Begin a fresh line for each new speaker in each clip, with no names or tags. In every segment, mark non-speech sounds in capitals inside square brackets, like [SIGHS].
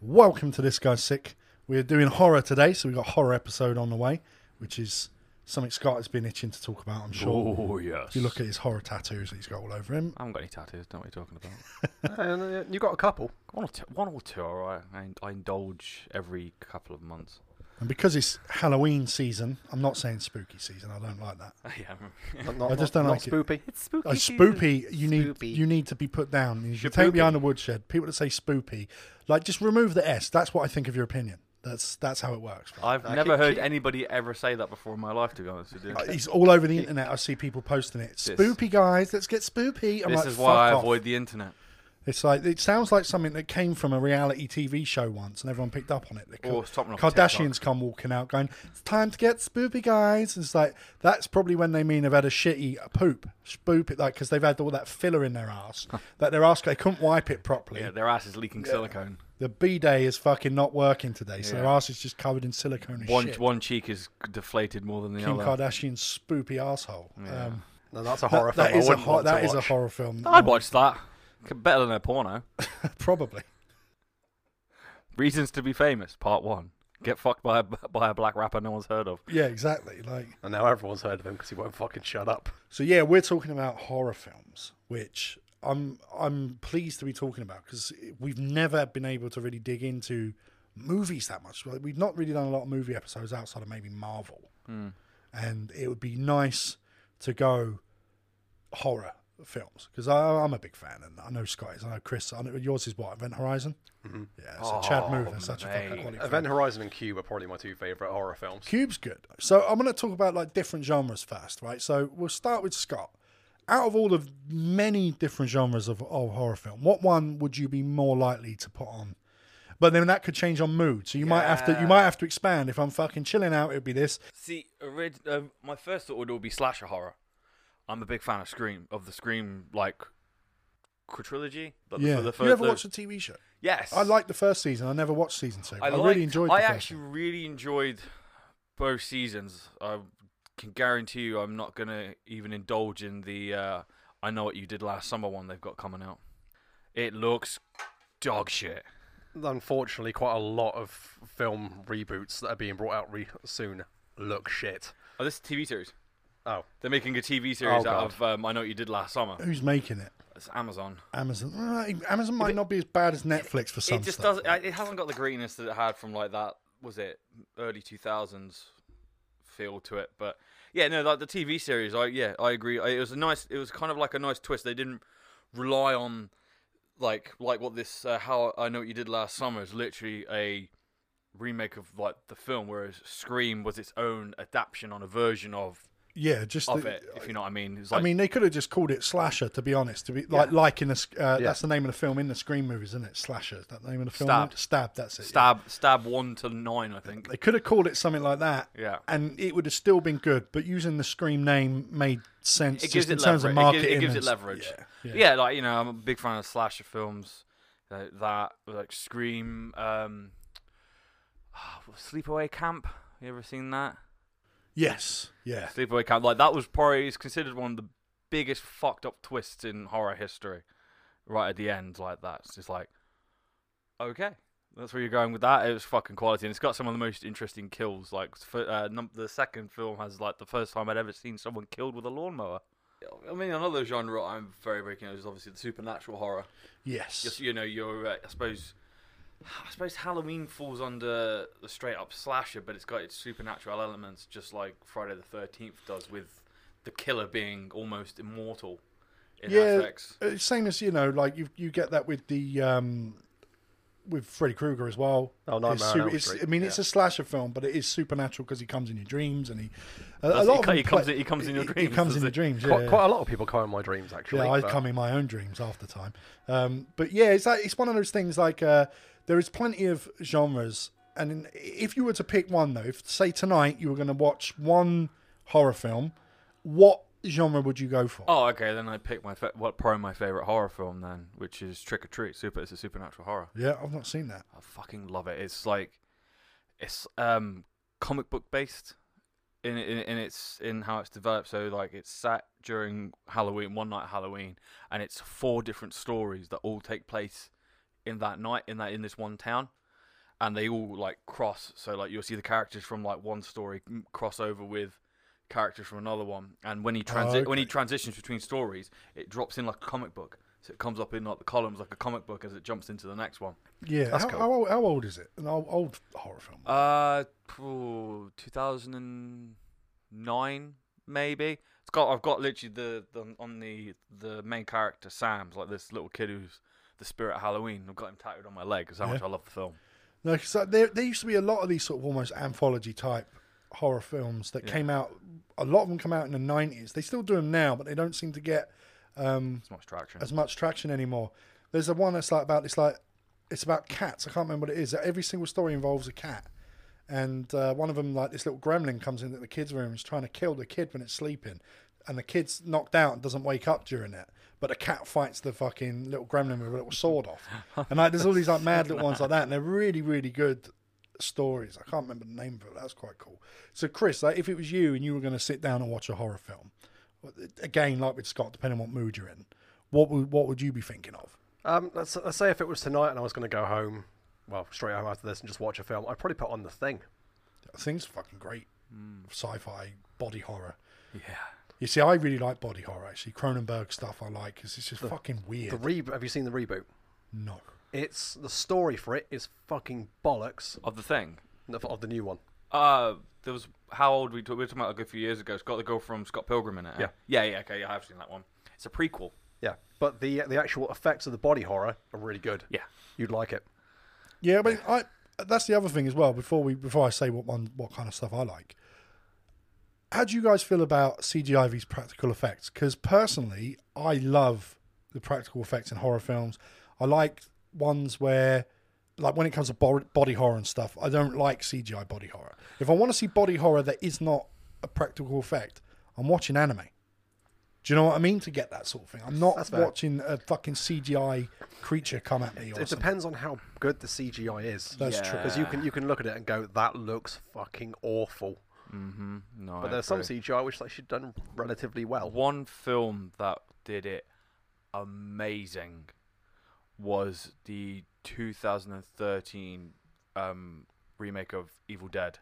Welcome to This Guy's Sick. We're doing horror today, so we've got a horror episode on the way, which is something Scott has been itching to talk about, I'm sure.
Oh yes.
If you look at his horror tattoos that he's got all over him,
I haven't got any tattoos. Don't know what you're talking about.
Uh, you got a couple.
one or two. One or two. All right. I, I indulge every couple of months.
and because it's Halloween season, I'm not saying spooky season, I don't like that.
yeah.
Not, not,
I just
not,
don't
not
like it.
spoopy.
It's spooky.
Uh, spoopy, you need
Spoopy.
you need to be put down. You should take
Shaboopy.
behind the woodshed. People that say spoopy, like just remove the S. That's what I think of your opinion. That's that's how it works. right?
I've
I
never
keep-
heard
keep-
anybody ever say that before in my life. To be honest with you.
Uh, It's all over the internet. I see people posting it.
This-
Spoopy guys, let's get spoopy. I'm
this
like,
is why I
"Fuck off."
avoid the internet.
It's like it sounds like something that came from a reality TV show once, and everyone picked up on it. The
Oh,
Ka-
Or something off
Kardashians come walking out, going, "It's time to get spoopy, guys." And it's like that's probably when they mean they've had a shitty poop, spoopy, like because they've had all that filler in their ass that their ass they couldn't wipe it properly.
Yeah, their ass is leaking silicone.
The b day is fucking not working today, so their
Yeah.
ass is just covered in silicone and
One
shit.
one cheek is deflated more than the
Kim
other.
Kardashian's spoopy asshole. Um,
No, that's a horror
that
film.
is
I
a
wouldn't
ho-
want
that
to
is a
watch.
horror film.
I'd watch that. C- Better than a porno.
[LAUGHS] probably.
Reasons to be famous, part one. Get fucked by a, [LAUGHS] by a black rapper no one's heard of.
Yeah, exactly. Like
And now everyone's heard of him because he won't fucking shut up.
So yeah, we're talking about horror films, which I'm I'm pleased to be talking about because we've never been able to really dig into movies that much. Like, we've not really done a lot of movie episodes outside of maybe Marvel, and it would be nice to go horror films because I'm a big fan, and I know Scott is, I know Chris, I know yours is what Event Horizon. Yeah, it's a Chad
Oh,
Mover, such a fucking
mate.
quality. film.
Event Horizon and Cube are probably my two favourite horror films.
Cube's good. So I'm going to talk about like different genres first, right? So we'll start with Scott. Out of all the many different genres of, of horror film, what one would you be more likely to put on? But then that could change on mood, so you might have to you might have to expand. If I'm fucking chilling out, it'd be this.
See, orig- um, my first thought would all be slasher horror. I'm a big fan of Scream, of the Scream like qu- trilogy. But
Yeah,
the,
you ever
the-
watched a TV show?
Yes,
I liked the first season. I never watched season two. I,
liked-
really enjoyed. The
I
first
actually
one.
really enjoyed both seasons. I can guarantee you, I'm not gonna even indulge in the uh, "I know what you did last summer" one they've got coming out. It looks dog shit.
Unfortunately, quite a lot of film reboots that are being brought out re- soon look shit.
Oh, this is TV series.
Oh,
They're making a TV series out
God.
of um, "I Know What You Did Last Summer."
Who's making it?
It's Amazon.
Amazon. Uh, Amazon might not be as bad as Netflix for some
it just
stuff.
doesn't. uh, It hasn't got the greenest that it had from like that. Was it early two thousands feel to it? But yeah, no, like the TV series. I yeah, I agree. I, it was a nice. It was kind of like a nice twist. They didn't rely on like like what this uh, how I know what you did last summer is literally a remake of like the film, whereas Scream was its own adaptation on a version of
yeah, just
of
the-
it. If you know what I mean. It's
I
like,
mean, they could have just called it slasher. To be honest, to be like like in the sc- uh,
Yeah.
that's the name of the film in the Scream movies, isn't it? Slasher. Is that the name of the film?
Stabbed.
Stab. That's it.
stab stab one to nine. I think.
They could have called it something like that.
Yeah.
And it would have still been good, but using the Scream name made sense.
it
just
gives
in
it
terms
leverage.
of
It
marketing.
gives- It gives it,
and-
leverage.
Yeah.
Yeah. like you know, I'm a big fan of slasher films. Like that like Scream, um, [SIGHS] Sleepaway Camp. You ever seen that?
Yes. Yeah.
Sleepaway Camp. Like that was probably is considered one of the biggest fucked up twists in horror history. Right at the end, like that. It's just like, okay, that's where you're going with that. It was fucking quality, and it's got some of the most interesting kills. Like for, uh, num- the second film has like the first time I'd ever seen someone killed with a lawnmower. I mean, another genre I'm very very keen on is obviously the supernatural horror.
Yes.
Just you know, your uh, I suppose. I suppose Halloween falls under the straight up slasher, but it's got its supernatural elements, just like Friday the Thirteenth does, with the killer being almost immortal. In
Yeah.
aspects.
uh, Same as you know, like you you get that with the um, with Freddy Krueger as well.
Oh,
no,
Nightmare
it's,
on
su-
Elm
it's-
Street,
I mean, it's a slasher film, but it is supernatural because he comes in your dreams and he. A, a
That's-
lot
he
of
co-
them
he comes
play-
in- he comes in your
He
dreams,
comes in
does he?
your dreams.
quite,
yeah.
quite a lot of people come in my dreams actually.
Yeah, I
but
come in my own dreams half the time. Um, but yeah, it's like, it's one of those things. Like uh, there is plenty of genres, and in, if you were to pick one though, if say tonight you were going to watch one horror film, what genre would you go for?
Oh, okay. Then I pick my fa- what probably my favorite horror film then, which is Trick or Treat. Super, it's a supernatural horror.
Yeah, I've not seen that.
I fucking love it. It's like it's um comic book based in in in its in how it's developed. So like it's sat during Halloween, one night Halloween, and it's four different stories that all take place in that night in that in this one town. And they all like cross, so like you'll see the characters from like one story m- cross over with characters from another one. And when he transi- when he
okay.
transitions between stories, it drops in like a comic book, so it comes up in like the columns like a comic book as it jumps into the next one.
Yeah,
That's
how,
cool.
how, old, how old is it? An old, old horror film.
Uh, phew, 2009 maybe. It's got I've got literally the, the on the the main character Sam's like this little kid who's the spirit of Halloween. I've got him tattooed on my leg because how much I love the film.
No, because there, there used to be a lot of these sort of almost anthology type horror films that came out. A lot of them come out in the nineties. They still do them now, but they don't seem to get um,
It's much traction.
as much traction anymore. There's a one that's like about it's like it's about cats. I can't remember what it is. Every single story involves a cat, and uh, one of them like this little gremlin comes into the kid's room and is trying to kill the kid when it's sleeping, and the kid's knocked out and doesn't wake up during it. But the cat fights the fucking little gremlin with a little sword off, and like there's all these like mad little ones like that, and they're really really good stories. I can't remember the name of it. That's quite cool. So Chris, like if it was you and you were going to sit down and watch a horror film, again like with Scott, depending on what mood you're in, what would what would you be thinking of?
Um, let's, let's say if it was tonight and I was going to go home, well, straight home after this and just watch a film, I'd probably put on The Thing.
I think it's fucking great.
Hmm.
Sci-fi body horror.
yeah.
You see, I really like body horror. Actually, Cronenberg stuff I like because it's just fucking weird.
The re- Have you seen the reboot?
no,
It's the story for it is fucking bollocks
Of the thing.
of, of the new one.
Uh, there was how old we, t- we were talking about a good few years ago. It's got the girl from Scott Pilgrim in it. eh? Yeah. Yeah. Okay. Yeah, I have seen that one. It's a prequel.
Yeah, but the the actual effects of the body horror are really good.
Yeah.
you'd like it.
yeah, but I that's the other thing as well. Before we before I say what one what kind of stuff I like, how do you guys feel about CGIV's practical effects? Because personally, I love the practical effects in horror films. I like ones where, like when it comes to bo- body horror and stuff, I don't like CGI body horror. If I want to see body horror that is not a practical effect, I'm watching anime. Do you know what I mean? To get that sort of thing, I'm not
That's fair.
watching a fucking CGI creature come at me. Or
It
something.
depends on how good the CGI is.
That's true.
Because you can you can look at it and go, that looks fucking awful.
Mm-hmm. No.
But
I
there's some
agree.
CGI which they should done relatively well.
one film that did it amazing was the 2013 um, remake of Evil Dead.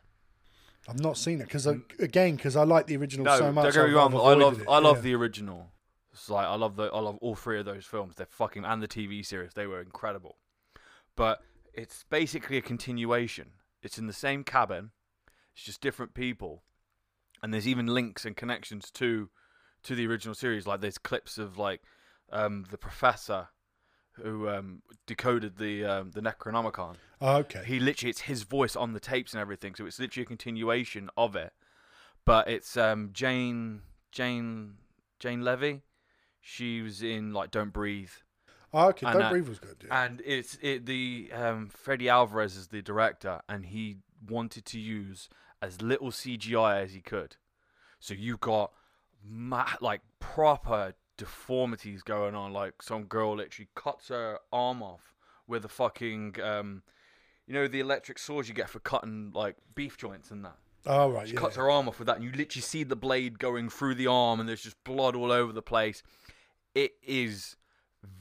I've not seen it because again, because I like the original
Mm. No,
so
don't
much.
get me
I've-
wrong.
I've
I love
avoided it,
I love
yeah.
the original. It's like I love the I love all three of those films. They're fucking and the TV series. They were incredible. But it's basically a continuation. It's in the same cabin. It's just different people, and there's even links and connections to to the original series. Like there's clips of like um, the professor who um, decoded the um, the Necronomicon.
Oh, okay.
He literally, it's his voice on the tapes and everything, so it's literally a continuation of it. But it's um, Jane, Jane, Jane Levy. She was in like Don't Breathe,
Oh, okay.
and,
Don't
uh,
breathe was good. Yeah.
and it's it, the um, Freddie Alvarez is the director, and he wanted to use as little CGI as he could. So you got ma- like proper deformities going on. Like some girl literally cuts her arm off with a fucking, um, you know, the electric saws you get for cutting like beef joints and that.
oh, right.
She
yeah.
cuts her arm off with that, and you literally see the blade going through the arm, and there's just blood all over the place. It is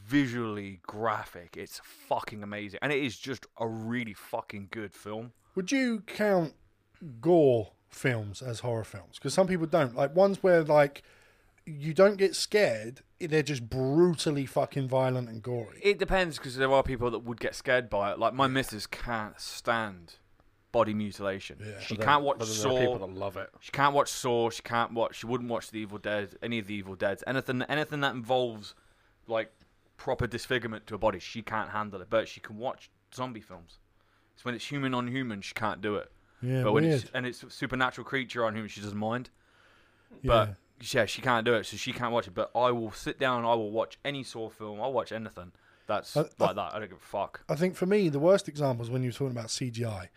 visually graphic. It's fucking amazing, and it is just a really fucking good film.
Would you count gore films as horror films? Because some people don't like ones where like you don't get scared. They're just brutally fucking violent and gory.
It depends because there are people that would get scared by it. Like my missus can't stand body mutilation.
Yeah.
she
But
can't
then-
watch
but then
Saw.
There are people that love it.
She can't watch Saw. She can't watch. She wouldn't watch The Evil Dead. Any of the Evil Deads. Anything. Anything that involves like proper disfigurement to a body, she can't handle it. But she can watch zombie films. It's when it's human on human, she can't do it.
Yeah,
but when
weird.
it's and it's supernatural creature on human, she doesn't mind.
yeah.
But yeah, she can't do it, so she can't watch it. But I will sit down. I will watch any Saw film. I'll watch anything that's
I- I-
like that. I don't give a fuck.
I think for me, the worst example is when you're talking about CGI.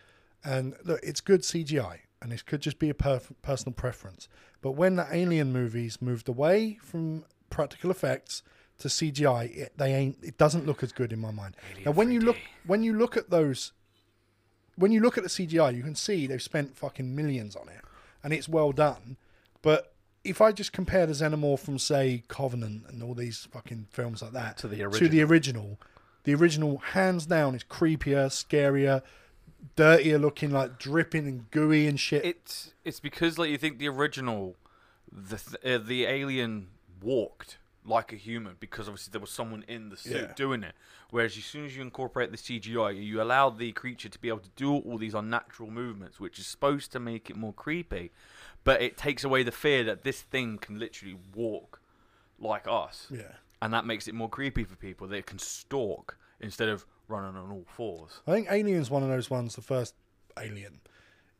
And look, it's good CGI. and this could just be a per- personal preference, but when the Alien movies moved away from practical effects to CGI, it, they ain't. It doesn't look as good in my mind. now, when you look when you look at those, when you look at the CGI, you can see they've spent fucking millions on it, and it's well done. But if I just compare the Xenomorph from say Covenant and all these fucking films like that
To the
to the original, the original hands down is creepier, scarier, dirtier looking, like dripping and gooey and shit.
It's it's because like you think the original, the th- uh, the alien walked like a human because obviously there was someone in the suit
Yeah.
doing it. Whereas as soon as you incorporate the CGI, you allow the creature to be able to do all these unnatural movements, which is supposed to make it more creepy, but it takes away the fear that this thing can literally walk like us,
yeah.
and that makes it more creepy for people. They can stalk instead of running on all fours.
I think Alien's one of those ones, the first Alien,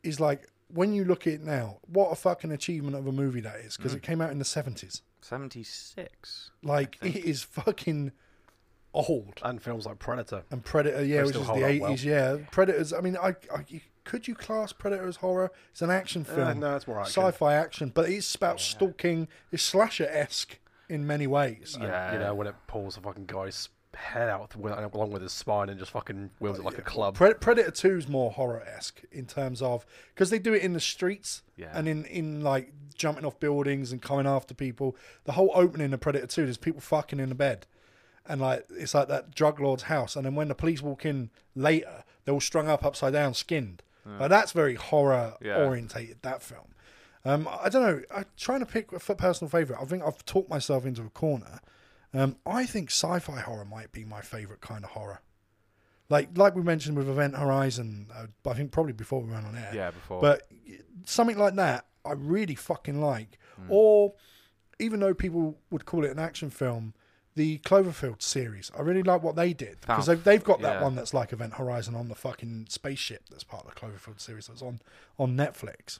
is like when you look at it now, what a fucking achievement of a movie that is because it came out in the 70s.
Seventy six.
Like, it is fucking old.
and films like Predator.
And Predator, uh, yeah,
They
which
still
is the
hold up
80s,
well.
yeah. Predators, I mean, I, I you- could you class Predator as horror? It's an action film.
Uh, no, it's more action.
Sci fi action, but it's about stalking, it's slasher esque in many ways.
Yeah.
Yeah.
You know when it pulls the fucking guy's head out with, along with his spine and just fucking wields it like a club.
Pred- Predator 2 is more horror esque in terms of because they do it in the streets
Yeah.
and in, in like jumping off buildings and coming after people. The whole opening of Predator 2, there's people fucking in the bed. And like it's like that drug lord's house. And then when the police walk in later, they're all strung up upside down, skinned. Like that's very horror
Hmm. Yeah.
orientated, that film. Um, I don't know. I'm trying to pick a f- personal favorite. I think I've talked myself into a corner. Um, I think sci-fi horror might be my favorite kind of horror like like we mentioned with Event Horizon, uh, I think probably before we ran on air.
Yeah, before.
But something like that, I really fucking like.
Hmm.
Or even though people would call it an action film, the Cloverfield series, I really like what they did because
Oh,
they've, they've got that
yeah.
one that's like Event Horizon on the fucking spaceship that's part of the Cloverfield series that's on on Netflix.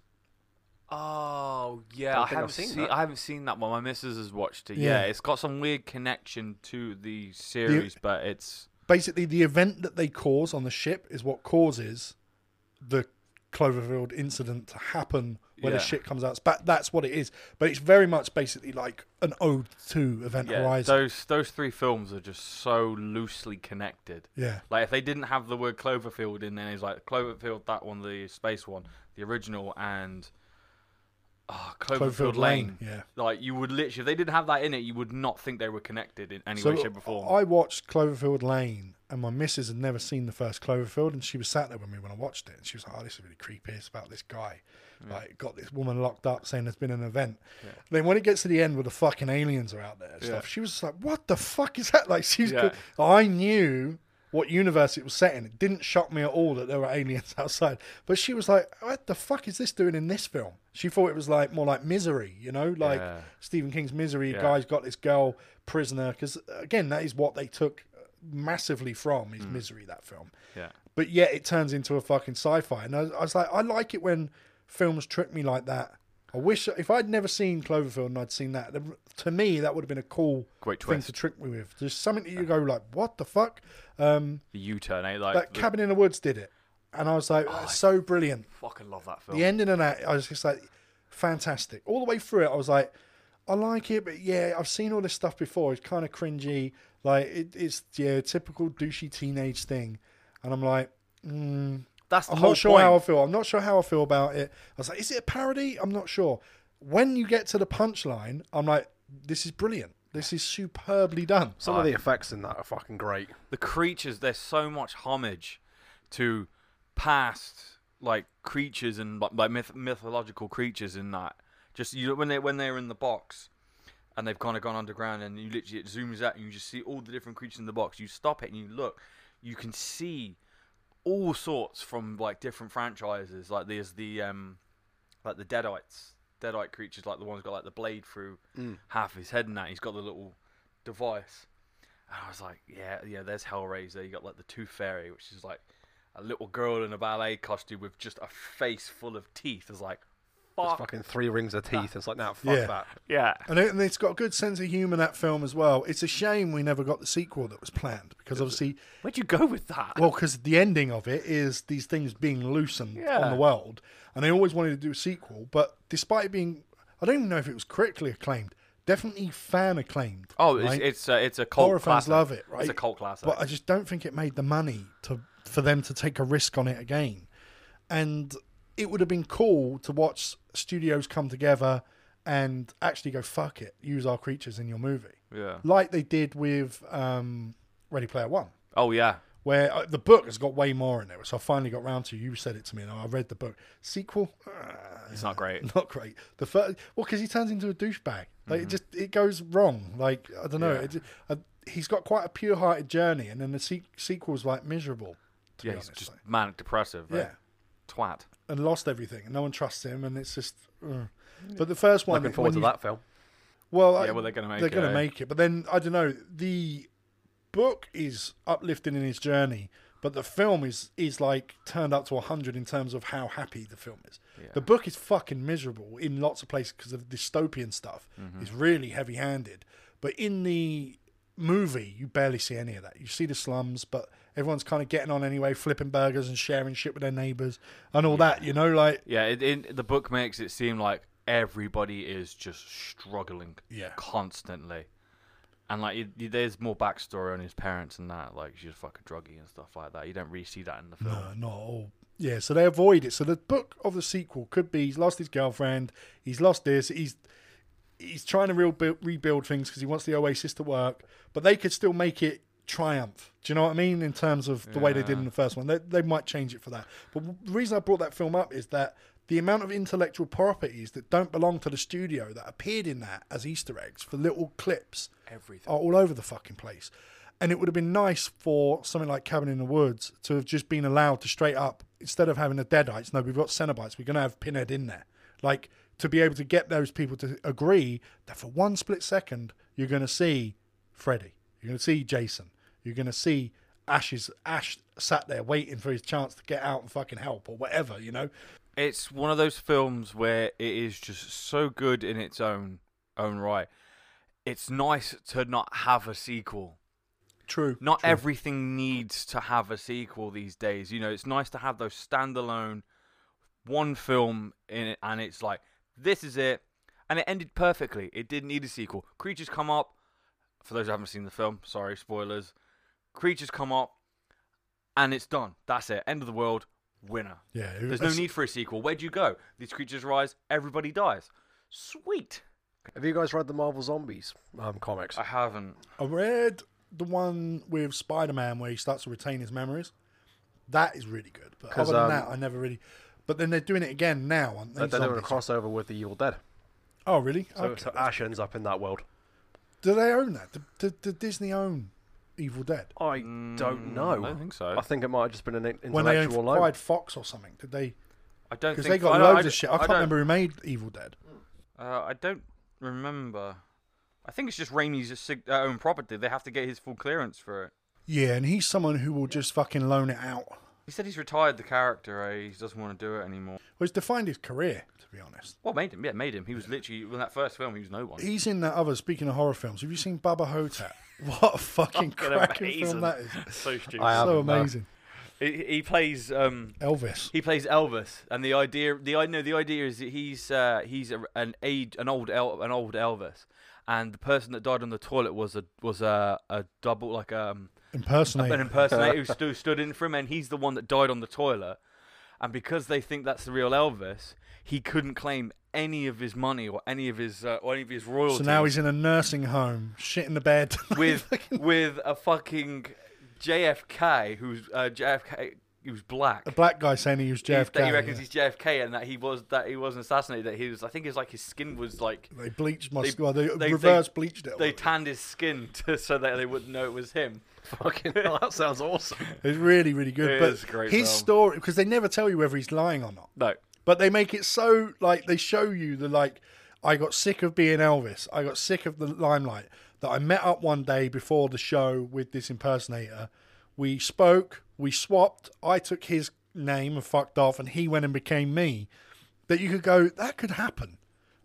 Oh yeah,
Don't
I
think I've
haven't
seen
seen.
that.
I haven't seen that one. My missus has watched it.
Yeah.
Yeah, it's got some weird connection to the series, but it's
Basically, the event that they cause on the ship is what causes the Cloverfield incident to happen where the
Yeah.
shit comes out. But that's what it is. But it's very much basically like an ode to Event
yeah.
Horizon.
Those those three films are just so loosely connected.
Yeah.
Like if they didn't have the word Cloverfield in there, it's like Cloverfield that one, the space one, the original, and ah Cloverfield,
Cloverfield
Lane.
Lane. Yeah.
Like you would literally, if they didn't have that in it, you would not think they were connected in any way, shape, or form.
I watched Cloverfield Lane, and my missus had never seen the first Cloverfield, and she was sat there with me when I watched it, and she was like, "Oh, this is really creepy. It's about this guy, like got this woman locked up, saying there's been an event." Then when it gets to the end where the fucking aliens are out there and stuff, she was just like, "What the fuck is that?" [LAUGHS] Like she's,
Yeah.
I knew what universe it was set in. It didn't shock me at all that there were aliens [LAUGHS] outside, but she was like, "What the fuck is this doing in this film?" She thought it was like more like Misery, you know, like
Yeah.
Stephen King's Misery.
Yeah.
Guy's got this girl prisoner because again, that is what they took massively from is
Hmm.
Misery that film.
yeah.
But yet it turns into a fucking sci-fi, and I, I was like, I like it when films trick me like that. I wish if I'd never seen Cloverfield and I'd seen that, then to me that would have been a cool
Great
thing
twist.
to trick me with. There's something that you go like, what the fuck? Um,
The U-turn, eh? Like,
that
the-
Cabin in the Woods did it, and I was
Oh,
like, that's so brilliant.
fucking love that film.
The ending of that, I was just like, fantastic. All the way through it, I was like, I like it, but yeah, I've seen all this stuff before. It's kind of cringy. Like, it, it's, yeah, typical douchey teenage thing. And I'm like, mm,
That's the
I'm
whole
not sure
point.
how I feel. I'm not sure how I feel about it. I was like, is it a parody? I'm not sure. When you get to the punchline, I'm like, this is brilliant. This is superbly done.
Some
Uh,
of the effects in that are fucking great.
the creatures there's so much homage to past like creatures and like, like myth- mythological creatures in that just you know, when they when they're in the box and they've kind of gone underground and you literally it zooms out and you just see all the different creatures in the box you stop it and you look you can see all sorts from like different franchises like there's the um like the deadites deadite creatures like the one's got like the blade through half his head and that he's got the little device and I was like, yeah, yeah, there's Hellraiser. You got like the Tooth Fairy, which is like a little girl in a ballet costume with just a face full of teeth. It's like,
It's
fuck?
fucking three rings of teeth. It's like, nah, fuck
Yeah.
that.
yeah.
And, it, and it's got a good sense of humour that film as well. It's a shame we never got the sequel that was planned because obviously,
Where'd you go with that?
well, because the ending of it is these things being loosened on
Yeah.
the world, and they always wanted to do a sequel, but despite it being, I don't even know if it was critically acclaimed, definitely fan acclaimed.
oh, it's
right?
it's, uh, it's a cult
horror fans
classic.
love it, right?
It's a cult classic.
But I just don't think it made the money to for them to take a risk on it again. And it would have been cool to watch studios come together and actually go fuck it, use our creatures in your movie,
yeah.
like they did with um, Ready Player One.
Oh yeah.
Where uh, the book has got way more in it, which I finally got round to. You said it to me, and I read the book. Sequel,
It's not
[LAUGHS]
great.
not great. The first, well, because he turns into a douchebag. Like it just it goes wrong. Like I don't know.
Mm-hmm. Yeah.
It, uh, he's got quite a pure-hearted journey, and then the se- sequel's like miserable. To
Yeah,
be
he's
honest,
just
like.
manic depressive. Right?
yeah,
Twat.
and lost everything, and no one trusts him, and it's just. uh.
Mm.
But the first one,
Looking
when
forward to
you-
that film.
Well, I-
well, they're gonna make
they're
it,
gonna
eh?
make it, but then I don't know. The book is uplifting in his journey, but the film is is like turned up to hundred in terms of how happy the film is. The book is fucking miserable in lots of places because of dystopian stuff.
Mm-hmm.
It's really heavy handed, but in the movie you barely see any of that. You see the slums, but everyone's kind of getting on anyway, flipping burgers and sharing shit with their neighbors and all that. You know, like
Yeah, it, it, the book makes it seem like everybody is just struggling
Yeah.
constantly. And like, you, you- there's more backstory on his parents and that. Like, she's fucking druggy and stuff like that. You don't really see that in the film.
No, not at all. Yeah, so they avoid it. So the book of the sequel could be he's lost his girlfriend, he's lost this, he's he's trying to rebuild, rebuild things because he wants the Oasis to work, but they could still make it triumph. Do you know what I mean? In terms of the way they did in the first one, they, they might change it for that. But the reason I brought that film up is that the amount of intellectual properties that don't belong to the studio that appeared in that as Easter eggs for little clips
Everything.
are all over the fucking place. And it would have been nice for something like Cabin in the Woods to have just been allowed to straight up, instead of having the Deadites, no, we've got Cenobites, we're going to have Pinhead in there. Like, to be able to get those people to agree that for one split second, you're going to see Freddy, you're going to see Jason, you're going to see Ash's, Ash sat there waiting for his chance to get out and fucking help or whatever, you know?
It's one of those films where it is just so good in its own own right. It's nice to not have a sequel.
True.
Not everything needs to have a sequel these days. You know, it's nice to have those standalone one film in it and it's like this is it and it ended perfectly. It didn't need a sequel. Creatures come up for those who haven't seen the film, sorry, spoilers. Creatures come up and it's done. That's it. End of the world. Winner.
Yeah. it-
There's no need for a sequel. Where'd you go? These creatures rise, everybody dies. Sweet.
Have you guys read the Marvel Zombies um, comics?
I haven't.
I read the one with Spider Man where he starts to retain his memories. That is really good. But
'Cause,
other than
um,
that, I never really. But then they're doing it again now, aren't they?
They're doing a
Zombies.
crossover with the Evil Dead.
Oh, really?
So,
okay.
so Ash ends up in that world.
Do they own that? Do, do, do Disney own Evil Dead?
I don't know.
Mm, I don't think so.
I think it might have just been an in-
When they
intellectual loan.
acquired Fox or something, did they?
I don't
Because
think
they
I
got
don't- I
loads
don't-
of shit. I can't
don't-
remember who made Evil Dead.
Uh, I don't remember. I think it's just Raimi's sig- uh, own property. They have to get his full clearance for it.
Yeah, and he's someone who will just fucking loan it out.
He said he's retired the character. Eh? He doesn't want to do it anymore.
Well, it's defined his career, to be honest.
What made him? Yeah, made him. He was literally when that first film, he was no one.
He's in that other. Speaking of horror films, have you seen Baba Hotep? [LAUGHS] What a
[LAUGHS]
fucking cracking film
amazing.
that is!
so stupid.
I
So
haven't, no.
amazing,
he, he plays um,
Elvis.
He plays Elvis, and the idea, the I know the idea is that he's uh, he's a, an age, an old El, an old Elvis, and the person that died on the toilet was a was a, a double like um an
impersonator. [LAUGHS]
impersonator who stu- stood in for him, and he's the one that died on the toilet, and because they think that's the real Elvis, he couldn't claim any of his money or any of his uh, or any of his royalties.
So now he's in a nursing home, shit in the bed. [LAUGHS]
with with a fucking JFK who's uh, JFK who's black.
a black guy saying he was JFK.
that he reckons
yeah.
he's JFK and that he was that he wasn't assassinated. That he was. I think it's like his skin was like
They bleached my
They-
skin. Well, they,
they-
reverse bleached it.
they tanned his skin [LAUGHS] to, so that they wouldn't know it was him.
[LAUGHS] Fucking hell, that sounds [LAUGHS] awesome.
it's really, really good.
It
but
is a great
his
film.
story, because they never tell you whether he's lying or not.
No.
But they make it so like they show you the like. I got sick of being Elvis. I got sick of the limelight. That I met up one day before the show with this impersonator. We spoke. We swapped. I took his name and fucked off, and he went and became me. that you could go that could happen.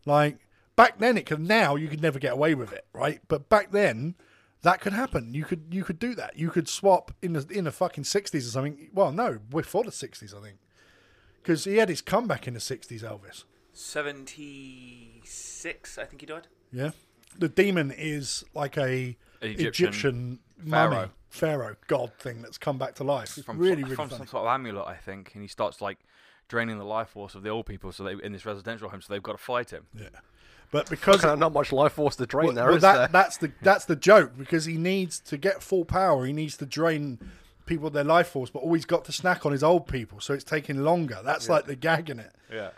Like back then, it could. Now you could never get away with it, right? But back then, that could happen. You could you could do that. You could swap in the in the fucking sixties or something. Well, no, before the sixties, I think, because he had his comeback in the sixties, Elvis.
76, I think he died.
Yeah. The demon is like a Egyptian,
Egyptian
mummy,
pharaoh.
pharaoh god thing that's come back to life. It's
from so-
really, really
from
funny.
some sort of amulet, I think, and he starts like draining the life force of the old people. So they in this residential home, so they've got to fight
[LAUGHS]
him.
Yeah. But because
Not much life force to drain
well,
there,
well,
is
that,
there?
that's the that's the joke because he needs to get full power. He needs to drain people of their life force, but always got to snack on his old people, so it's taking longer. That's like the gag in it.
Yeah,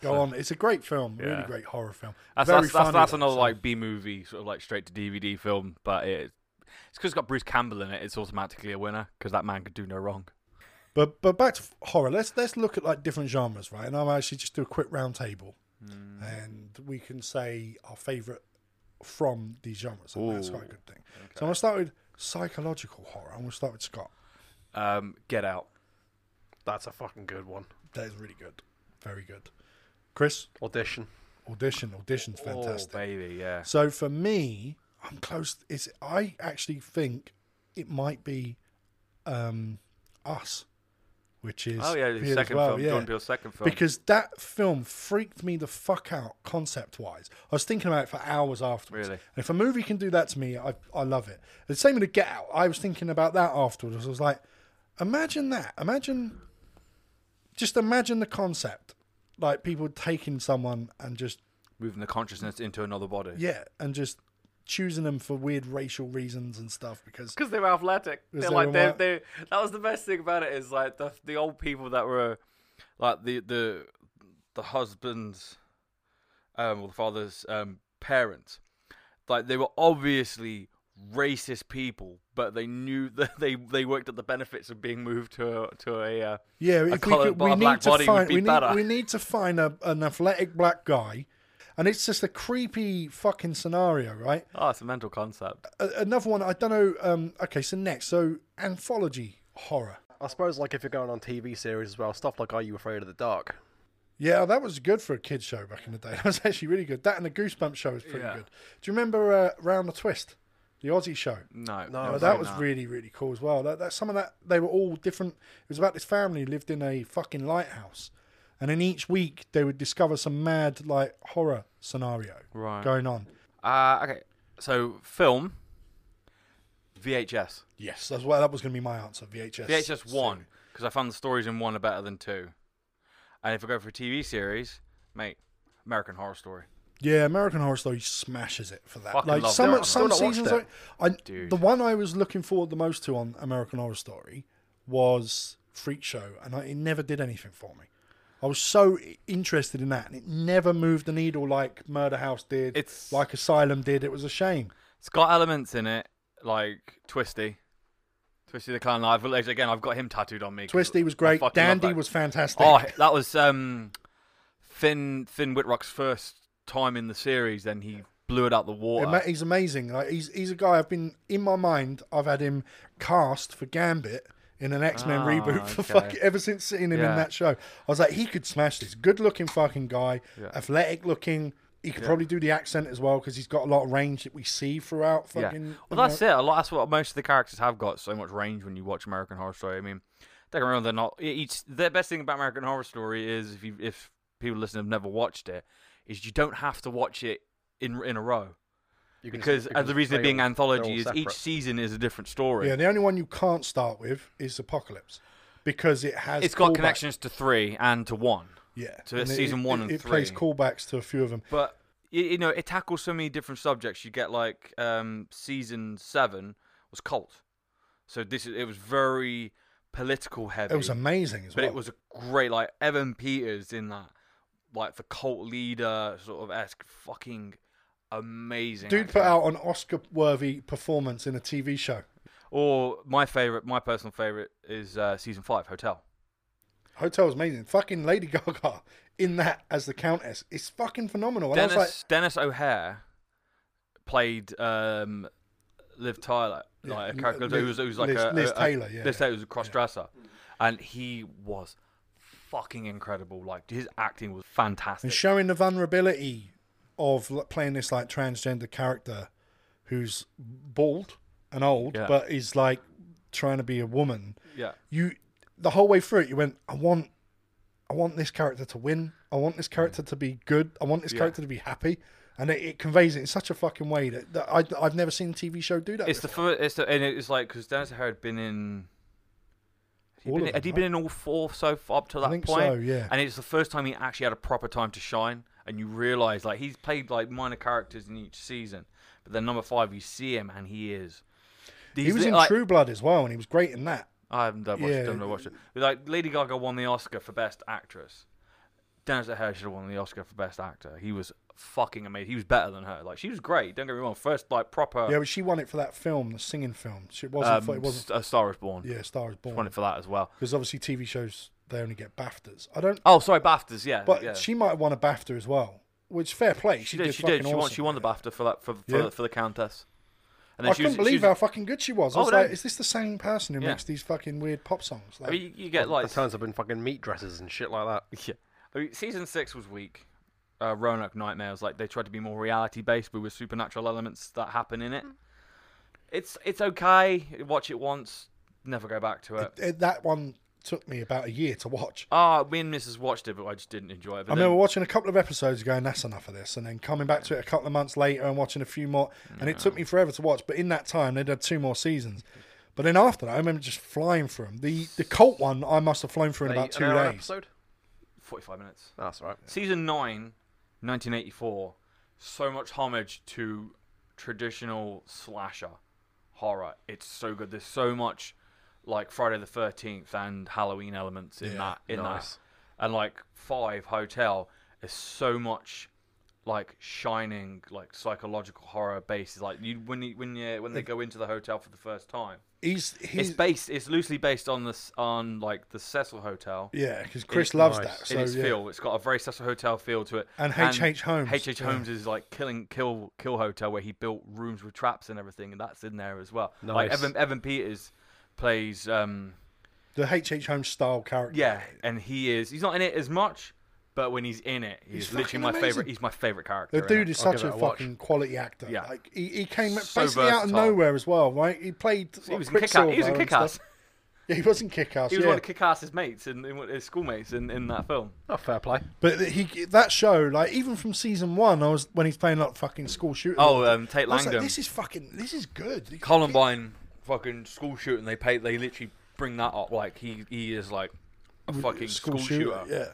Go on, it's a great film, really
Yeah.
great horror film.
that's
Very
that's, that's,
funny,
that's
though,
another
so-
like B movie, sort of like straight to DVD film, but it. It's because it's got Bruce Campbell in it. It's automatically a winner because that man could do no wrong.
But but back to horror. Let's let's look at like different genres, right? And I'll actually just do a quick round table,
Hmm.
and we can say our favorite from these genres. I think that's quite a good thing. So I'm gonna start with psychological horror. I'm gonna start with Scott.
Um, Get Out.
That's a fucking good one.
That is really good, very good. Chris,
Audition.
audition, audition's fantastic.
Oh, baby, yeah.
So for me, I'm close. It's I actually think it might be um, us, which is
Oh yeah,
here
his
as
second
well,
film,
yeah.
Jordan Peele's second film.
because that film freaked me the fuck out concept wise. I was thinking about it for hours afterwards.
Really?
And if a movie can do that to me, I, I love it. The same with the Get Out. I was thinking about that afterwards. I was like, imagine that. Imagine, just imagine the concept, like people taking someone and just
Moving the consciousness into another body.
yeah, and just choosing them for weird racial reasons and stuff because
because they were athletic.
Was there
They're like
a
they,
what?
they. That was the best thing about it is like the the old people that were, like the the the husbands, um, or the father's um parents, like they were obviously racist people, but they knew [LAUGHS] that they they worked at the benefits of being moved to a, to a. Uh,
yeah, if we,
coloured
could,
bar-
we
black
need to
body would
find
be
we need,
better.
we need to find a, an athletic black guy, and it's just a creepy fucking scenario, right?
oh, it's a mental concept.
a- another one I don't know. Um, okay, so next, so anthology horror.
I suppose, like, if you're going on TV series as well, stuff like Are You Afraid of the Dark?
Yeah, that was good for a kids show back in the day. [LAUGHS] That was actually really good. That and the Goosebumps show was pretty
Yeah.
good. Do you remember uh, Round the Twist, the Aussie show?
No,
No,
Oh,
I've
that
seen
was really really cool as well. That, that some of that they were all different. It was about this family who lived in a fucking lighthouse, and then each week they would discover some mad like horror scenario
Right.
going on.
Uh, okay, so film. VHS.
Yes, that's well. That was going to be my answer. VHS.
VHS one because I found the stories in one are better than two. And if I go for a TV series, mate, American Horror Story.
Yeah, American Horror Story smashes it for that.
Fucking
like
love
some
that.
some
Still not watched
seasons,
it.
like, I,
Dude.
the one I was looking forward the most to on American Horror Story was Freak Show, and I, it never did anything for me. I was so i- interested in that, and it never moved the needle like Murder House did,
It's-
like Asylum did. It was a shame.
It's got elements in it like Twisty, Twisty the Clown. I've again, I've got him tattooed on me. 'cause
Twisty was
I
great.
fucking love
Dandy
that.
was fantastic.
Oh, that was um, Finn Finn Whitrock's first time in the series. Then he blew it out the water.
Ama- he's amazing. Like he's he's a guy I've been in my mind. I've had him cast for Gambit in an X Men
Ah,
reboot for
okay.
fuck ever since seeing him in
Yeah.
that show. I was like, he could smash this. Good looking fucking guy, athletic looking. He could probably do the accent as well because he's got a lot of range that we see throughout.
yeah.
Fucking,
Well, that's it. A lot. That's what most of the characters have got so much range when you watch American Horror Story. I mean, don't get me wrong. They're not. Each the best thing about American Horror Story is if you if people listening have never watched it, is you don't have to watch it in in a row
You can just-
because
you can
uh, the
just-
reason
they're
it being
all- they're all
anthology is each
separate.
season is a different story.
Yeah, the only one you can't start with is Apocalypse because it has
it's got
callbacks-
connections to three and to one.
Yeah,
to
And it-
season
it-
one
it,
and
it plays
three.
callbacks to a few of them.
But you, you know, it tackles so many different subjects. You get like um, season seven was cult, so this is it was very political heavy.
It was amazing as
but
well.
it was a great like Evan Peters in that, like the cult leader sort of esque, fucking amazing.
Dude
actor.
put out an Oscar-worthy performance in a TV show.
Or my favorite, my personal favorite is uh, season five, Hotel.
Hotel was amazing. Fucking Lady Gaga in that as the Countess. It's fucking phenomenal. And
Dennis
I was like,
Dennis O'Hare played um, Liv Tyler,
Yeah,
like a
Li-
character who was, who was like
Liz-
a
Liz
a- a-
Taylor, yeah.
Liz Taylor was a cross dresser, and he was fucking incredible. Like his acting was fantastic.
and showing the vulnerability of l- playing this like transgender character who's bald and old
Yeah.
but is like trying to be a woman
yeah,
you the whole way through it you went i want i want this character to win i want this character to be good i want this character to be happy and it, it conveys it in such a fucking way that, that I, i've never seen a tv show do that
it's the first. It's the, and it's like because Dennis Hare had been in. Had he,
All
been,
of
in- had he
them,
been in all four so far up to that
think
point?
so, yeah.
And it's the first time he actually had a proper time to shine, and you realise like he's played like minor characters in each season, but then number five you see him and he is.
he was in True Blood as well, and he was great in that.
I haven't done much.
Yeah.
Don't know watched it. But, like Lady Gaga won the Oscar for Best Actress. Dennis O'Hare should have won the Oscar for Best Actor. He was fucking amazing. He was better than her. Like she was great. Don't get me wrong. First like proper.
Yeah, but she won it for that film, the singing film. She it wasn't.
um,
for, it wasn't.
S- A Star Is Born.
Yeah, Star is
Won
Born.
it for that as well.
Because obviously TV shows they only get Baftas. I don't.
Oh, sorry, Baftas. Yeah,
But
yeah.
she might have won a Bafta as well, which fair play. She,
She
did.
did. She
fucking
did. She won. She
awesome.
won the BAFTA for that for for,
Yeah.
for the Countess. And
I couldn't believe
she was-
how fucking good she was. I
Oh,
was
no.
like, is this the same person who
Yeah.
makes these fucking weird pop songs? Like,
I mean, you, you get like
It turns up in fucking meat dresses and shit like [LAUGHS] that.
Yeah. [LAUGHS] I mean, season six was weak. Uh, Roanoke Nightmares, like they tried to be more reality based, but with supernatural elements that happen in it. It's it's okay. Watch it once, never go back to it.
it- that one took me about a year to watch.
Ah, me and Mrs. watched it, but I just didn't enjoy it. But
I
then-
remember watching a couple of episodes going, that's enough of this, and then coming back to it a couple of months later and watching a few more, and it took me forever to watch. But in that time, they'd had two more seasons. But then after that, I remember just flying through 'em. The the cult one, I must have flown through in
They-
about
an
two
hour
days.
Episode?
forty-five minutes.
That's all right.
Season nine, 1984. So much homage to traditional slasher horror. It's so good. There's so much like Friday the 13th and Halloween elements in
Yeah,
that. In
nice.
that, and like Five Hotel is so much like shining like psychological horror bases. Like you when you, when you, when they go into the hotel for the first time.
He's,
It's
he's
based. It's loosely based on this on like the Cecil Hotel.
yeah, because Chris loves
nice.
that.
It
So
is
yeah.
feel. It's got a very Cecil Hotel feel to it.
And H.H. Holmes,
H.H.
yeah.
Holmes is like killing kill kill hotel where he built rooms with traps and everything, and that's in there as well. Like
Nice.
Evan Evan Peters plays um
the H H Holmes style character.
yeah, and he is he's not in it as much, but when he's in it, he's,
He's
literally
fucking
my
amazing.
favorite. He's my favorite character.
The
in
dude
it.
is
I'll
such
give
a
it a watch.
fucking quality actor.
Yeah.
Like he, he came
So
basically out of
versatile.
nowhere as well, right? He played
he was in
like,
Kick-Ass. He was
Quicksilver
in
and
Kick-Ass.
stuff. Yeah, he wasn't kick ass.
He was
yeah.
one of Kick-Ass's mates and his schoolmates in, in that film.
Oh, fair play.
But th- he that show, like even from season one, I was when he's playing like fucking school shooting.
Oh, um, Tate
I was like,
Langdon.
this is fucking, this is good. This-
Columbine fucking school shooting. They pay. They literally bring that up. Like he he is like a fucking school, shooter.
Yeah.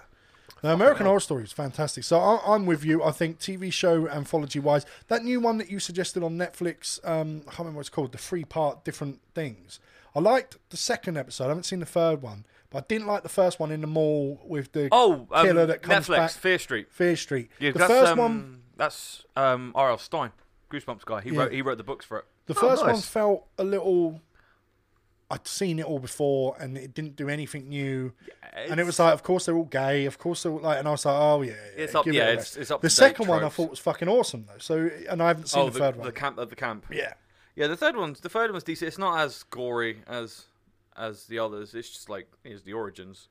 Now, American Horror Story is fantastic. So I, I'm with you. I think TV show anthology wise, that new one that you suggested on Netflix, um, I can't remember what it's called, the three part different things. I liked the second episode. I haven't seen the third one, but I didn't like the first one in the mall with the
Oh, um,
killer that comes
Netflix,
back.
Fear Street.
Fear Street.
Yeah,
the
that's,
first
um,
one,
That's um, R.L. Stein, Goosebumps guy. He wrote he wrote the books for it.
The
Oh,
first one
nice.
felt a little. I'd seen it all before, and it didn't do anything new. and it was
it's-
like, of course they're all gay, of course they're all like, and I was like, oh yeah,
It's up-
give it
yeah,
a
it's-
rest.
it's up
The
to date
second one I
tropes.
thought was fucking awesome though. So, and I haven't seen
Oh,
the,
the,
third one.
the camp at the camp.
yeah,
Yeah, the third one's the third one's decent. It's not as gory as as the others. It's just like here's the origins.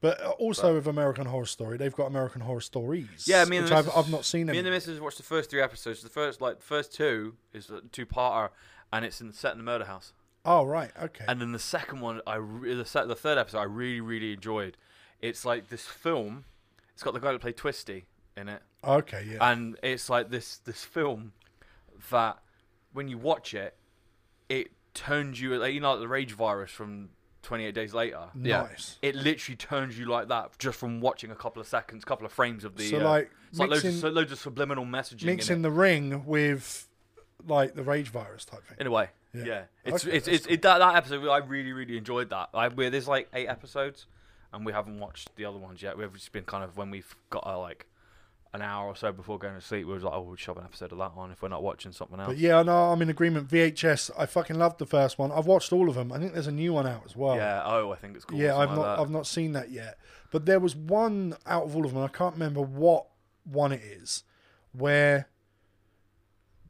but uh, also with American Horror Story, they've got American Horror Stories.
Yeah, me and
which
the
I've,
missus-
I've not seen
Me
them.
and the missus watched the first three episodes. The first like the first two is a two parter, and it's in set in the murder house.
oh right, okay.
And then the second one, I re- the, se- the third episode, I really really enjoyed. It's like this film. It's got the guy that played Twisty in it,
okay, yeah.
and it's like this this film that when you watch it, it turns you like you know like the rage virus from Twenty Eight Days Later.
yeah.
Nice.
It literally turns you like that just from watching a couple of seconds, couple of frames of the.
So,
uh,
like,
it's like loads, of,
mixing-
so loads of subliminal mixing
Mixing the ring with like the rage virus type thing.
In a way,
Yeah.
yeah. It's
Okay,
it's,
that's
it's it, that, that episode. I really really enjoyed that. I, we there's like eight episodes, and we haven't watched the other ones yet. We've just been kind of when we've got uh, like an hour or so before going to sleep. We was like, oh, we'll shove an episode of that on if we're not watching something else.
But yeah, no, I'm in agreement. VHS, I fucking loved the first one. I've watched all of them. I think there's a new one out as well.
yeah. Oh, I think it's cool.
Yeah, I've not,
Like that.
I've not seen that yet. But there was one out of all of them, and I can't remember what one it is, where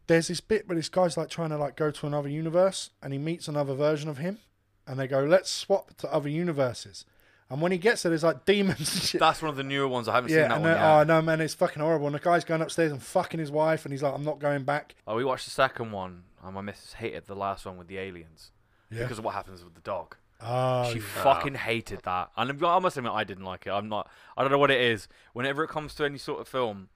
there's this bit where this guy's like trying to like go to another universe, and he meets another version of him, and they go, "Let's swap to other universes." And when he gets there, there's like demons and shit.
That's one of the newer ones. I haven't seen
yeah,
that
and
one
then,
yet.
oh no, man, it's fucking horrible. And the guy's going upstairs and fucking his wife, and he's like, "I'm not going back."
Oh, we watched the second one, and my missus hated the last one with the aliens
Yeah.
because of what happens with the dog.
Oh,
She
yeah.
fucking hated that, and I'm- I must admit I didn't like it. I'm not. I don't know what it is. Whenever it comes to any sort of film,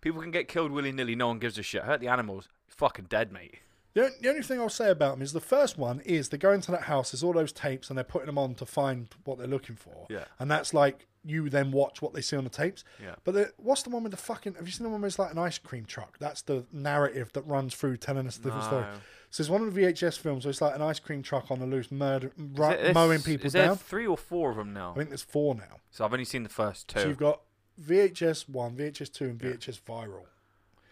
people can get killed willy nilly. No one gives a shit. Hurt the animals. You're fucking dead, mate.
The, on- the only thing I'll say about them is the first one is they go into that house, there's all those tapes, and they're putting them on to find what they're looking for.
Yeah.
And that's like you then watch what they see on the tapes.
Yeah.
But the, what's the one with the fucking? Have you seen the one where it's like an ice cream truck? That's the narrative that runs through telling us a different story.
No.
So there's one of the VHS films where it's like an ice cream truck on the loose, murder, ru-
Is it-
mowing
is-
people
Is there
down.
three or four of them now?
I think there's four now.
So I've only seen the first two.
So you've got VHS one, VHS two, and VHS viral.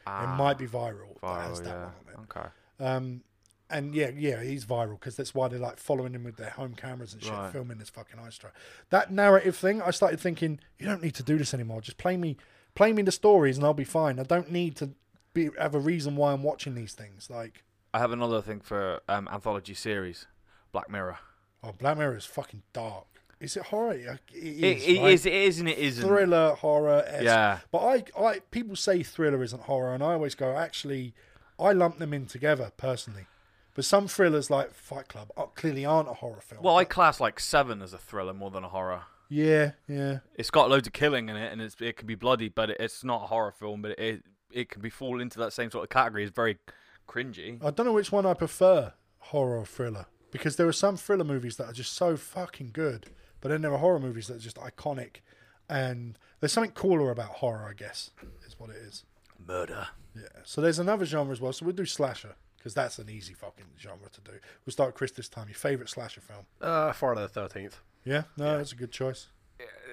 Ah,
it might be viral. that has
viral,
that
Oh, yeah.
one on it.
Okay.
Um, and yeah, yeah, he's viral because that's why they're like following him with their home cameras and shit,
Right.
filming this fucking ice truck. That narrative thing, I started thinking, you don't need to do this anymore. Just play me, play me the stories, and I'll be fine. I don't need to be have a reason why I'm watching these things. Like,
I have another thing for um, anthology series, Black Mirror.
oh, Black Mirror is fucking dark. Is it horror? Yeah, It is.
It, it
right?
is, it is, and it isn't.
thriller horror.
Yeah.
But I, I, people say thriller isn't horror, and I always go, actually, I lump them in together personally. But some thrillers like Fight Club are, clearly aren't a horror film.
Well, I class like Seven as a thriller more than a horror.
yeah, yeah,
It's got loads of killing in it, and it's, it can be bloody, but it, it's not a horror film. But it it can be fall into that same sort of category. It's very cringy.
I don't know which one I prefer, horror or thriller, because there are some thriller movies that are just so fucking good, but then there are horror movies that are just iconic, and there's something cooler about horror, I guess, is what it is.
Murder.
Yeah. So there's another genre as well. So we'll do slasher because that's an easy fucking genre to do. We'll start Chris this time. Your favorite slasher film?
Uh, Friday the Thirteenth.
Yeah. No, that's a good choice.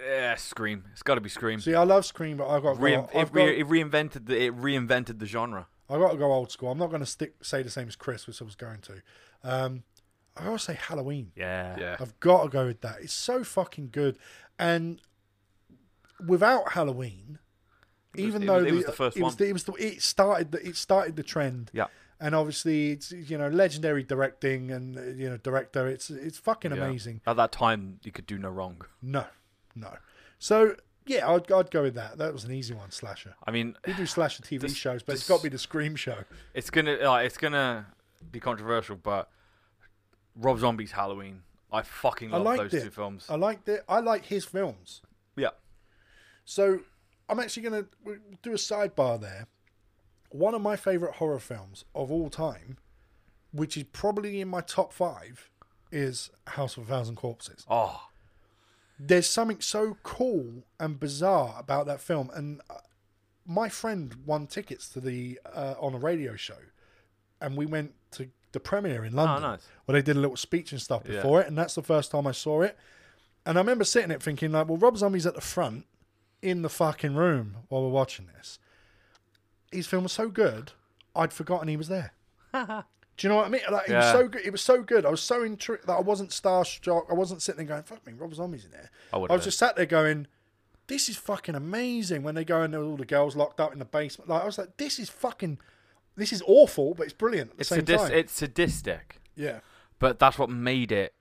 Yeah, Scream. It's got to be Scream.
See, I love Scream, but I've got to
Rein-
go,
it,
I've,
re-
got,
it reinvented the it reinvented the genre.
I've got to go old school. I'm not going to stick say the same as Chris, which I was going to. Um, I gotta say Halloween.
Yeah.
Yeah.
I've got to go with that. It's so fucking good, and without Halloween,
was-
even
it
though
was- it was the first
it was
one.
the, it was the, it started the, it started the trend.
Yeah.
and obviously it's you know legendary directing and uh, you know director. It's it's fucking
Yeah.
amazing.
At that time, you could do no wrong.
No, no. So yeah, I'd, I'd go with that. That was an easy one, slasher.
I mean,
We do slasher TV
This-
shows, but
this-
it's got to be the Scream show.
it's gonna like, it's gonna be controversial, but Rob Zombie's Halloween. I fucking
I
love
liked
those
it.
two films.
I liked it. I like his films.
yeah.
So I'm actually going to do a sidebar there. One of my favorite horror films of all time, which is probably in my top five, is House of a Thousand Corpses.
Oh,
There's something so cool and bizarre about that film. And uh, my friend won tickets to the uh, on a radio show, and we went to the premiere in London.
Oh, nice.
Where they did a little speech and stuff
Yeah.
before it, and that's the first time I saw it. And I remember sitting it thinking, like, well, Rob Zombie's at the front in the fucking room while we're watching this. His film was so good, I'd forgotten he was
[LAUGHS]
there. Do you know what I mean? Like, it was
Yeah.
so good. It was so good. I was so intrigued that I wasn't starstruck. I wasn't sitting there going, "Fuck me, Rob Zombie's in there."
I would've
I was
been.
just sat there going, "This is fucking amazing." When they go and there were all the girls locked up in the basement, like I was like, "This is fucking, this is awful, but it's brilliant at the
it's
same
sadis-
time."
it's sadistic,
yeah.
but that's what made it.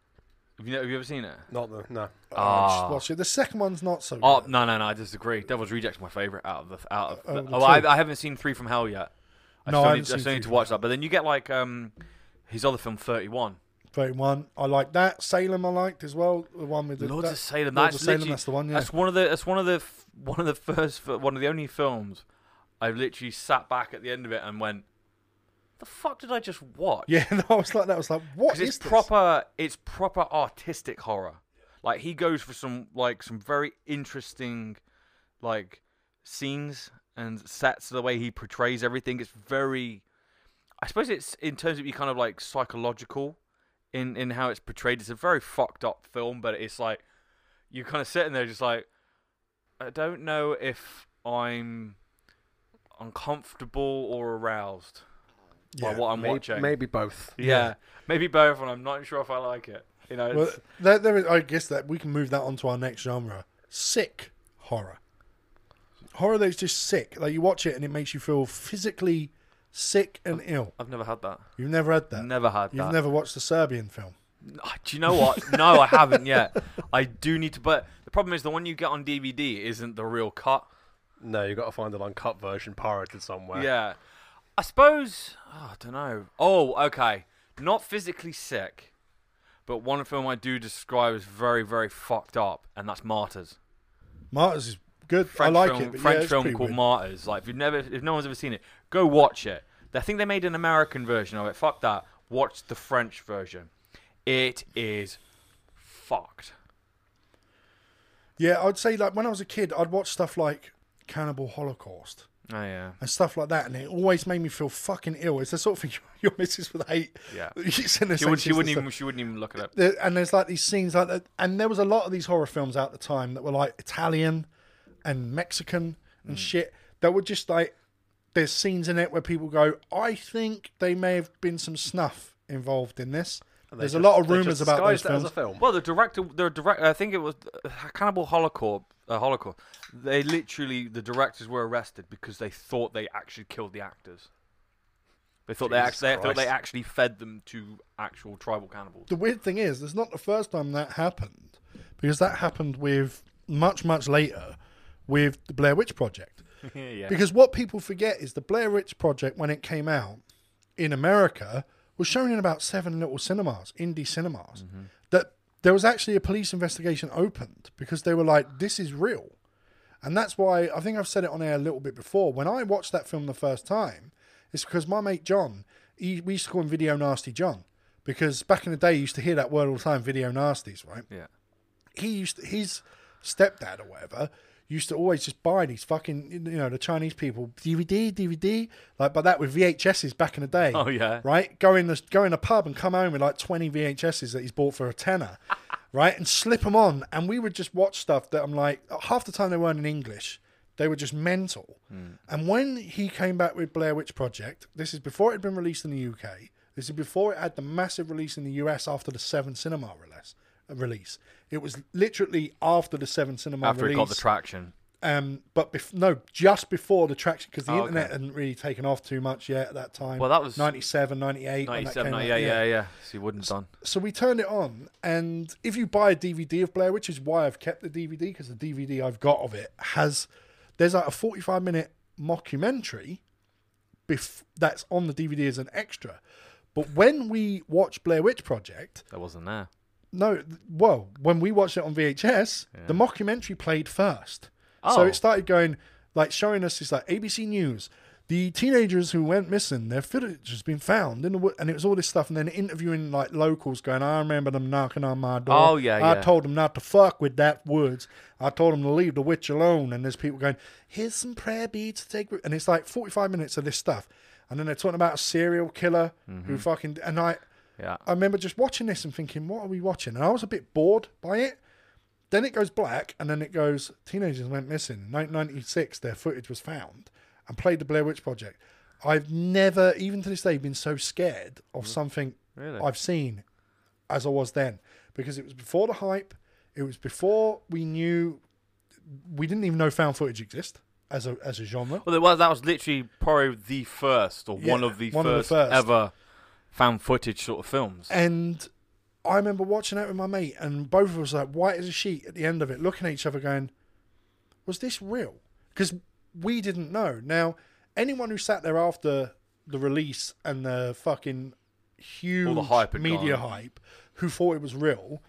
Have you, have you ever seen it?
Not the no.
Ah.
I'll Oh, just watch it. The second one's not so.
Oh
good.
no no no! I disagree. Devil's Reject's my favorite out of the out of.
Oh,
The,
the
oh, I,
two.
I haven't seen Three from Hell yet. I
No, I
still
haven't
need,
seen
still
Three
need to
from
watch that. But then you get like um, his other film Thirty One.
Thirty-one. I like that. Salem, I liked as well. The one with the
Lords
that-
of Salem.
Lords
That's
of Salem.
literally-
That's the one. Yeah.
That's one of the. That's one of the. f- One of the first. fi- One of the only films I literally sat back at the end of it and went, "The fuck did I just watch?"
[LAUGHS] yeah. No, I was like that. I was like, what
because
is
it's
this?
proper. It's proper artistic horror. Like he goes for some like some very interesting, like scenes and sets. The way he portrays everything, it's very. I suppose it's in terms of you kind of like psychological, in in how it's portrayed. It's a very fucked up film, but it's like you're kind of sitting there just like, I don't know if I'm uncomfortable or aroused
Yeah.
by what I'm
May-
watching.
Maybe both.
Yeah. Maybe both, and I'm not sure if I like it. You know,
Well,
it's-
there, there is, I guess that we can move that on to our next genre: sick horror. Horror that's just sick. Like you watch it and it makes you feel physically sick and ill.
I've never had that.
You've never had that.
Never had
You've
that.
never watched the Serbian film.
[LAUGHS] Ah, Do you know what? No, I haven't yet. I do need to, but The problem is the one you get on DVD isn't the real cut.
No, you got to find an uncut version pirated somewhere.
Yeah. I suppose oh, I don't know. Oh, okay. Not physically sick, but one film I do describe as very, very fucked up, and that's Martyrs.
Martyrs is good.
French
I like
film,
it. But
French
yeah, it's
film
pretty
called
weird.
Martyrs. Like if you've never, if no one's ever seen it, go watch it. I think they made an American version of it. Fuck that. Watch the French version. It is fucked.
Yeah, I'd say like when I was a kid, I'd watch stuff like Cannibal Holocaust
Oh yeah.
and stuff like that, and it always made me feel fucking ill. It's the sort of thing [LAUGHS] your missus would hate. [LAUGHS]
Yeah.
You send her
She, would,
same
she
shit
wouldn't
and
even.
stuff.
She wouldn't even look it up.
There- and there's like these scenes like that, and there was a lot of these horror films at the time that were like Italian and Mexican and
Mm.
shit that were just like there's scenes in it where people go, I think they may have been some snuff involved in this. There's a lot of rumors about those films.
As a film.
Well, the director, the director, I think it was uh, Cannibal Holocaust. Uh, Holocaust. They literally, the directors were arrested because they thought they actually killed the actors. They thought they,
Jesus
actually, they thought they
Christ.
actually fed them to actual tribal cannibals.
the weird thing is, it's not the first time that happened because that happened with much, much later with the Blair Witch
[LAUGHS]
Project.
yeah.
Because what people forget is the Blair Witch Project, when it came out in America, was shown in about seven little cinemas, indie cinemas. That there was actually a police investigation opened because they were like, this is real. And that's why I think I've said it on air a little bit before. When I watched that film the first time, it's because my mate John, he, we used to call him Video Nasty John. Because back in the day, you used to hear that word all the time, video nasties, right?
Yeah.
he used to, his stepdad or whatever used to always just buy these fucking you know the Chinese people DVD DVD like by that with VHSs back in the day.
Oh, yeah.
right. Go in the go in a pub and come home with like twenty VHSs that he's bought for a
[LAUGHS]
tenner, right, and slip them on, and we would just watch stuff that I'm like half the time they weren't in English. They were just mental.
Hmm.
And when he came back with Blair Witch Project, this is before it had been released in the UK. This is before it had the massive release in the US after the Seven Cinema release. Release. It was literally after the Seven Cinema
After
release.
it got the traction.
um, but bef- no, just before the traction because the
Oh, okay.
internet hadn't really taken off too much yet at that time.
Well, that was-
97, 98. when that
97,
came out,
98, yeah, yeah, yeah. So you wouldn't have done.
so we turned it on, and if you buy a DVD of Blair, which is why I've kept the DVD because the DVD I've got of it has there's like a 45 minute mockumentary bef- that's on the DVD as an extra. But when we watch Blair Witch Project,
That wasn't there.
no, th- well, when we watched it on VHS, the mockumentary played first. So
Oh.
it started going, like showing us this, like ABC News, the teenagers who went missing, their footage has been found in the wood, and it was all this stuff, and then interviewing like locals going, I remember them knocking on my door.
Oh, yeah,
I
yeah.
told them not to fuck with that woods. I told them to leave the witch alone. And there's people going, here's some prayer beads to take, with-" and it's like 45 minutes of this stuff, and then they're talking about a serial killer
Mm-hmm.
who fucking, and I.
Yeah.
I remember just watching this and thinking, what are we watching? And I was a bit bored by it. Then it goes black, and then it goes, teenagers went missing. 1996, their footage was found and played the Blair Witch Project. I've never, even to this day, been so scared of something
Really?
I've seen as I was then because it was before the hype. It was before we knew, we didn't even know found footage exist as a, as a genre.
Well, it was, that was literally probably the first or
Yeah,
one of the
one of the
first
first. Eh.
ever found footage sort of films.
And I remember watching that with my mate, and both of us like white as a sheet at the end of it, looking at each other, going, "Was this real?" Because we didn't know. Now, anyone who sat there after the release and the fucking huge
hype had
media
gone.
hype, who thought it was real,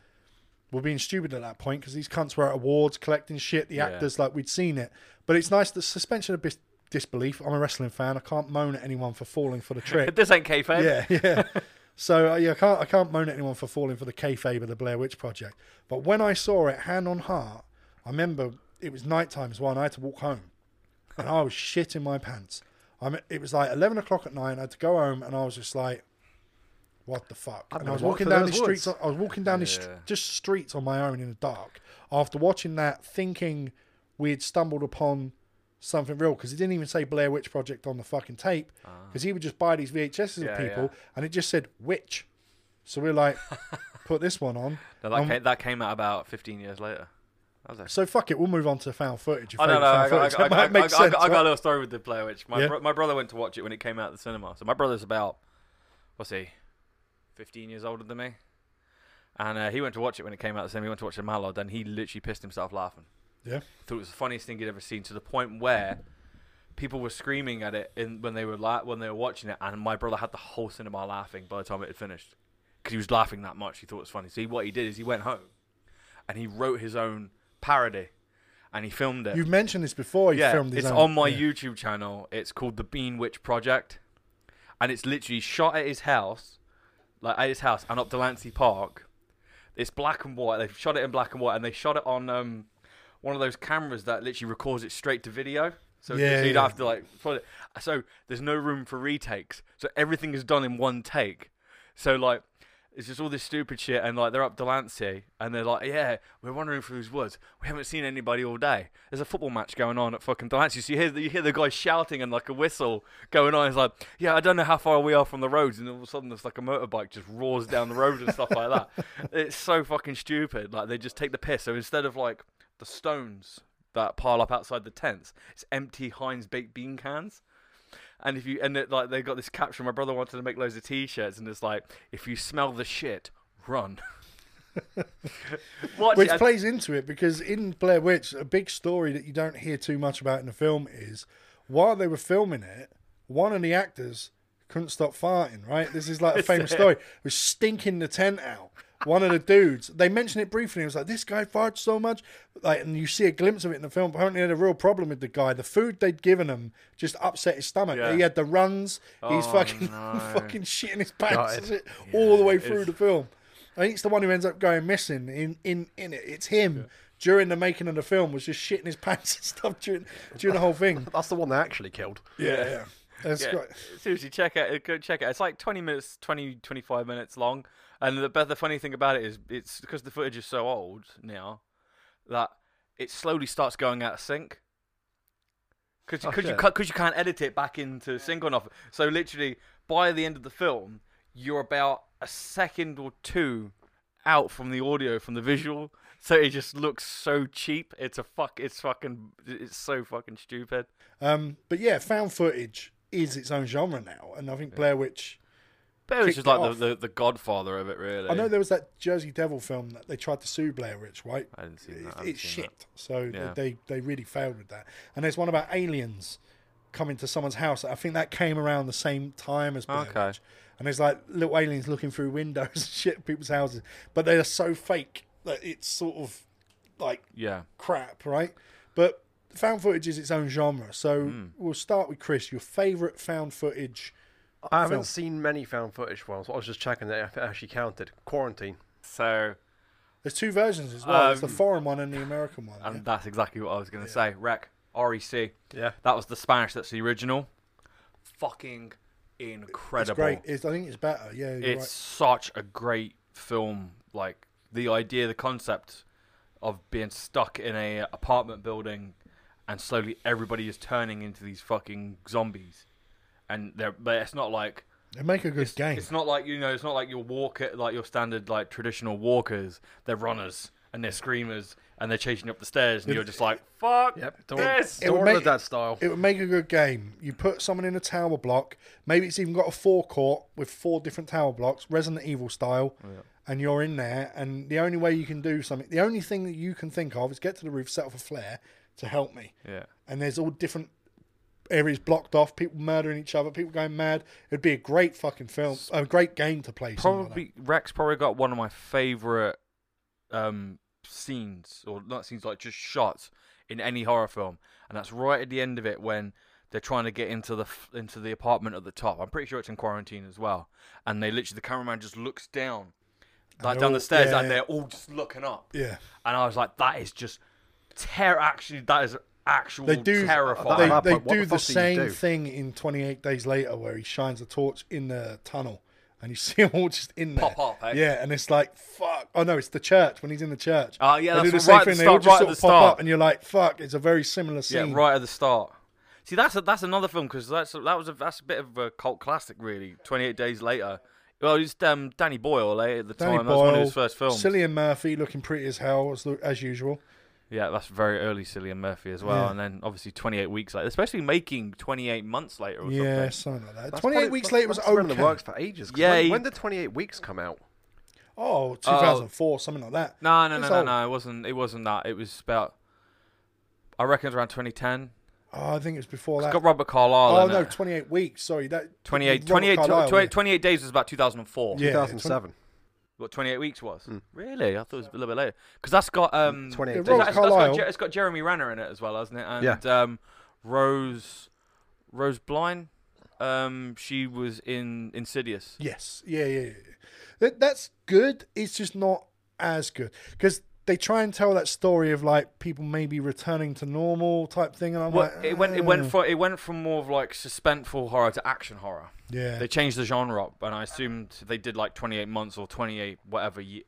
were being stupid at that point because these cunts were at awards collecting shit. The actors like we'd seen it, but it's nice the suspension of bis- disbelief. I'm a wrestling fan. I can't moan at anyone for falling
[LAUGHS]
for the trick.
this ain't kayfabe.
Yeah, [LAUGHS] yeah. so uh, yeah, I can't I can't moan at anyone for falling for the kayfabe of the Blair Witch Project. But when I saw it hand on heart, I remember it was night time as well, and I had to walk home, and I was shitting my pants. I mean, it was like eleven o'clock at night. And I had to go home, and I was just like, "What the fuck?" and I was
never walked
walking
through
down
those
these streets.
woods.
I was walking down these
Yeah.
st- just streets on my own in the dark after watching that, thinking we had stumbled upon something real because he didn't even say Blair Witch Project on the fucking tape
Ah.
because he would just buy these VHSs
Yeah,
of people
yeah.
and it just said witch. So we're
[LAUGHS]
like, put this one on.
No, that,
Um,
came, that came out about 15 years later. That was a
So fuck it, we'll move on to found footage. your
I don't
favourite
know. I,
found
I, I,
footage.
I,
That might
I,
make sense,
I, I got a
right?
little story with the Blair Witch. My,
Yeah.
bro- my brother went to watch it when it came out at the cinema. So my brother's about, what's he, 15 years older than me? And uh, he went to watch it when it came out the same. He went to watch it Mallard, and he literally pissed himself laughing.
Yeah.
Thought it was the funniest thing he'd ever seen to the point where people were screaming at it in, when they were la- when they were watching it, and my brother had the whole cinema laughing by the time it had finished because he was laughing that much. He thought it was funny. So he, what he did is he went home and he wrote his own parody, and he filmed it.
You've mentioned this before. You
yeah,
filmed his
it's
own-
on my
yeah.
YouTube channel. It's called the Bean Witch Project, and it's literally shot at his house, like at his house, and up Delancey Park. It's black and white. They've shot it in black and white, and they shot it on um, one of those cameras that literally records it straight to video. So, so
Yeah,
you'd
yeah.
have to like, follow it. so there's no room for retakes. So everything is done in one take. So like, it's just all this stupid shit, and like they're up Delancey, and they're like, yeah, we're wandering through these woods. We haven't seen anybody all day. There's a football match going on at fucking Delancey. So you hear the, you hear the guy shouting and like a whistle going on. It's like, yeah, I don't know how far we are from the roads, and all of a sudden there's like a motorbike just roars down the road and stuff like that. It's so fucking stupid. Like they just take the piss. So instead of like the stones that pile up outside the tents, it's empty Heinz baked bean cans. And if you and it, like they got this caption, my brother wanted to make loads of T-shirts, and it's like, if you smell the shit, run. [LAUGHS] Watch
Which
it, and-
plays into it because in Blair Witch, a big story that you don't hear too much about in the film is while they were filming it, one of the actors couldn't stop farting, right? This is like a famous story. Was stinking the tent out. One of the dudes, they mentioned it briefly. It was like this guy farts so much, like, and you see a glimpse of it in the film. Apparently, they had a real problem with the guy. The food they'd given him just upset his stomach.
Yeah.
He had the runs. he's
Oh,
fucking [LAUGHS]
no.
fucking shitting his pants
Gutted.
as it- all the way through
it's-
the film. I think it's the one who ends up going missing in in, in it. It's him during the making of the film was just shitting his [LAUGHS] pants and stuff during during the whole
[LAUGHS]
thing.
That's the one they actually killed.
Yeah, yeah. That's
Yeah,
quite-
seriously, check it. Go check it. It's like 20 minutes, 20, 25 minutes long. And the, but the funny thing about it is, it's because the footage is so old now that it slowly starts going out of sync. Because
Oh,
you
shit.
because you can't edit it back into sync or nothing. So literally, by the end of the film, you're about a second or two out from the audio from the visual. So it just looks so cheap. It's a fuck. It's fucking. It's so fucking stupid.
Um, but yeah, found footage is its own genre now, and I think Blair Witch.
But it was
Kicked
just
it
like the,
off.
the, the godfather of it, really.
I know there was that Jersey Devil film that they tried to sue Blair Witch, right?
I didn't see that. I
It,
haven't
it's
seen
shit.
that.
So
Yeah.
they they really failed with that. And there's one about aliens coming to someone's house. I think that came around the same time as Blair
Okay.
Witch. And there's like little aliens looking through windows [LAUGHS] and shit at people's houses, but they are so fake that it's sort of like
Yeah.
crap, right? But found footage is its own genre. So
Hmm.
we'll start with Chris. Your favorite found footage?
I haven't
Film.
seen many found footage ones. I was just checking that if it actually counted. Quarantine.
So,
There's two versions as well. There's the
Um,
foreign one and the American one.
and
yeah.
that's exactly what I was going to say. Rec, REC.
Yeah.
That was the Spanish, that's the original. Fucking
It's
incredible.
great. It's, I think it's better. Yeah, you're
It's such a great film. Like, the idea, the concept of being stuck in a apartment building and slowly everybody is turning into these fucking zombies. And they're, but it's not like
right. They make a good game.
It's not like you know. It's not like your walker, like your standard, like traditional walkers. They're runners and they're screamers and they're chasing you up the stairs, and you're just like, "Fuck
Yep. Don't,
this!"
would
don't
make-
make... that style.
It would make a good game. You put someone in a tower block. Maybe it's even got a forecourt with four different tower blocks, Resident Evil style, and you're in there. And the only way you can do something, the only thing that you can think of is get to the roof, set off a flare to help me.
Yeah.
And there's all different areas blocked off, people murdering each other, people going mad. It'd be a great fucking film, a great game to play. something like that.
Probably Rex probably got one of my favorite um, scenes, or not scenes, like just shots in any horror film, and that's right at the end of it when they're trying to get into the f- into the apartment at the top. I'm pretty sure it's in quarantine as well, and they literally the cameraman just looks down, like
they're
down
Oh,
all-
the stairs,
yeah,
and
yeah.
they're all just looking up.
Yeah.
and I was like, that is just terror. Actually, that is actual
They do.
terrifying.
At
They,
that
they
point, what
do
the
the,
fuck do you
same
do?
thing in 28 Days Later, where he shines a torch in the tunnel, and you [LAUGHS] see them all just in there.
Pop up, eh?
Yeah, and it's like fuck. Oh no, it's the church when he's in the church.
Oh, yeah,
they do
that's
the same
right at
thing.
the
They all
start,
just
right
sort
at
of
the
pop up,
start.
and you're like, fuck. It's a very similar scene.
yeah, right at the start. See, that's a, that's another film because that's a, that was a, that's a bit of a cult classic, really. Twenty eight days later. Well, it's um, Danny Boyle eh, at the
Danny
time. that was one of
Boyle,
his first films.
Cillian Murphy looking pretty as hell as, as usual.
Yeah, that's very early Cillian Murphy as well.
Yeah.
And then obviously 28 weeks later, especially making 28 months later or
Yeah,
something.
something like that.
That's
28
probably-
weeks
that-
later was
that's been in
okay.
the works for ages. 'cause
Yeah,
When,
you-
when did 28 weeks come out?
oh, 2004, something like that.
No, no,
It's
no, no,
old.
no. It wasn't. It wasn't that. It was about. I reckon it's around 2010.
Oh, I think it was before
It's
that.
got Robert Carlyle.
Oh
in
no,
it.
28 weeks. Sorry, that
28,
Robert
28,
Carlyle,
28 28 days was about 2004.
Yeah,
2007.
What 28 weeks was? Really? I thought it was a little bit later. Because that's got um.
28
Yeah,
days.
Robert
That's, that's got,
Carlyle.
Je- it's got Jeremy Renner in it as well, hasn't it? And
Yeah.
um, Rose, Rose Blind. Um, she was in Insidious.
Yes. Yeah, yeah, yeah. That, that's good. It's just not as good because they try and tell that story of like people maybe returning to normal type thing, and I'm
Well,
like,
it went. It
"Ah."
went from. It went from more of like suspenseful horror to action horror.
yeah,
They changed the genre up, and I assumed they did like 28 months or 28 whatever ye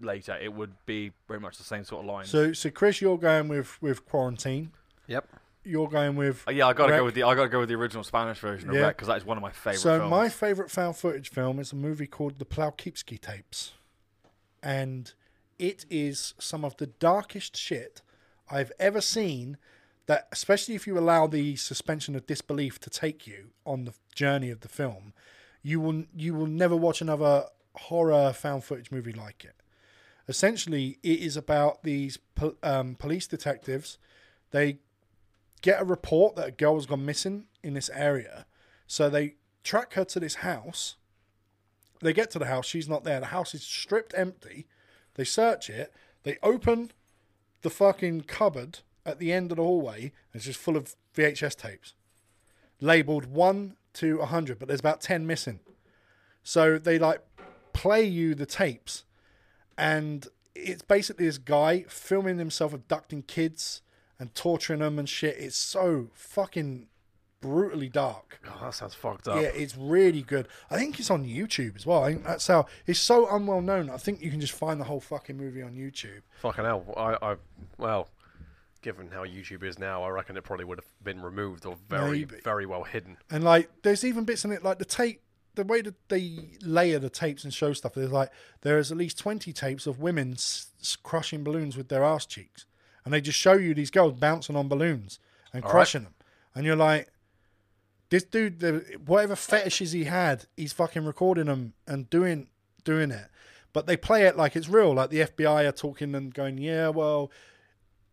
later. It would be very much the same sort of line.
So, so Chris, you're going with with quarantine.
Yep.
You're going with.
Uh, yeah, I gotta
Wreck.
go with the I gotta go with the original Spanish version of
Yeah.
yeah. because that is one of my favorite.
So
films.
my favorite found footage film is a movie called The Plaukipsky Tapes, and it is some of the darkest shit I've ever seen. That especially if you allow the suspension of disbelief to take you on the journey of the film, you will you will never watch another horror found footage movie like it. Essentially, it is about these po- um, police detectives. They get a report that a girl has gone missing in this area. So they track her to this house. They get to the house, she's not there. The house is stripped empty. They search it. They open the fucking cupboard at the end of the hallway, and it's just full of VHS tapes labeled 1 to 100, but there's about 10 missing. So they like play you the tapes, and it's basically this guy filming himself abducting kids and torturing them and shit. It's so fucking brutally dark.
Oh, that sounds fucked up.
Yeah, it's really good. I think it's on YouTube as well. I think that's how it's so unwell known. I think you can just find the whole fucking movie on YouTube.
Fucking hell. I, I, well, given how YouTube is now, I reckon it probably would have been removed or very,
Maybe.
very well hidden.
And like, there's even bits in it like the tape, the way that they layer the tapes and show stuff. There's like there is at least twenty tapes of women s- s- crushing balloons with their ass cheeks, and they just show you these girls bouncing on balloons and
right.
crushing them, and you're like. This dude, the, whatever fetishes he had, he's fucking recording them and doing doing it. But they play it like it's real, like the FBI are talking and going, "Yeah, well,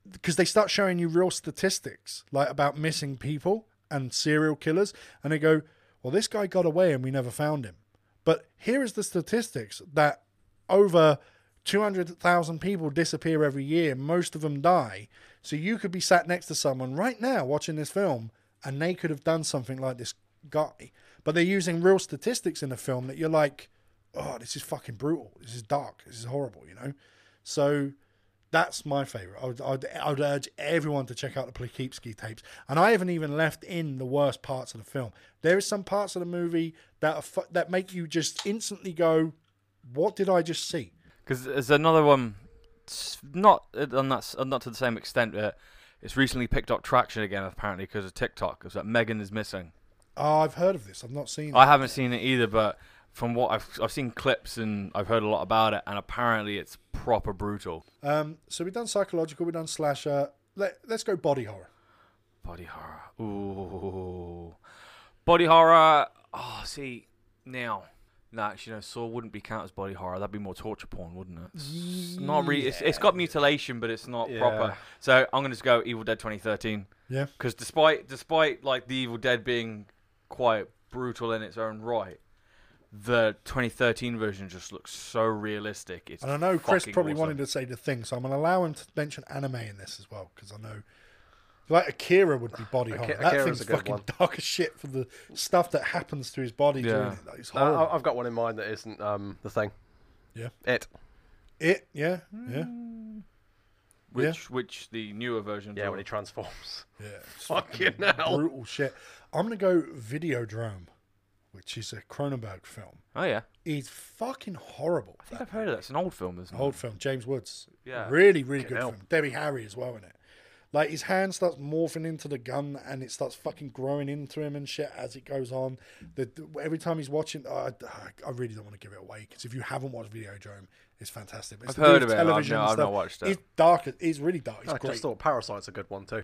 because they start showing you real statistics like about missing people and serial killers and they go well this guy got away and we never found him but here is the statistics that over 200,000 people disappear every year most of them die so you could be sat next to someone right now watching this film and they could have done something like this guy but they're using real statistics in the film that you're like oh this is fucking brutal this is dark this is horrible you know so that's my favorite. I would, I would, I would urge everyone to check out the Plakipsky tapes. And I haven't even left in the worst parts of the film. There is some parts of the movie that are fu- that make you just instantly go, "What did I just see?"
Because there's another one, s- not uh, on that, s- uh, not to the same extent. But it's recently picked up traction again, apparently, because of TikTok. It's that Megan is missing.
Oh, I've heard of this. I've not seen it.
I haven't seen it either, but from what I've I've seen clips and I've heard a lot about it, and apparently it's proper brutal.
Um, so we've done psychological, we've done slasher. Let, let's go body horror.
Body horror. Ooh, body horror. Oh, see now. Nah, actually, no. Saw wouldn't be counted as body horror. That'd be more torture porn, wouldn't it? It's not really. It's, it's got mutilation, but it's not
Yeah.
proper. So I'm gonna just go Evil Dead 2013.
Yeah.
because despite despite like the Evil Dead being quite brutal in its own right, the 2013 version just looks so realistic. It's
And I know Chris
fucking
probably
awesome.
wanted to say the thing, so I'm going to allow him to mention anime in this as well because I know. Like Akira would be body horror. that
Akira's
thing's
a good
fucking
one.
dark as shit for the stuff that happens to his body during
Yeah.
it. Like, it's
Uh,
horrible.
I- I've got one in mind that isn't um, the thing.
Yeah.
It.
It, yeah, yeah,
Mm.
which
yeah.
which the newer version.
Yeah,
do.
when he [LAUGHS] transforms.
yeah. It's
Fucking hell.
brutal shit. I'm gonna go Videodrome, which is a Cronenberg film.
oh yeah,
It's fucking horrible.
I think I've heard of that. It's an old film, isn't it?
Old film, James Woods.
Yeah.
really, really good
hell.
film. Debbie Harry as well in it. Like his hand starts morphing into the gun, and it starts fucking growing into him and shit as it goes on. The, the- every time he's watching, I, I really don't want to give it away because if you haven't watched Videodrome, it's fantastic. It's
I've
to do
heard
with
of it, I've
television
not-
and
I've not
stuff.
watched it.
It's dark. It's really dark. It's
I
great.
Oh, just thought Parasite's a good one too.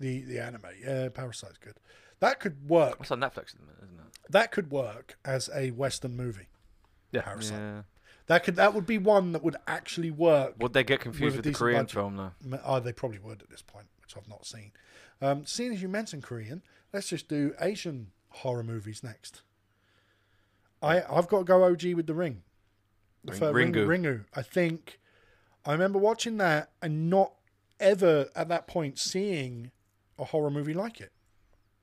the the anime. Yeah, Parasite's good. That could work.
That's on Netflix at the minute, isn't it?
That could work as a Western movie.
Yeah.
Parasite.
Yeah.
That could that would be one that would actually work.
Would they get confused
a
with the
decent
Korean
budget.
film though?
Oh, they probably would at this point, which I've not seen. Um, seeing as you mentioned Korean, let's just do Asian horror movies next. I I've got to go OG with the Ring. The
Ring-
fir-
Ringu.
Ringu. I think I remember watching that and not ever at that point seeing a horror movie like it.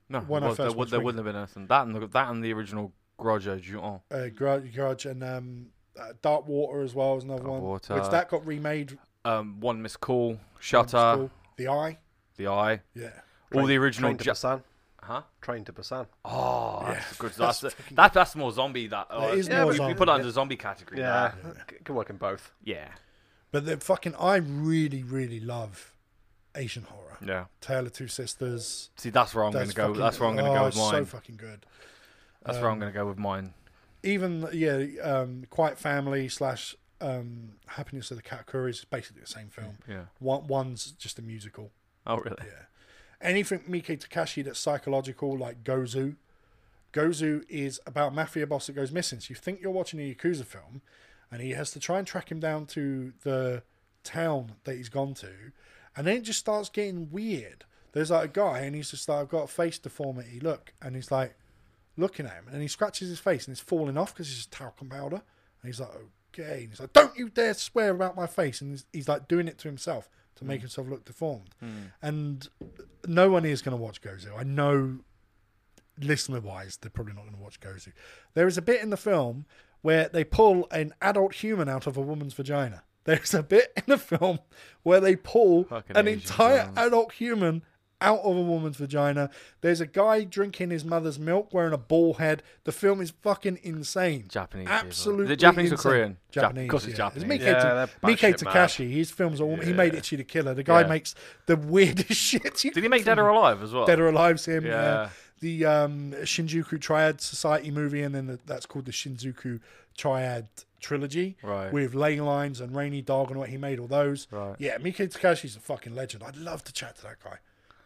No,
When I
well, there,
first
would, there
watched
wouldn't have been anything. That and the, that and the original Grudge Juan.
Uh, Grudge, Grudge and um, uh, Dark Water as well was another
Dark
one,
Water.
which that got remade.
Um, One Miss Call, Shutter,
The Eye.
The Eye,
Yeah.
all the original.
Train to
Ja-
Busan.
huh?
Train to Busan.
Oh, that's
Yeah,
good.
that's
That's that's,
fucking-
that's, more zombie. That uh,
That is
yeah,
more
we- we
zombie.
put that under the zombie category.
Yeah, c- can work in both.
yeah,
But the fucking I really, really love Asian horror.
yeah.
Tale of Two Sisters.
See, that's where I'm going to
That's
go.
fucking-
That's where I'm going to
oh,
go with
it's So um,
mine.
fucking good.
that's where I'm going to go with mine.
Even yeah, um, Quiet Family slash um, Happiness of the Katakuris is basically the same film.
Yeah.
One, one's just a musical.
Oh, really?
anything Miki Takashi that's psychological, like Gozu. Gozu is about a mafia boss that goes missing. So you think you're watching a Yakuza film, and he has to try and track him down to the town that he's gone to, and then it just starts getting weird. There's like a guy, and he's just like, "I've got a face deformity. Look," and he's like looking at him, and he scratches his face, and it's falling off because it's just talcum powder. And he's like, "Okay," and he's like, "Don't you dare swear about my face!" And he's, he's like doing it to himself to make himself look deformed. And no one is going to watch Gozu. I know, listener wise, they're probably not going to watch Gozu. There is a bit in the film where they pull an adult human out of a woman's vagina. There's a bit in the film where they pull
Fucking
an
Asian
entire
films.
adult human out of a woman's vagina. There's a guy drinking his mother's milk wearing a ball head. The film is fucking insane.
Japanese, people. Is it
Absolutely.
Japanese or
insane.
Korean? Jap-
Japanese.
of course it's
yeah.
Japanese.
Mikkei,
Yeah,
Ta-
they're
Mikkei
batshit mad.
Takashi. His films are all. He made Itchy the Killer. The guy
Yeah.
makes the [LAUGHS] weirdest shit. you
Did he make Dead or Alive as well?
Dead or Alive's him. Yeah.
Yeah.
the um, Shinjuku Triad Society movie, and then the, that's called the Shinjuku Triad trilogy.
Right.
With Ley Lines and Rainy Dog and what he made all those.
Right.
Yeah, Miki Takashi's a fucking legend. I'd love to chat to that guy.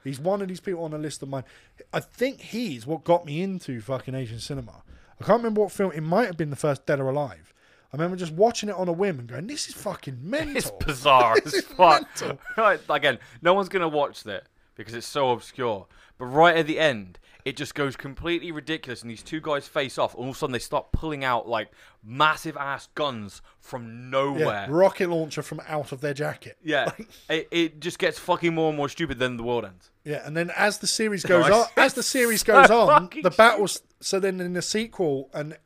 He's one of these people on the list of mine. I think he's what got me into fucking Asian cinema. I can't remember what film. It might have been the first Dead or Alive. I remember just watching it on a whim and going, "This is fucking mental."
[LAUGHS] It's
[LAUGHS]
bizarre as
is
fuck.
mental.
Right, again, no one's gonna watch that because it's so obscure. But right at the end, it just goes completely ridiculous, and these two guys face off, and all of a sudden they start pulling out like massive ass guns from
yeah,
nowhere. Yeah,
rocket launcher from out of their jacket. [LAUGHS]
it, it just gets fucking more and more stupid. Then the world ends.
Yeah, and then as the
[LAUGHS]
series goes on,
Nice.
as the
[LAUGHS]
series goes on,
Fucking
the battles. So then in the sequel and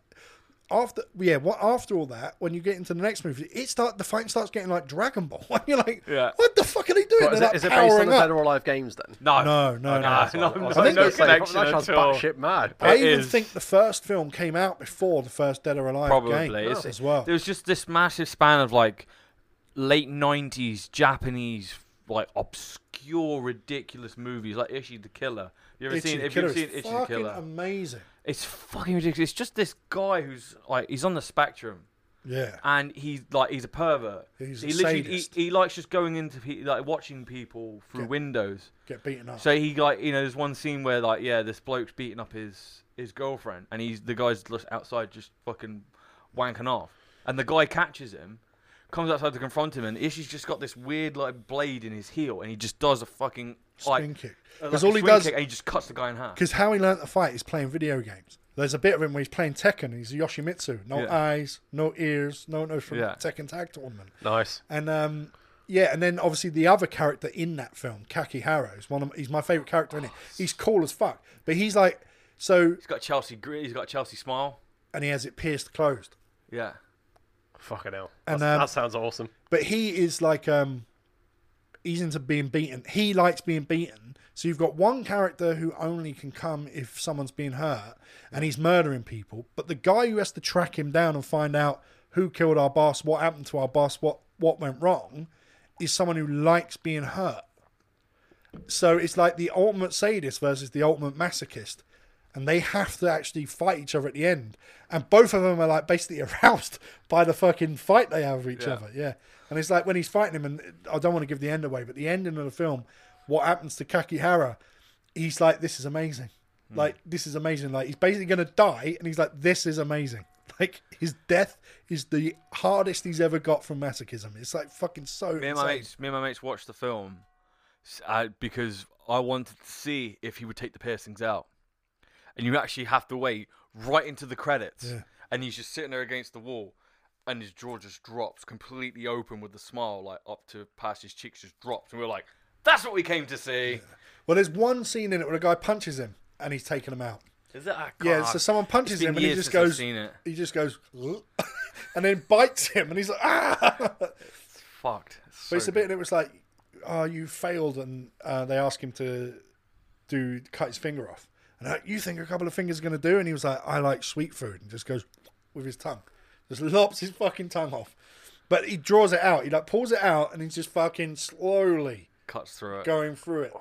after, yeah, what after all that, when you get into the next movie, it start the fight starts getting like Dragon Ball, [LAUGHS] and you're like,
Yeah.
what the fuck are they doing?
But
They're
is,
like
it, is it based on
powering
the Dead
up.
or Alive games then?
No,
No, no, no.
Nah, [LAUGHS] no,
I
no,
was
no,
thinking the same,
connection
that sounds
at all.
batshit mad. [LAUGHS]
I
It
even
is.
think the first film came out before the first Dead or Alive game
Probably it's-
as well.
There was just this massive span of like late '90s Japanese, like obscure, ridiculous movies, like Ishi the Killer. You ever
Itchy
seen?
the
Have you
Killer
ever
is
seen Ishi the
fucking
Killer?
amazing.
it's fucking ridiculous. It's just this guy who's like he's on the spectrum,
Yeah,
and he's like he's a pervert.
He's a
he literally he,
sadist.
he likes just going into pe- like watching people through windows.
get beaten up.
So he like you know there's one scene where like yeah this bloke's beating up his his girlfriend and he's the guy's just outside just fucking wanking off and the guy catches him comes outside to confront him and Ishi's just got this weird like blade in his heel and he just does a fucking like,
Spin kick.
uh, like
Because
a
all he
swing
does,
kick and he just cuts the guy in half.
Because how he learnt to fight is playing video games. There's a bit of him where he's playing Tekken. He's a Yoshimitsu. No
Yeah.
eyes, no ears, no nose from
Yeah.
Tekken Tag Tournament.
Nice.
And um, yeah, and then obviously the other character in that film, Kaki Harrow, is one of he's my favorite character in it.
Oh,
He's cool as fuck, but he's like so,
He's got Chelsea gr- he's got Chelsea smile.
and he has it pierced closed.
Yeah.
Fucking hell.
And,
That's-
um,
that sounds awesome.
But he is like um, he's into being beaten. He likes being beaten. So you've got one character who only can come if someone's been hurt, and he's murdering people. But the guy who has to track him down and find out who killed our boss, what happened to our boss, what what went wrong, is someone who likes being hurt. So it's like the ultimate sadist versus the ultimate masochist. And they have to actually fight each other at the end. And both of them are like basically [LAUGHS] aroused by the fucking fight they have with each
Yeah.
other. Yeah. And it's like when he's fighting him, and I don't want to give the end away, but the ending of the film, what happens to Kakihara, he's
Hmm.
like, this is amazing. [LAUGHS] Like, this is amazing. Like, he's basically going to die. And he's like, this is amazing. like his death is the hardest he's ever got from masochism. It's like fucking so.
Me and
insane.
my mates, me and my mates watched the film s- uh, because I wanted to see if he would take the piercings out, and you actually have to wait right into the credits,
Yeah.
and he's just sitting there against the wall, and his jaw just drops completely open with a smile, like up to past his cheeks, just drops, and we are like, "That's what we came to see."
Well, there's one scene in it where a guy punches him and he's taken him out.
Is that? ah,
Yeah,
God.
so someone punches
It's been
him and he
years
just
since I've
goes.
seen it.
He just goes, [LAUGHS] and then bites him, and he's like, ah.
Fucked. It's
But
so
it's a bit that was like, oh, you failed, and uh, they ask him to do cut his finger off. And I, you think a couple of fingers are going to do? And he was like, I like sweet food, and just goes with his tongue, just lops his fucking tongue off. But he draws it out. He like pulls it out, and he's just fucking slowly
good. cuts through it.
going through it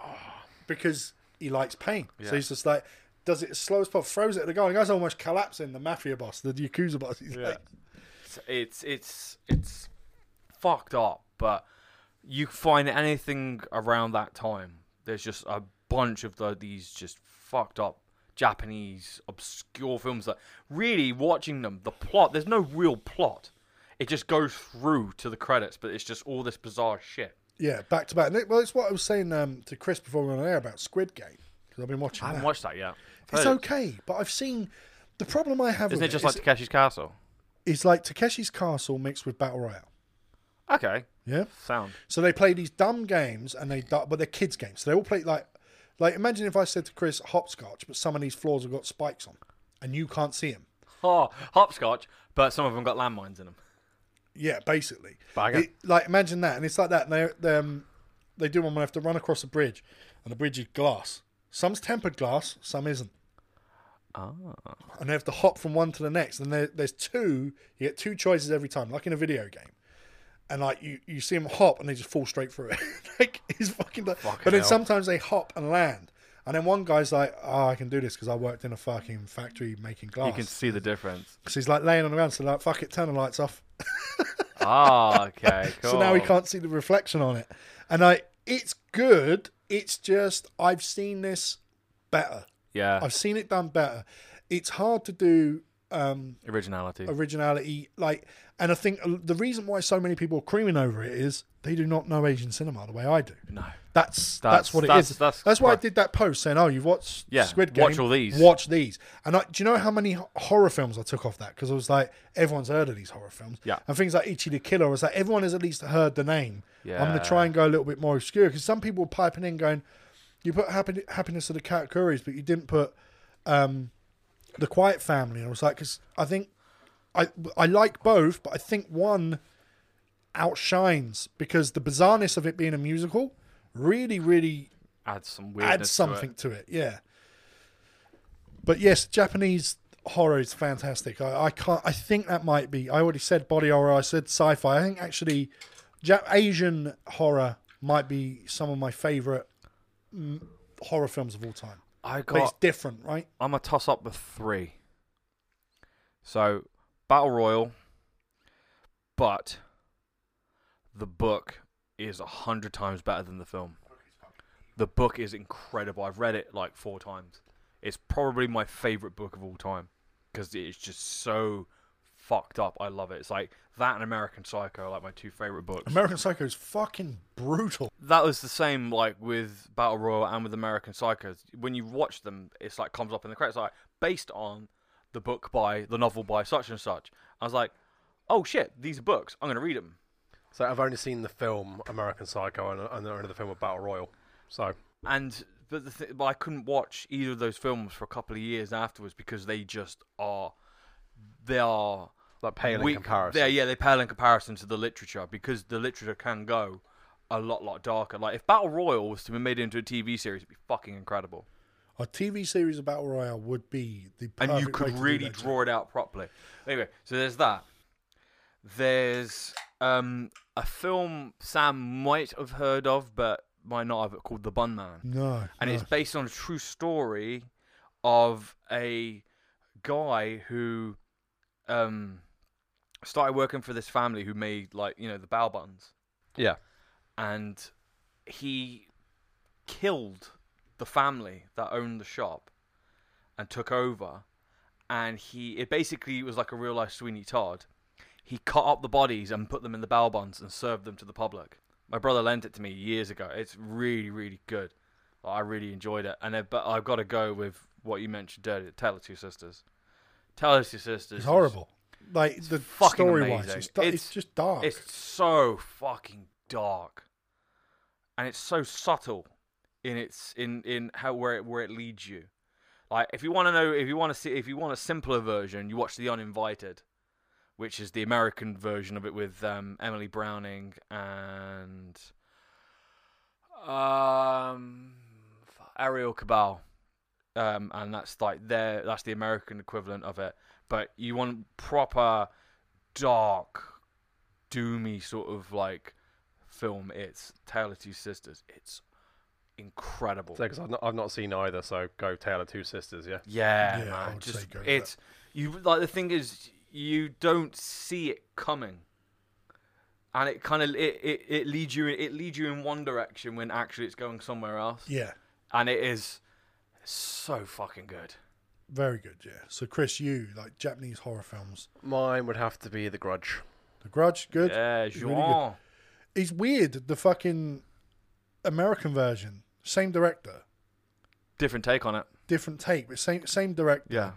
because he likes pain. So he's just like, does it as slow as possible, throws it at the guy. And the guy's almost collapsing. The mafia boss, the yakuza boss. He's like,
it's it's it's fucked up, but you find anything around that time. There's just a bunch of the, these just fucked up Japanese obscure films that really watching them, the plot there's no real plot. It just goes through to the credits, but it's just all this bizarre shit.
Yeah, back to back. And it- Well, it's what I was saying um, to Chris before we went on air about Squid Game because I've been watching.
I haven't
that.
watched that yet.
it's
Heard it.
okay, but I've seen the problem I have.
Isn't it
with
just
is-
like Takeshi's Castle?
it's like Takeshi's Castle mixed with Battle Royale?
Okay,
Yeah.
sound.
So they play these dumb games, and they du- but they're kids games. So they all play like, like imagine if I said to Chris hopscotch, but some of these floors have got spikes on, and you can't see them.
Oh, hopscotch, but some of them got landmines in them.
Yeah, basically.
Banger.
It- like imagine that, and it's like that. And they- they um, they do one when I have to run across a bridge, and the bridge is glass. Some's tempered glass, some isn't. Ah. And they have to hop from one to the next, and there, there's two. You get two choices every time, like in a video game. And like you, you see them hop, and they just fall straight through it. [LAUGHS] like it's fucking. Like, but then
hell.
sometimes they hop and land. And then one guy's like, "Oh, I can do this because I worked in a fucking factory making glass."
You can see the difference.
so he's like laying on the ground, so like, "Fuck it, turn the lights off."
Ah, [LAUGHS] okay, cool.
so now he can't see the reflection on it. And I, it's good. It's just I've seen this better.
Yeah,
I've seen it done better. It's hard to do um,
originality.
originality, like, and I think the reason why so many people are creaming over it is they do not know Asian cinema the way I do.
No.
That's that's,
That's-
what it is.
that's-
that's,
that's
why I
right.
did that post saying, "Oh, you've watched
Yeah,
Squid Game.
watch all these."
Watch these." And I, do you know how many h- horror films I took off that? Because I was like, everyone's heard of these horror films.
Yeah.
And things like Ichi the Killer. I was like, everyone has at least heard the name. I'm
Yeah.
gonna try and go a little bit more obscure because some people were piping in going, "You put happy, happiness of the Katakuris, but you didn't put um, the Quiet Family." And I was like, "Because I think I I like both, but I think one." outshines because the bizarreness of it being a musical really really
Add some weirdness.
add something to it. Yeah. But yes, Japanese horror is fantastic. I, I can't. I think that might be. I already said body horror. I said sci-fi. I think actually, ja- Asian horror might be some of my favorite mm, horror films of all time.
I
But it's
got.
different, right?
I'm a toss up with three. So, Battle Royal, but the book is a hundred times better than the film. The book is incredible. I've read it like four times. It's probably my favorite book of all time because it's just so fucked up. I love it. It's like that and American Psycho, are, like my two favorite books.
American Psycho is fucking brutal.
that was the same like with Battle Royal and with American Psycho. When you watch them, it's like comes up in the credits like based on the book by the novel by such and such. I was like, oh shit, these are books. I'm gonna read them.
So I've only seen the film American Psycho and, and another film of Battle Royal. So
And but, the th- but I couldn't watch either of those films for a couple of years afterwards because they just are they are
like pale in
weak-
comparison.
Yeah, yeah, they pale in comparison to the literature because the literature can go a lot lot darker. Like if Battle Royal was to be made into a TV series, it'd be fucking incredible.
A TV series about Royale would be the
and you
perfect way to
could
do
really
that.
draw it out properly. Anyway, so there's that. There's um, a film Sam might have heard of, but might not have, called The Bun Man,
No,
and
no.
it's based on a true story of a guy who um, started working for this family who made like you know the bow buns,
yeah.
and he killed the family that owned the shop and took over and he it basically was like a real life Sweeney Todd. He cut up the bodies and put them in the bow bonds and served them to the public. My brother lent it to me years ago. It's really really good. I really enjoyed it, and uh, but I've got to go with what you mentioned earlier, Tale of Two Sisters. Tale of Two Sisters.
It's
is-
horrible. Like the
fucking
story wise,
amazing.
it's, da- it's
It's-
just dark.
It's so fucking dark, and it's so subtle in its in in how where it where it leads you. Like if you want to know, if you want to see, if you want a simpler version, you watch The Uninvited, which is the American version of it with um, Emily Browning and um, Ariel Cabal, um, and that's like their that's the American equivalent of it. But you want proper dark doomy sort of like film. It's Tale of Two Sisters. It's incredible.
Because I've not, I've not seen either, so go Tale of Two Sisters, yeah.
yeah,
Yeah, I
man.
would say
Just
go with that.
it's you like the thing is you don't see it coming. And it kind of it, it, it leads you it leads you in one direction when actually it's going somewhere else,
yeah,
and it is so fucking good.
very good. Yeah. So Chris, you like Japanese horror films?
Mine would have to be The Grudge.
The Grudge, good.
Yeah,
It's [LAUGHS]
Jean.
really good. It's weird. The fucking American version, same director,
different take on it.
different take, but same same director.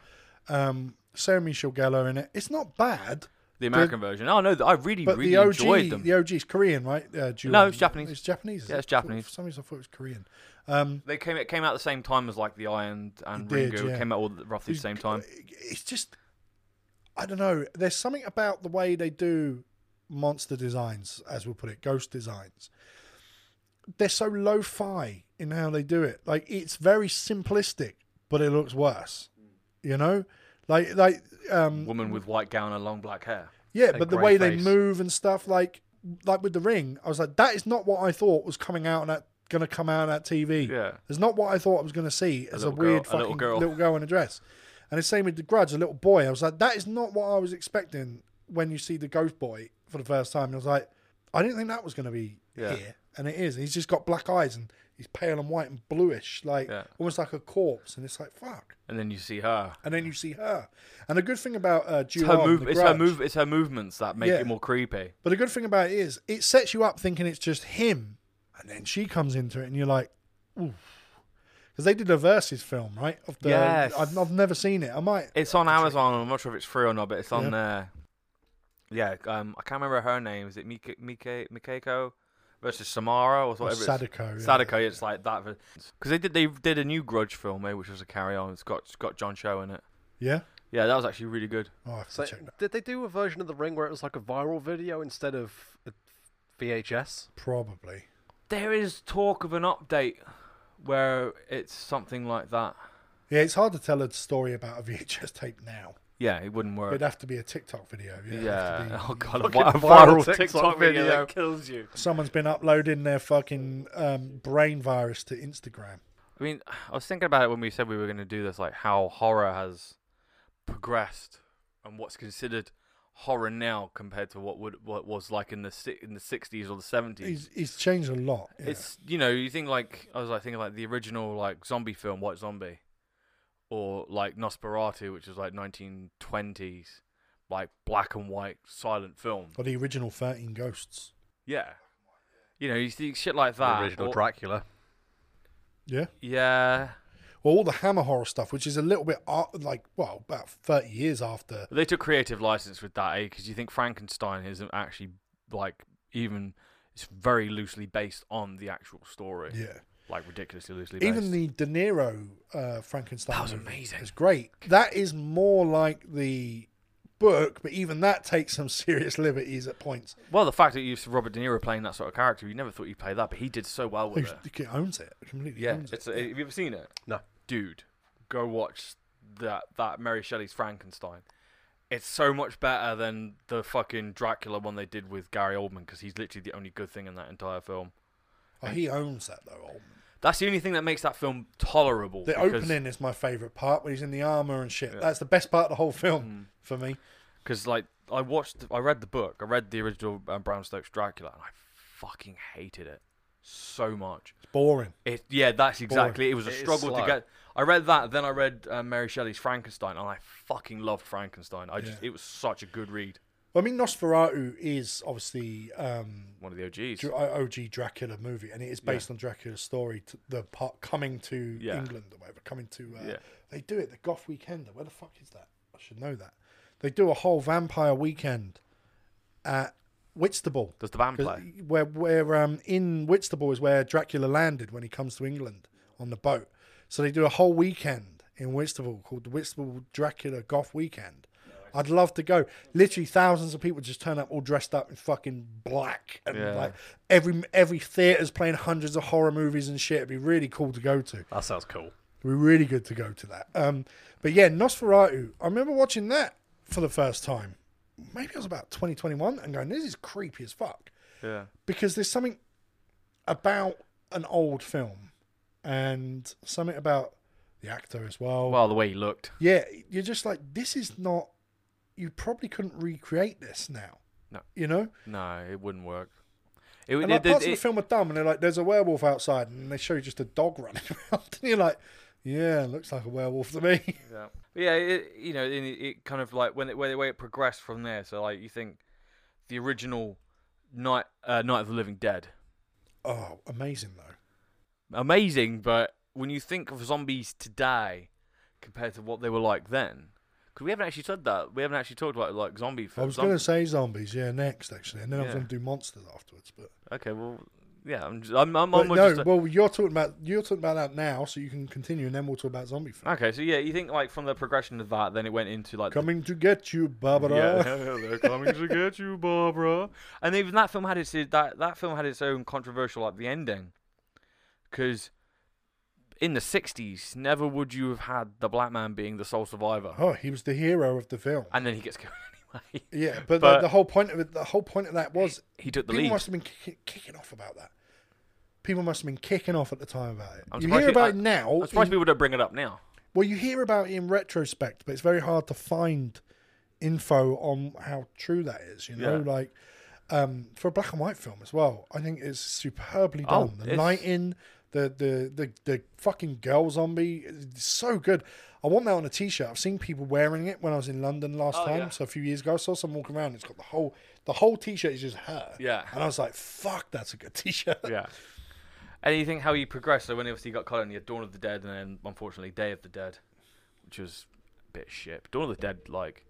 Um, Sarah Michelle Gellar in it. It's not bad,
the American version. Oh no, th- I really
but
really
the OG,
enjoyed them.
the OG's Korean, right? Uh, Ju-
No, it's Japanese.
It's Japanese. is
Yeah,
it?
it's Japanese.
For some reason, I thought it was Korean. Um,
They came it came out the same time as like the Iron and
It did,
Ringo
yeah.
came out all the- roughly the
It's-
same time.
It's just, I don't know. There's something about the way they do monster designs, as we'll put it, ghost designs. They're so lo-fi in how they do it. Like it's very simplistic, but it looks worse. You know, like like um,
Woman with white gown and long black hair.
yeah, but the way
grey face.
they move and stuff, like like with the ring, I was like, that is not what I thought was coming out on that gonna come out on that TV.
Yeah.
It's not what I thought I was gonna see as a,
little girl-
weird
a little
fucking little
girl.
girl. in a dress. And the same with the grudge, a little boy. I was like, that is not what I was expecting when you see the ghost boy for the first time. And I was like, I didn't think that was gonna be
Yeah.
here. And it is. He's just got black eyes and he's pale and white and bluish, like
Yeah.
almost like a corpse. And it's like, fuck.
And then you see her.
And then you see her. And the good thing about uh,
It's
Ju
her
Hong,
move.
the
It's her
Grudge-
move. It's her movements that make
Yeah.
it more creepy.
But the good thing about it is, it sets you up thinking it's just him, and then she comes into it, and you're like, ooh. Because they did a versus film, right? Of the,
Yes.
I've, I've never seen it. I might.
It's on Amazon. I'm not sure if it's free or not, but it's on there. Yeah. Um. I can't remember her name. Is it Mika Mika Mikako versus Samara or whatever? it's-
Sadako. yeah.
Sadako. It's like that. Because they did. They did a new Grudge film, eh, which was a carry on. It's got it's got John Cho in it.
Yeah.
Yeah, that was actually really good.
Oh, I have to
So,
check that.
did they do a version of The Ring where it was like a viral video instead of a VHS?
Probably.
There is talk of an update where it's something like that.
Yeah, it's hard to tell a story about a [LAUGHS] VHS tape now.
Yeah, it wouldn't work.
It'd have to be a TikTok video. Yeah. it'd have
yeah. [LAUGHS]
to be-
Oh god, a
Fucking
vi-
viral
viral
TikTok
TikTok, video,
video.
that kills you.
Someone's been uploading their fucking um, brain virus to Instagram.
I mean, I was thinking about it when we said we were going to do this, like how horror has progressed and what's considered horror now compared to what would what was like in the si- in the sixties or the seventies.
He's, he's changed a lot. yeah.
It's you know you think like I was like thinking like the original like zombie film White Zombie, or like Nosferatu, which was like nineteen twenties, like black and white silent film.
Or the original 13 Ghosts.
Yeah, you know you see shit like
The
that.
original
or-
Dracula.
Yeah.
Yeah,
Well, all the Hammer horror stuff, which is a little bit ar- like well, about thirty years after.
But They took creative license with that, eh? Because you think Frankenstein isn't actually like even it's very loosely based on the actual story,
Yeah,
like ridiculously loosely. Based.
even the De Niro uh, Frankenstein
That was
movie
amazing.
is great. That is more like the book, but even that takes some [LAUGHS] serious liberties at points.
well, the fact that you saw Robert De Niro playing that sort of character, you never thought you'd play that, but he did so well with
Who's-
it.
He owns it completely.
Yeah,
owns it.
it's a, have you ever seen it?
No.
dude, go watch that that Mary Shelley's Frankenstein. It's so much better than the fucking Dracula one they did with Gary Oldman because he's literally the only good thing in that entire film.
Oh, he owns that though. Oldman.
That's the only thing that makes that film tolerable.
The
because-
opening is my favorite part where he's in the armor and shit. That's the best part of the whole
Hmm.
film for me.
because like I watched, I read the book, I read the original um, Bram Stoker's Dracula, and I fucking hated it so much.
It's boring.
It yeah, that's exactly. It was a
It is
struggle to
slow.
get. I read that, then I read uh, Mary Shelley's Frankenstein, and I fucking loved Frankenstein. I just
Yeah.
it was such a good read.
Well, I mean, Nosferatu is obviously um,
One of the OGs.
Dr- OG Dracula movie, and it is based on Dracula's story. T the part coming to
Yeah.
England or whatever, coming to uh,
Yeah.
they do it the Goth Weekender. Where the fuck is that? I should know that. They do a whole vampire weekend at Whitstable,
Does the
'Cause
vampire?
where where um in Whitstable is where Dracula landed when he comes to England on the boat. So they do a whole weekend in Whitstable called the Whitstable Dracula Goth Weekend. I'd love to go. Literally, thousands of people just turn up all dressed up in fucking black, and
Yeah.
like every every theater's playing hundreds of horror movies and shit. It'd be really cool to go to.
That sounds cool.
It'd be really good to go to that. Um, but yeah, Nosferatu. I remember watching that for the first time. Maybe I was about 2021 and going, "This is creepy as fuck."
Yeah.
because there's something about an old film and something about the actor as well.
Well, the way he looked.
yeah, you're just like, this is not, you probably couldn't recreate this now.
No.
You know?
No, it wouldn't work. It, would
And like parts of the film are dumb and they're like, there's a werewolf outside and they show you just a dog [LAUGHS] running around and you're like, yeah, looks like a werewolf to me. [LAUGHS]
Yeah, But yeah. It, you know, and it, it kind of like when it, where the way it progressed from there. So like you think the original night uh, Night of the Living Dead,
Oh, amazing though.
amazing, but when you think of zombies today compared to what they were like then, because we haven't actually said that. We haven't actually talked about like zombie
I was
films.
going to say zombies, yeah, next actually. And then I was
Yeah.
going to do monsters afterwards. But,
Okay, well, yeah. I'm just, I'm, I'm,
but
I'm
no,
just
well, you're talking about you're talking about that now, so you can continue and then we'll talk about zombie films.
okay. So yeah, you think like from the progression of that, then it went into like the
Coming to get you, Barbara. [LAUGHS]
Yeah, [LAUGHS] they're coming to get you, Barbara. And even that film had its that that film had its own controversial at the ending, because in the '60s, never would you have had the black man being the sole survivor,
Oh, he was the hero of the film.
and then he gets killed [LAUGHS] anyway.
yeah, but,
But-
the, the whole point of it, the whole point of that was
He took the
people
lead.
must have been kick, kicking off about that. People must have been kicking off at the time about it.
I'm
you
surprised
hear
you-
about
I-
it now.
I'm surprised
in-
people don't bring it up now.
well, you hear about it in retrospect, but it's very hard to find info on how true that is. You know,
Yeah.
like um, for a black and white film as well. I think it's superbly
Oh,
done. the
it's-
lighting, the the the the fucking girl zombie, is so good. I want that on a t-shirt. I've seen people wearing it when I was in London last
Oh,
time,
yeah.
so a few years ago. I saw someone walking around. It's got the whole the whole t-shirt is just her.
Yeah.
and I was like, "Fuck, that's a good [LAUGHS] t-shirt."
Yeah. And you think how he progressed. So when obviously he got caught in the Dawn of the Dead, and then unfortunately Day of the Dead, which was a bit shit. Dawn of the Dead, like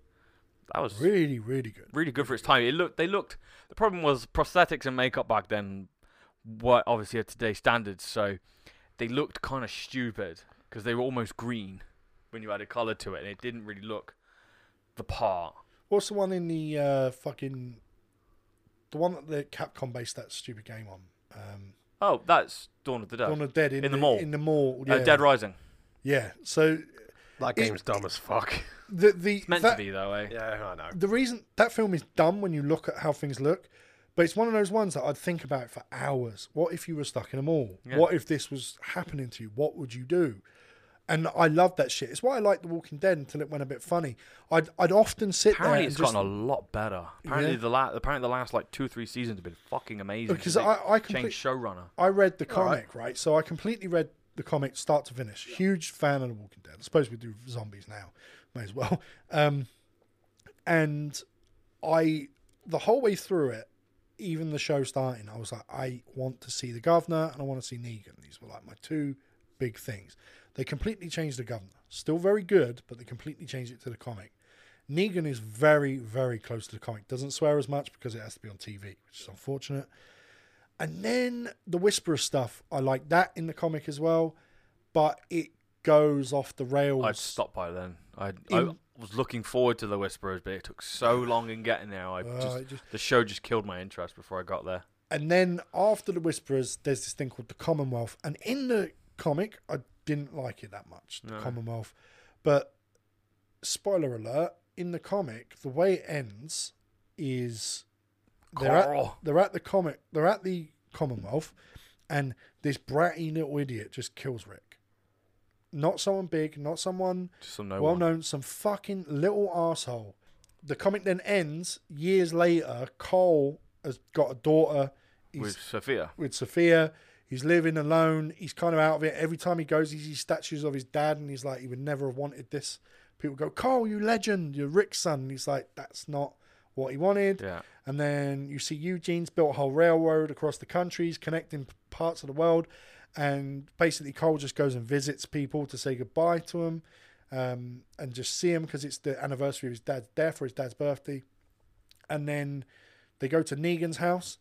that was
Really, really good.
really good for its time. It looked they looked the problem was prosthetics and makeup back then were obviously at today's standards, so they looked kind of stupid because they were almost green when you added color to it, and it didn't really look the part.
What's the one in the uh, fucking the one that the Capcom based that stupid game on? Um,
Oh, that's Dawn of the Dead.
Dawn of the Dead in,
In the mall.
In the mall. Yeah.
Uh, Dead Rising.
Yeah. So
That
It-
game's dumb as fuck. [LAUGHS]
the the
It's meant
that-
to be though, eh?
Yeah, I know.
the reason that film is dumb when you look at how things look, but it's one of those ones that I'd think about for hours. What if you were stuck in a mall?
Yeah.
What if this was happening to you? What would you do? And I love that shit. It's why I liked The Walking Dead until it went a bit funny. I'd I'd often sit
Apparently,
there and
it's
just,
gotten a lot better. Apparently,
Yeah.
the la- apparently the last like two three seasons have been fucking amazing.
Because
they
I- I complete-
changed showrunner.
I read the comic, right. So I completely read the comic start to finish. Huge fan of The Walking Dead. I suppose we do zombies now. May as well. Um, and I, the whole way through it, even the show starting, I was like, I want to see the governor and I want to see Negan. These were like my two big things. They completely changed the governor. Still very good, but they completely changed it to the comic. Negan is very, very close to the comic. Doesn't swear as much because it has to be on TV, which is unfortunate. And then the Whisperer stuff, I like that in the comic as well, but it goes off the rails.
I'd stop by then. I, I
Oh, In-
was looking forward to the Whisperers, but it took so long in getting there. I
Uh,
just
it just-
the show just killed my interest before I got there.
And then after the Whisperers, there's this thing called the Commonwealth. And in the comic, I didn't like it that much, the
No.
Commonwealth. But spoiler alert, in the comic, the way it ends is they're at,
Carl.
they're at the comic, they're at the Commonwealth, and this bratty little idiot just kills Rick. Not someone big, not someone
Just some no
well
one.
known, some fucking little asshole. The comic then ends years later. Cole has got a daughter. He's
with Sophia.
with Sophia. He's living alone. He's kind of out of it. Every time he goes, he sees statues of his dad, and he's like, he would never have wanted this. People go, Carl, you legend. You're Rick's son. And he's like, that's not what he wanted.
Yeah.
And then you see Eugene's built a whole railroad across the countries, connecting p- parts of the world. And basically, Cole just goes and visits people to say goodbye to him um, and just see him because it's the anniversary of his dad's death or his dad's birthday. And then they go to Negan's house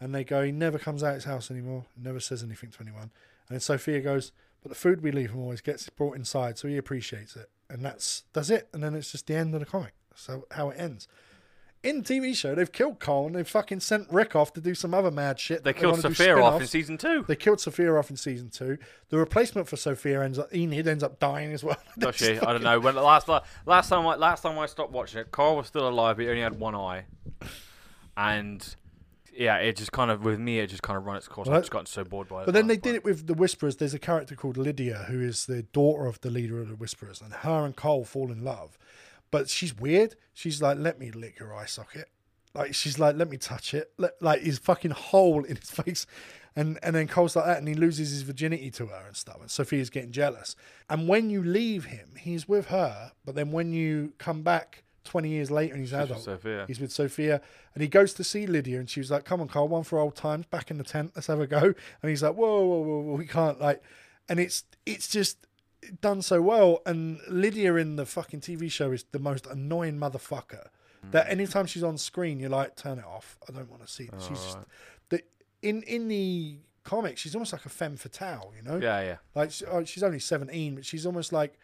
and they go, he never comes out his house anymore, never says anything to anyone. And then Sophia goes, but the food we leave him always gets brought inside, so he appreciates it. And that's that's it. And then it's just the end of the comic. So how it ends. In the TV show, they've killed Cole and they've fucking sent Rick off to do some other mad shit.
They
that
killed
wanna do
Sophia off in
spin-offs.
season two. [LAUGHS]
They killed Sophia off in season two. The replacement for Sophia ends up Enid ends up dying as well. [LAUGHS]
Does she? I don't know. When the last la- last time I last time I stopped watching it, Carl was still alive, but he only had one eye, and yeah, it just kind of with me, it just kind of run its course.
Well,
I've just gotten so bored by it.
But then they did it with the Whisperers. There's a character called Lydia who is the daughter of the leader of the Whisperers, and her and Cole fall in love. But she's weird. She's like, "Let me lick your eye socket." Like she's like, "Let me touch it." Let, like his fucking hole in his [LAUGHS] face, and and then Cole's like that, and he loses his virginity to her and stuff. And Sophia's getting jealous. And when you leave him, he's with her. But then when you come back. 20 years later and he's
with
adult.
Sophia.
He's with Sophia and he goes to see Lydia and she was like, Come on, Carl, one for old times, back in the tent, let's have a go. And he's like, Whoa, whoa, whoa, whoa we can't like and it's it's just done so well. And Lydia in the fucking TV show is the most annoying motherfucker. That anytime she's on screen, you're like, turn it off. I don't want to see this. she's just the in in the comics, she's almost like a femme fatale, you know?
Yeah, yeah.
Like she- oh, she's only seventeen, but she's almost like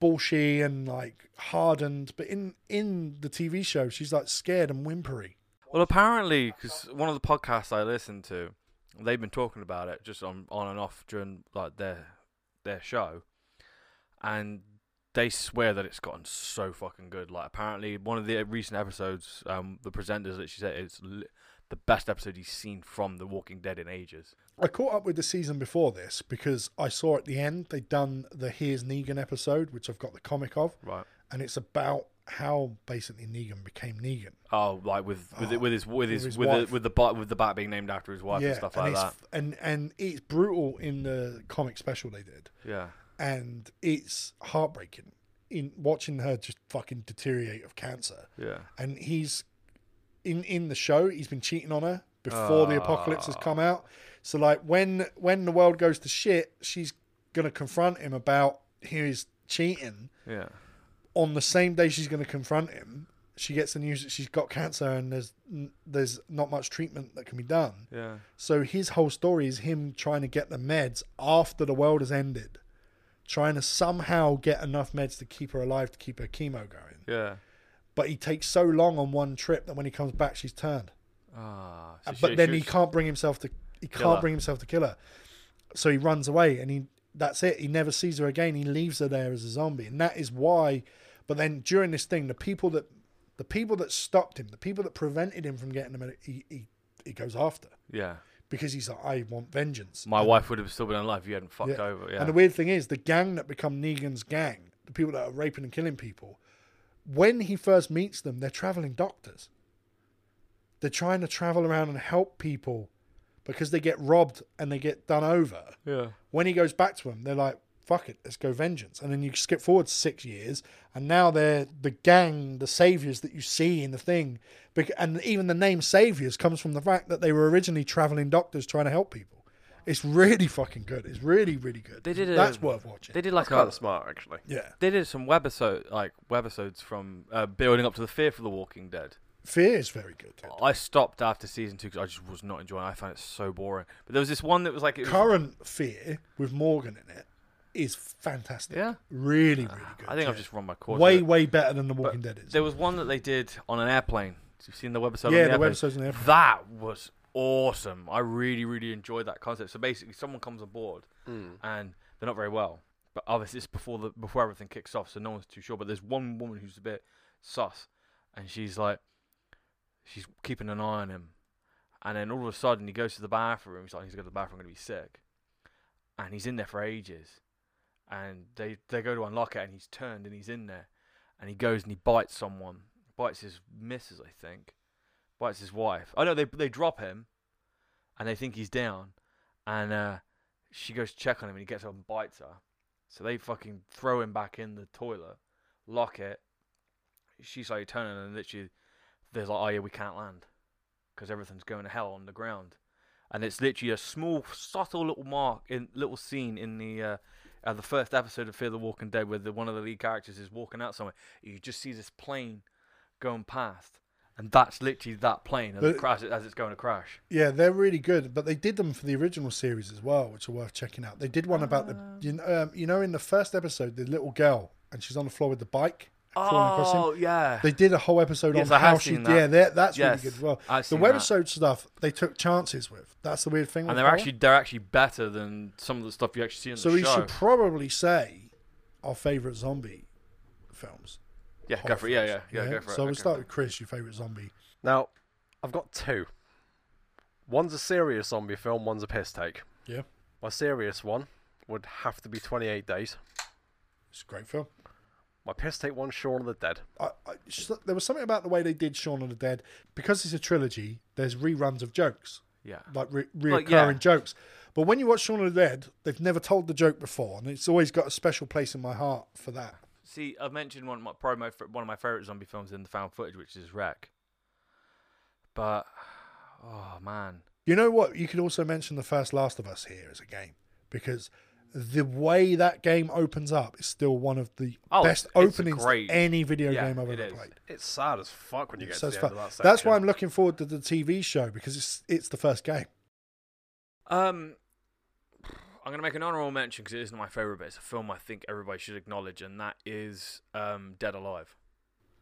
bullshy and like hardened. But in in the TV show, she's like scared and whimpery.
Well, apparently, because one of the podcasts I listened to, they've been talking about it just on on and off during like their their show, and they swear that it's gotten so fucking good. Like apparently, one of the recent episodes, um, the presenters that she said it's li- the best episode he's seen from The Walking Dead in ages.
I caught up with the season before this because I saw at the end they'd done the Here's Negan episode, which I've got the comic of,
Right.
and it's about how basically Negan became Negan.
Oh, like with with it with his with his,
his
with the,
wife.
with the bat with the bat being named after his wife and stuff like
and
that.
it's, and and it's brutal in the comic special they did.
Yeah.
and it's heartbreaking in watching her just fucking deteriorate of cancer.
Yeah.
And he's in in the show, he's been cheating on her before the apocalypse has come out. So like when when the world goes to shit, she's gonna confront him about his cheating.
Yeah.
On the same day she's gonna confront him, she gets the news that she's got cancer and there's there's not much treatment that can be done.
Yeah.
So his whole story is him trying to get the meds after the world has ended, trying to somehow get enough meds to keep her alive to keep her chemo going.
Yeah.
But he takes so long on one trip that when he comes back, she's turned.
Ah. so
Uh, but
she-
then
she
he
was-
can't bring himself to he
her.
can't bring himself to kill her. So he runs away, and he that's it. He never sees her again. He leaves her there as a zombie, and that is why. But then during this thing, the people that the people that stopped him, the people that prevented him from getting the med, he, he he goes after
Yeah.
because he's like, I want vengeance.
My wife would have still been alive if you hadn't fucked
Yeah.
over. Yeah.
And the weird thing is, the gang that become Negan's gang, the people that are raping and killing people, when he first meets them, they're traveling doctors. They're trying to travel around and help people because they get robbed and they get done over.
yeah.
When he goes back to them, they're like, fuck it, let's go vengeance. And then you skip forward six years, and now they're the gang, the saviors that you see in the thing. Bec- And even the name saviors comes from the fact that they were originally traveling doctors trying to help people. It's really fucking good. It's really, really good.
They did a-
That's worth watching.
They did like
That's kind
a,
of smart, actually.
yeah.
they did some webisode like webisodes from uh, building up to the fear for The Walking Dead.
Fear is very good.
I stopped after season two because I just was not enjoying. it. I found it so boring. But there was this one that was like, it was,
Current Fear with Morgan in it is fantastic.
Yeah.
Really, really good.
I think I've
yeah.
just run my course.
way,
with it.
way better than The Walking Dead is.
There was one that they did on an airplane. You've seen the webisode.
Yeah,
on the,
the
airplane.
webisode's on the airplane.
That was awesome. I really, really enjoyed that concept. So basically, someone comes on board and they're not very well, but obviously it's before the before everything kicks off, so no one's too sure. But there's one woman who's a bit sus, and she's like, she's keeping an eye on him, and then all of a sudden he goes to the bathroom. He's like, he's going to the bathroom, I'm going to be sick, and he's in there for ages, and they they go to unlock it, and he's turned and he's in there, and he goes and he bites someone, bites his missus, I think bites his wife. Oh no, they they drop him, and they think he's down, and uh, she goes to check on him, and he gets up and bites her. So they fucking throw him back in the toilet, lock it. She's like turning, and literally, they're like, "Oh yeah, we can't land, because everything's going to hell on the ground." And it's literally a small, subtle little mark in little scene in the uh, uh, the first episode of Fear the Walking Dead, where the, one of the lead characters is walking out somewhere. You just see this plane going past, and that's literally that plane as, it
But-
crash, as it's going to crash.
Yeah, they're really good, but they did them for the original series as well, which are worth checking out. They did one about the, you know, um, you know, in the first episode, the little girl and she's on the floor with the bike. crawling across him.
Oh yeah,
They did a whole episode
Yes,
on
I
how
have
she.
seen
did
that.
Yeah, that- that's
Yes,
really good as well.
I've seen
the
that.
webisode stuff they took chances with. That's the weird thing. with
and they're
horror.
actually they're actually better than some of the stuff you actually see in
So
the
we
show.
should probably say our favorite zombie films.
yeah, go
horror
for it. Yeah, yeah,
films,
yeah, go for it.
So we'll
okay.
start with Chris, your favorite zombie.
Now, I've got two. One's a serious zombie film, one's a piss take.
Yeah,
My serious one would have to be 28 Days.
it's a great film.
My piss take one's Shaun of the Dead.
I, I, just- there was something about the way they did Shaun of the Dead because it's a trilogy. There's reruns of jokes,
Yeah,
like re- reoccurring
Like, yeah.
jokes. But when you watch Shaun of the Dead, they've never told the joke before, and it's always got a special place in my heart for that.
see, I've mentioned one of my probably my, fa- one of my favorite zombie films in the found footage, which is Wreck. But oh man,
You know what? You could also mention the first Last of Us here as a game because the way that game opens up is still one of the
Oh,
best
it's- it's
openings
great.
any video
Yeah,
game I've
it
ever
is.
played.
It's sad as fuck when you get
So
to
it's
the
fun.
end of that section.
That's why I'm looking forward to the TV show because it's it's the first game.
um, I'm gonna make an honorable mention because it isn't my favorite, but it's a film I think everybody should acknowledge, and that is um, Dead Alive.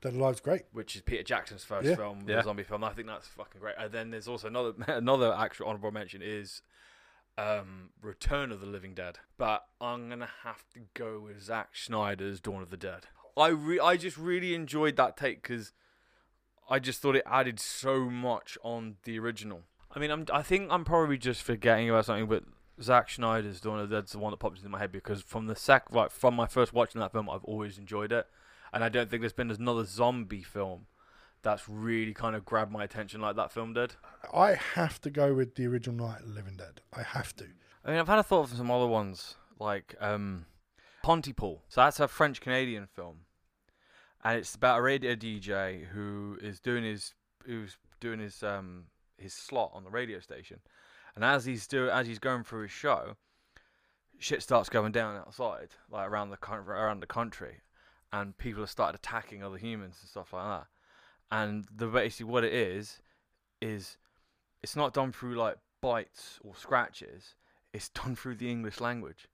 Dead Alive's great.
which is Peter Jackson's first
Yeah.
film,
Yeah.
the zombie film. I think that's fucking great. And then there's also another [LAUGHS] another actual honorable mention is um, Return of the Living Dead. But I'm gonna have to go with Zack Snyder's Dawn of the Dead. I re- I just really enjoyed that take because I just thought it added so much on the original. I mean, I'm I think I'm probably just forgetting about something, but Zack Snyder's Dawn of the Dead's the one that pops into my head because from the sec like from my first watching that film, I've always enjoyed it, and I don't think there's been another zombie film that's really kind of grabbed my attention like that film did.
I have to go with the original Night of the Living Dead. I have to.
I mean, I've had a thought of some other ones like um, Pontypool. So that's a French Canadian film, and it's about a radio DJ who is doing his who's doing his um his slot on the radio station, and as he's do as he's going through his show, shit starts going down outside, like around the coun- around the country, and people have started attacking other humans and stuff like that. And the basically what it is is it's not done through like bites or scratches. It's done through the English language.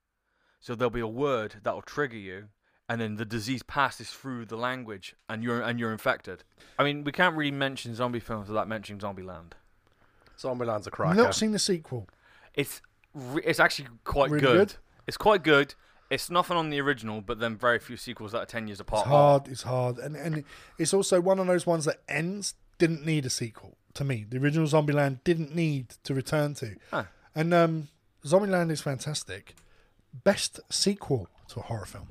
So there'll be a word that'll trigger you, and then the disease passes through the language, and you're and you're infected. I mean, we can't really mention zombie films without mentioning Zombieland.
Zombieland's a
I've
cracker.
not seen the sequel.
It's re- it's actually quite
Really
good.
good?
It's quite good. It's nothing on the original, but then very few sequels that are ten years apart.
It's hard. It's hard, and and it's also one of those ones that ends didn't need a sequel to me. The original Zombieland didn't need to return to,
Huh.
and um, Zombieland is fantastic. Best sequel to a horror film.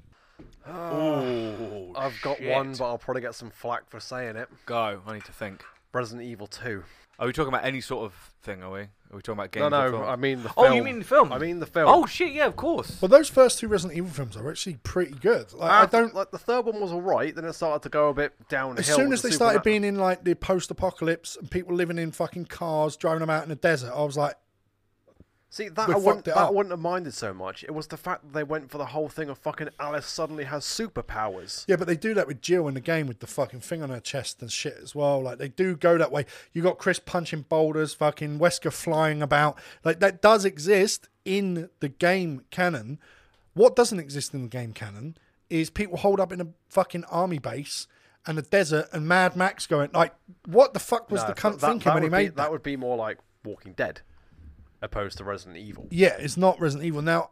Oh,
I've got
shit.
one, but I'll probably get some flack for saying it.
Go. I need to think.
Resident Evil 2.
Are we talking about any sort of thing? Are we? Are we talking about games?
No,
or
no,
films?
I mean the film.
Oh, you mean the film?
I mean the film.
Oh shit! Yeah, of course.
But those first two Resident Evil films are actually pretty good. Like I don't.
like the third one was alright. Then it started to go a bit downhill.
As soon
with
as
Ah, the
they started
supernat-
being in like the post-apocalypse and people living in fucking cars, driving them out in the desert, I was like,
see that
we
I wouldn't,
fucked it
that I
up.
wouldn't have minded so much. It was the fact that they went for the whole thing of fucking Alice suddenly has superpowers.
Yeah, but they do that with Jill in the game with the fucking thing on her chest and shit as well. Like they do go that way. You got Chris punching boulders, fucking Wesker flying about. Like that does exist in the game canon. What doesn't exist in the game canon is people holed up in a fucking army base and the desert and Mad Max going like, what the fuck was
No,
the
that-
cunt
that-
thinking
that
when he
would be-
made that?
that would be more like Walking Dead, opposed to Resident Evil.
yeah, it's not Resident Evil. Now,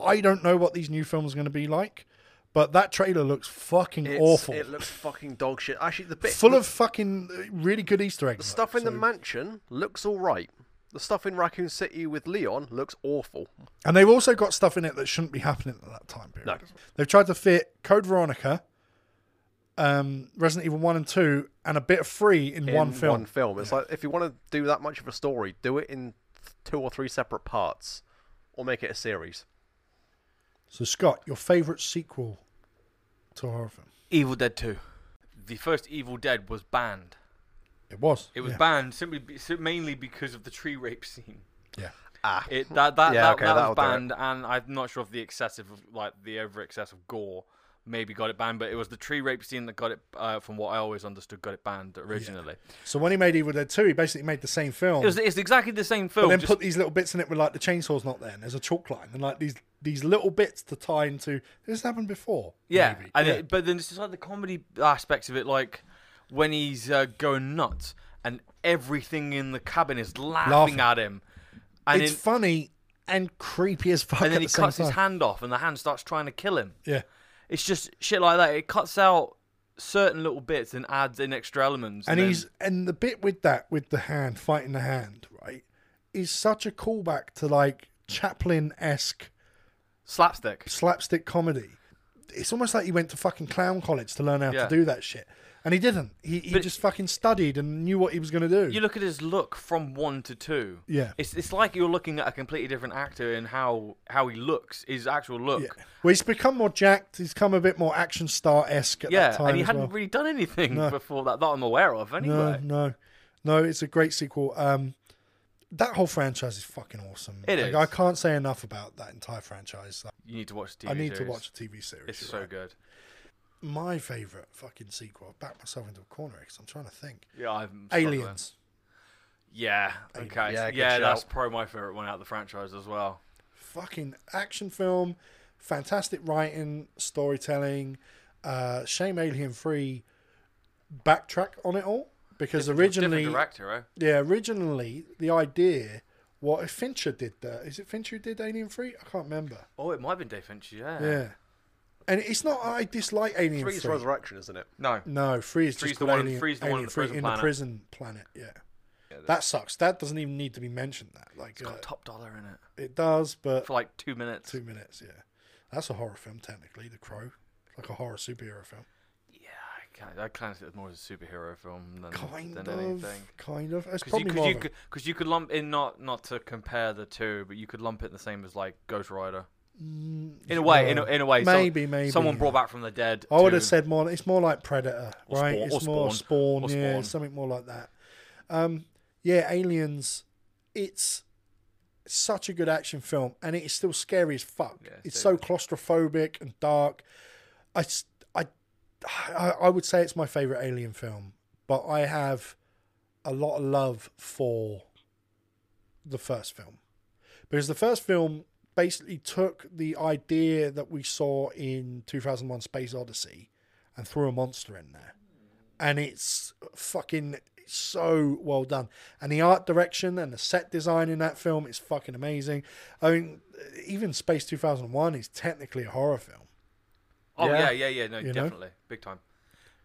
I don't know what these new films are going to be like, but that trailer looks fucking
It's-
awful.
It looks fucking dog shit. Actually, the bit
Full
the
of fucking uh, really good Easter eggs. though.
stuff in the
So-
mansion looks all right. The stuff in Raccoon City with Leon looks awful.
And they've also got stuff in it that shouldn't be happening at that time period.
No.
They've tried to fit Code Veronica, um, Resident Evil 1 and 2, and a bit of 3 in, one
in
film.
One film. It's like if you want to do that much of a story, do it in two or three separate parts, or make it a series.
So, Scott, your favourite sequel to a horror film?
Evil Dead 2. The first Evil Dead was banned.
It was.
It was
yeah.
banned simply be, si- mainly because of the tree rape scene.
Yeah.
Ah,
It that that,
Yeah,
that,
okay,
that
that'll
was
do it.
banned, and I'm not sure if the excessive like the over excessive gore maybe got it banned, but it was the tree rape scene that got it. Uh, from what I always understood, got it banned originally.
So, when he made Evil Dead 2, he basically made the same film.
It was it's exactly the same
but
film.
then
just-
put these little bits in it with like the chainsaws not there, and there's a chalk line, and like these these little bits to tie into. This happened before.
yeah,
maybe.
and
yeah.
It, but then it's just like the comedy aspects of it, like when he's uh, going nuts and everything in the cabin is laughing,
Laughing.
at him, and,
it's
in-
funny and creepy as fuck.
and
at
then he
the same
cuts his
time.
hand off, and the hand starts trying to kill him.
Yeah.
It's just shit like that. It cuts out certain little bits and adds in extra elements.
And
then-
he's and the bit with that with the hand fighting the hand, right, is such a callback to like Chaplin esque
slapstick.
slapstick comedy. It's almost like he went to fucking clown college to learn how
Yeah.
to do that shit, and he didn't. He, he
But-
just fucking studied and knew what he was gonna do.
You look at his look from one to two.
Yeah.
It's it's like you're looking at a completely different actor and how how he looks, his actual look.
yeah. Well, he's become more jacked. He's come a bit more action star esque at
Yeah,
that time.
and he
as
hadn't
well.
really done anything before that that I'm aware of
No,
anyway.
no, no. It's a great sequel. Um, that whole franchise is fucking awesome.
It
Like,
is.
I can't say enough about that entire franchise.
You need to watch the TV
I need to
series.
watch a TV series.
It's
you're
so
right.
good.
My favorite fucking sequel. I backed myself into a corner because I'm trying to think.
Yeah, I'm struggling.
Aliens.
Yeah, okay.
Yeah,
Yeah,
good
that's
shout.
probably my favorite one out of the franchise as well.
Fucking action film. Fantastic writing, storytelling. Uh, shame Alien Free backtrack on it all because originally
Different director, right?
Yeah, originally the idea what if Fincher did that? Is it Fincher who did Alien Free? I can't remember.
Oh, it might have been Dave Fincher, yeah.
Yeah, and it's not I dislike Alien
Three's
Free.
Resurrection, isn't it?
No.
No, Free is
Three's
just
the
called
one-
Alien,
Three's the
Alien
one in the
Free
prison
in
planet.
the prison planet. Yeah, that sucks. That doesn't even need to be mentioned. That like
It's
uh,
got top dollar in it
it does, but
for like two minutes.
two minutes. Yeah, that's a horror film technically. The Crow, like a horror superhero film.
Yeah, I, kind I kind of see it more as a superhero film than,
Kind
than
of,
anything.
kind of. It's
Because
probably
you,
more
cause you,
of a-
could- 'cause you could lump in not not to compare the two, but you could lump it the same as like Ghost Rider. In a way, in a, in a way, so-
Mm, Maybe, maybe,
someone
yeah.
brought back from the dead.
I would have
to-
said more. It's more like Predator,
Or
right?
Spawn-
it's
or
more Spawn,
Spawn, or
yeah,
Spawn.
something more like that. Um, yeah, Aliens. It's such a good action film, and it is still scary as fuck.
Yeah,
it's so
so
claustrophobic and dark. I, s- I, I, I would say it's my favorite Alien film, but I have a lot of love for the first film because the first film basically took the idea that we saw in 2001 Space Odyssey and threw a monster in there. And it's fucking so well done. And the art direction and the set design in that film is fucking amazing. I mean, even Space 2001 is technically a horror film.
Oh
Yeah.
yeah, yeah, yeah, no,
You know?
definitely, big time.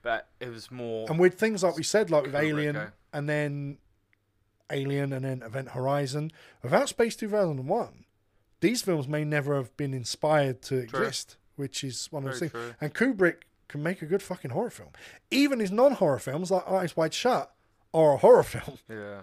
But it was more.
And with things like we said, like with
Kubrick,
Alien
eh?
and then Alien and then Event Horizon, without Space 2001, these films may never have been inspired to exist, which is one of those
Very
things.
true.
And Kubrick can make a good fucking horror film. Even his non horror films, like Eyes Wide Shut, are a horror [LAUGHS] film
yeah.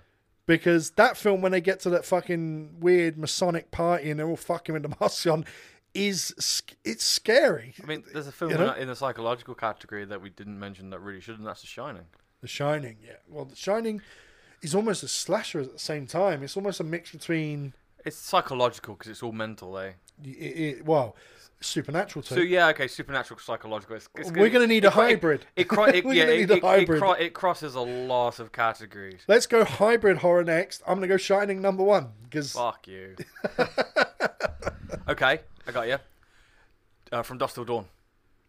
because that film, when they get to that fucking weird Masonic party and they're all fucking with the mask on, is sc- it's scary.
I mean, there's a film
you know?
in, in the psychological category that we didn't mention that really shouldn't. That's The Shining.
The Shining, yeah. Well, The Shining is almost a slasher at the same time. It's almost a mix between
It's psychological because it's all mental, eh?
it, it, well, supernatural too.
So yeah, okay, supernatural, psychological. It's, it's
We're gonna need a
it cro- it-
hybrid.
It,
[LAUGHS]
cro- it,
We're
yeah,
gonna
it,
need a
it- it
hybrid.
cro- it crosses a lot of categories.
[LAUGHS] Let's go hybrid horror next. I'm gonna go Shining number one because [LAUGHS]
Fuck you. okay, I got you. Uh, from Dust Till Dawn.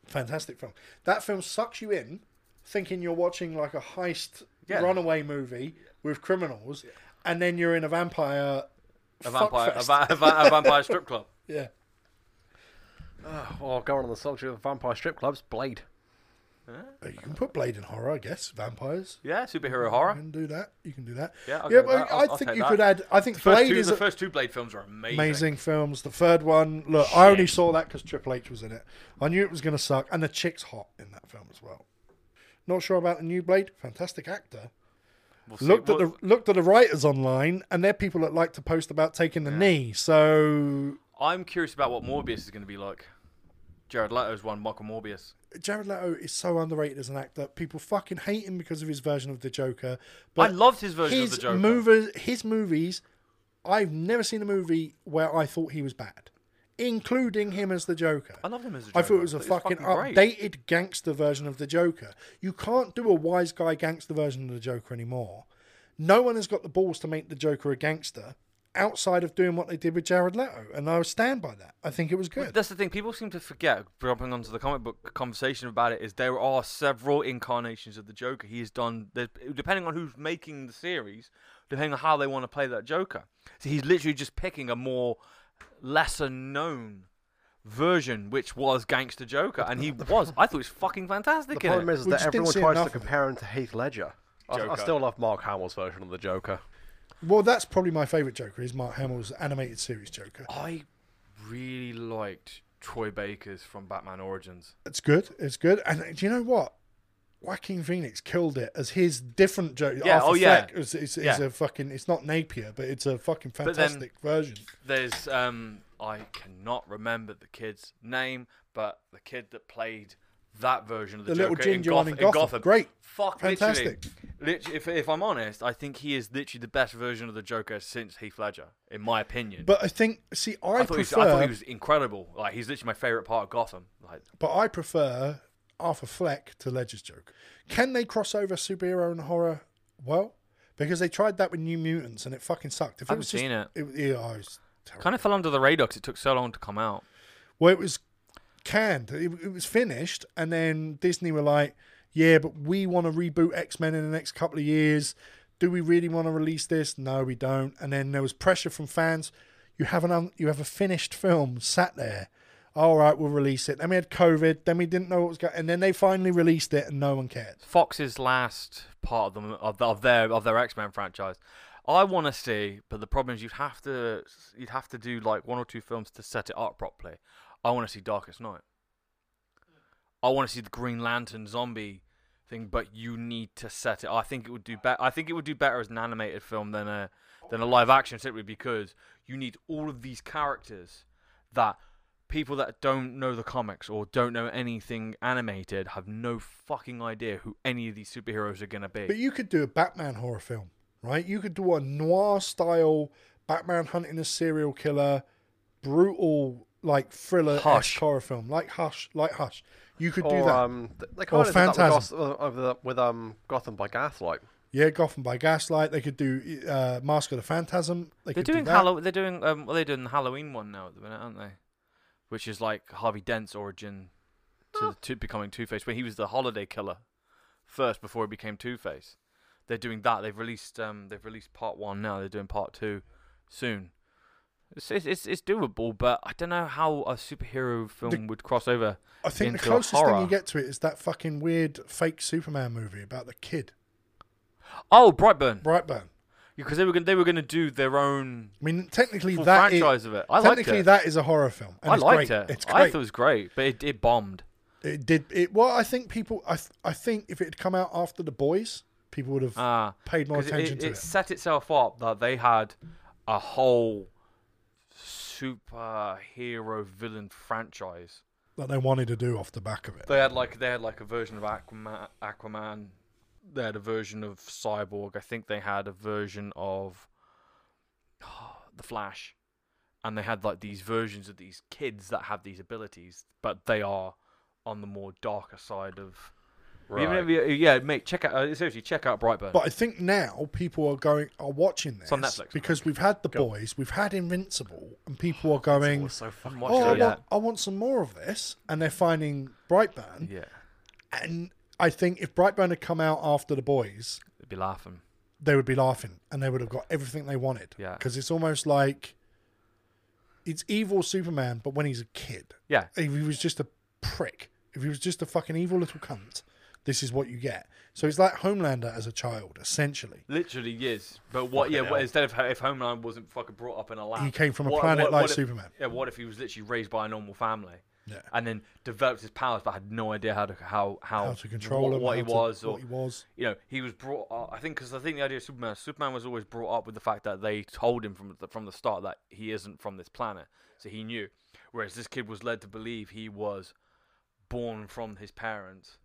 fantastic film. That film sucks you in, thinking you're watching like a heist
Yeah.
runaway movie with criminals, and then you're in a vampire.
A vampire, a,
fuckfest.
va- a, va- a vampire strip club.
yeah.
Well, Oh, going on the subject of vampire strip clubs, Blade.
You can put Blade in horror, I guess. Vampires.
Yeah, superhero
You [LAUGHS]
horror.
can do that. You can do that.
Yeah, I'll
yeah.
go with
But
that.
I-
I'll-
I
I'll
think
take
you
that.
could add. I think
First
Blade
two,
is
the
a-
first two Blade films are amazing.
amazing films. The third one, look, I only saw that because Triple H was in it. I knew it was going to suck, and the chick's hot in that film as well. Not sure about the new Blade. Fantastic actor.
We'll see.
Looked at
Well,
the looked at the writers online, and they're people that like to post about taking the knee. So
I'm curious about what Morbius is going to be like. Jared Leto's one, Michael Morbius.
Jared Leto is so underrated as an actor. People fucking hate him because of his version of the Joker. But
I loved his version
his
of the Joker.
movies, his movies. I've never seen a movie where I thought he was bad, including him as the Joker.
I loved him as a Joker.
I thought it was a fucking,
great.
updated gangster version of the Joker. You can't do a wise guy gangster version of the Joker anymore. No one has got the balls to make the Joker a gangster outside of doing what they did with Jared Leto, and I stand by that. I think it was good.
That's the thing. People seem to forget. Jumping onto the comic book conversation about it is there are several incarnations of the Joker. He has done there's- depending on who's making the series, depending on how they want to play that Joker. So he's literally just picking a more lesser known version, which was Gangster Joker,
[LAUGHS]
and he was. I thought it was fucking fantastic.
The
in
problem
it.
is
We
that
just didn't
everyone
see
tries
enough of
to
it.
compare him to Heath Ledger. I, I
Joker.
still love Mark Hamill's version of the Joker.
Well, that's probably my favourite Joker is Mark Hamill's animated series Joker.
I really liked Troy Baker's from Batman Origins.
It's good. It's good. And uh, do you know what? Joaquin Phoenix killed it as his different Joker.
Yeah,
Arthur
oh, yeah.
Fleck is, is, is
Yeah.
a fucking. It's not Napier, but it's a fucking
then-
fantastic version.
There's um I cannot remember the kid's name, but the kid that played that version of the,
The
Joker
little ginger
in,
one
Goth-
in Gotham. Great.
fuck,
Fantastic.
Literally, literally, if, if I'm honest, I think he is literally the best version of the Joker since Heath Ledger, in my opinion.
But I think, see, I,
I thought, he was,
prefer.
I thought he was incredible. Like he's literally my favorite part of Gotham. Like
But I prefer Arthur Fleck to Ledger's Joker. Can they cross over superhero and horror? Well, because they tried that with New Mutants and it fucking sucked. If
I
it was
haven't seen
just, it. yeah, I was terrible.
kind of fell under the radar 'cause it took so long to come out.
Well, it was canned. It, it was finished, and then Disney were like, "Yeah, but we want to reboot X Men in the next couple of years. Do we really want to release this? No, we don't." And then there was pressure from fans. You have an un- you have a finished film sat there. All right, we'll release it. Then we had COVID. Then we didn't know what was going. And then they finally released it, and no one cared.
Fox's last part of them of, of their of their X Men franchise. I want to see, but the problem is you'd have to you'd have to do like one or two films to set it up properly. I want to see Darkest Night. I want to see the Green Lantern zombie thing, but you need to set it. I think it would do better. I think it would do better as an animated film than a than a live action simply because you need all of these characters that people that don't know the comics or don't know anything animated have no fucking idea who any of these superheroes are gonna be.
But you could do a Batman horror film, right? You could do a noir style Batman hunting a serial killer, brutal like thriller
Hush. Oh,
horror film, like Hush, like Hush. You could do
Or,
that.
um, th- they kind of did that with,
Phantasm.
Goth- uh, with, uh, with um, Gotham by Gaslight.
yeah, Gotham by Gaslight. They could do uh, Mask of the Phantasm. They
they're
could do
doing
that.
Hallow- they're doing um well, they're doing the Halloween one now at the minute, aren't they? Which is like Harvey Dent's origin to, to becoming Two Face, when he was the holiday killer first before he became Two Face. They're doing that. They've released um they've released part one now. They're doing part two soon. It's it's it's, it's doable, but I don't know how a superhero film would cross over.
I think the
into a
closest thing
horror.
you get to it is that fucking weird fake Superman movie about the kid
Oh, Brightburn.
Brightburn.
because they were gonna, they were going to do their own
I mean, technically
full
that is-
franchise of it. I liked
technically
it.
that is a horror film. and
I
it's
liked
great.
it.
It's great.
I thought it was great, but it, it bombed.
It did it. Well, I think people. I th- I think if it had come out after the boys, people would have
Ah,
paid more
'cause it-
attention
it,
to
it
it.
set itself up that they had a whole superhero villain franchise.
That they wanted to do off the back of it.
They had like they had like a version of Aquaman. Aquaman. They had a version of Cyborg. I think they had a version of [SIGHS] the Flash, and they had like these versions of these kids that have these abilities, but they are on the more darker side of. Even if
Right.
you, yeah, mate, check out uh, seriously, check out Brightburn.
But I think now people are going are watching this
on Netflix.
because we've had the boys, we've had Invincible, and people are going,
was so fucking
watch
"Oh, I
it. Yeah.
want, I want some more of this," and they're finding Brightburn.
yeah,
And I think if Brightburn had come out after the boys,
they'd be laughing.
they would be laughing and they would have got everything they wanted.
Yeah.
because it's almost like it's evil Superman, but when he's a kid.
Yeah,
if he was just a prick, if he was just a fucking evil little cunt, this is what you get. So it's like Homelander as a child, essentially.
literally yes. But what? Yeah, what, instead of ho- if Homeland wasn't fucking brought up in a lab,
He came from a
what-
planet
what-
like
what if-
Superman.
Yeah, what if he was literally raised by a normal family?
Yeah.
and then developed his powers, but had no idea how to how how,
How to control
what,
him,
what he
how to-
was, or
what he was.
you know, he was brought. Up, I think because I think the idea of Superman, Superman was always brought up with the fact that they told him from the, from the start that he isn't from this planet, so he knew. Whereas this kid was led to believe he was born from his parents,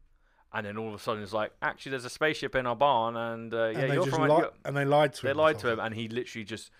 and then all of a sudden it's like, actually, there's a spaceship in our barn, and uh, yeah,
and they
you're
just
from.
li-
you're-
and they lied to
they
him.
lied to him, and he literally just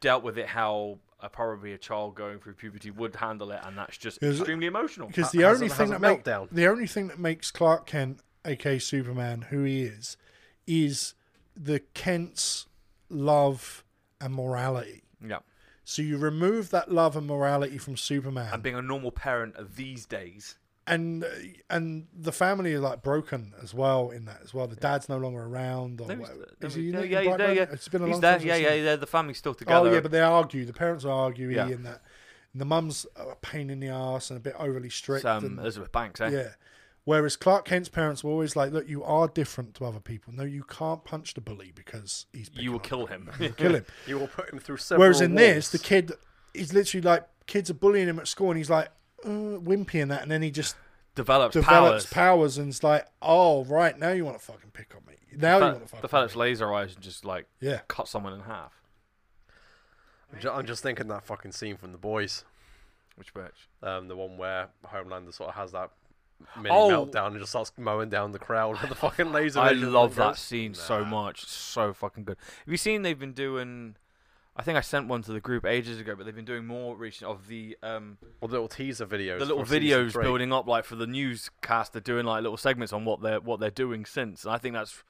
dealt with it how. uh probably a child going through puberty would handle it, and that's just
Because-
extremely emotional.
because
Ha-
the
has
only
a-
thing
has a
that make,
meltdown.
the only thing that makes Clark Kent, aka Superman, who he is, is the Kent's love and morality.
Yeah,
So you remove that love and morality from Superman,
and
and
being a normal parent of these days,
and, the family is like broken as well in that as well. The dad's no longer around. Or
No, he's-
what-
no,
is
he-
he in
no,
it in
yeah, yeah,
Brightburn?
yeah.
It's been a
He's
long
there,
time. since
yeah,
I've seen
yeah,
it.
yeah. The family's still
Oh
together.
yeah, but they argue. The parents are arguing,
Yeah.
and that and the mum's a pain in the ass and a bit overly strict.
It's, um,
and-
Elizabeth Banks, eh?
Yeah. Whereas Clark Kent's parents were always like, "Look, you are different to other people. No, you can't punch the bully because he's
You will
[LAUGHS]
kill him.
kill
[LAUGHS]
him."
You will put him through several.
Whereas in this,
walls.
the kid is literally like, kids are bullying him at school, and he's like uh, wimpy and that, and then he just
[LAUGHS] Develops
develops
powers.
powers, and it's like, "Oh, right, now you want to fucking pick on me? Now you want to
Fe-
fucking
the fellow's laser eyes and just like
yeah."
cut someone in half.
I'm ju- I'm just thinking that fucking scene from The Boys,
Which bitch?
um, the one where Homelander sort of has that mini
Oh.
meltdown and just starts mowing down the crowd with the fucking laser.
I
vision
love
and
that
goes,
scene so much. It's So fucking good. Have you seen they've been doing? I think I sent one to the group ages ago, but they've been doing more recent of the um,
Or the little teaser videos.
the little
for season
videos
three.
building up like for the newscast they're doing like little segments on what they're what they're doing since and i think that's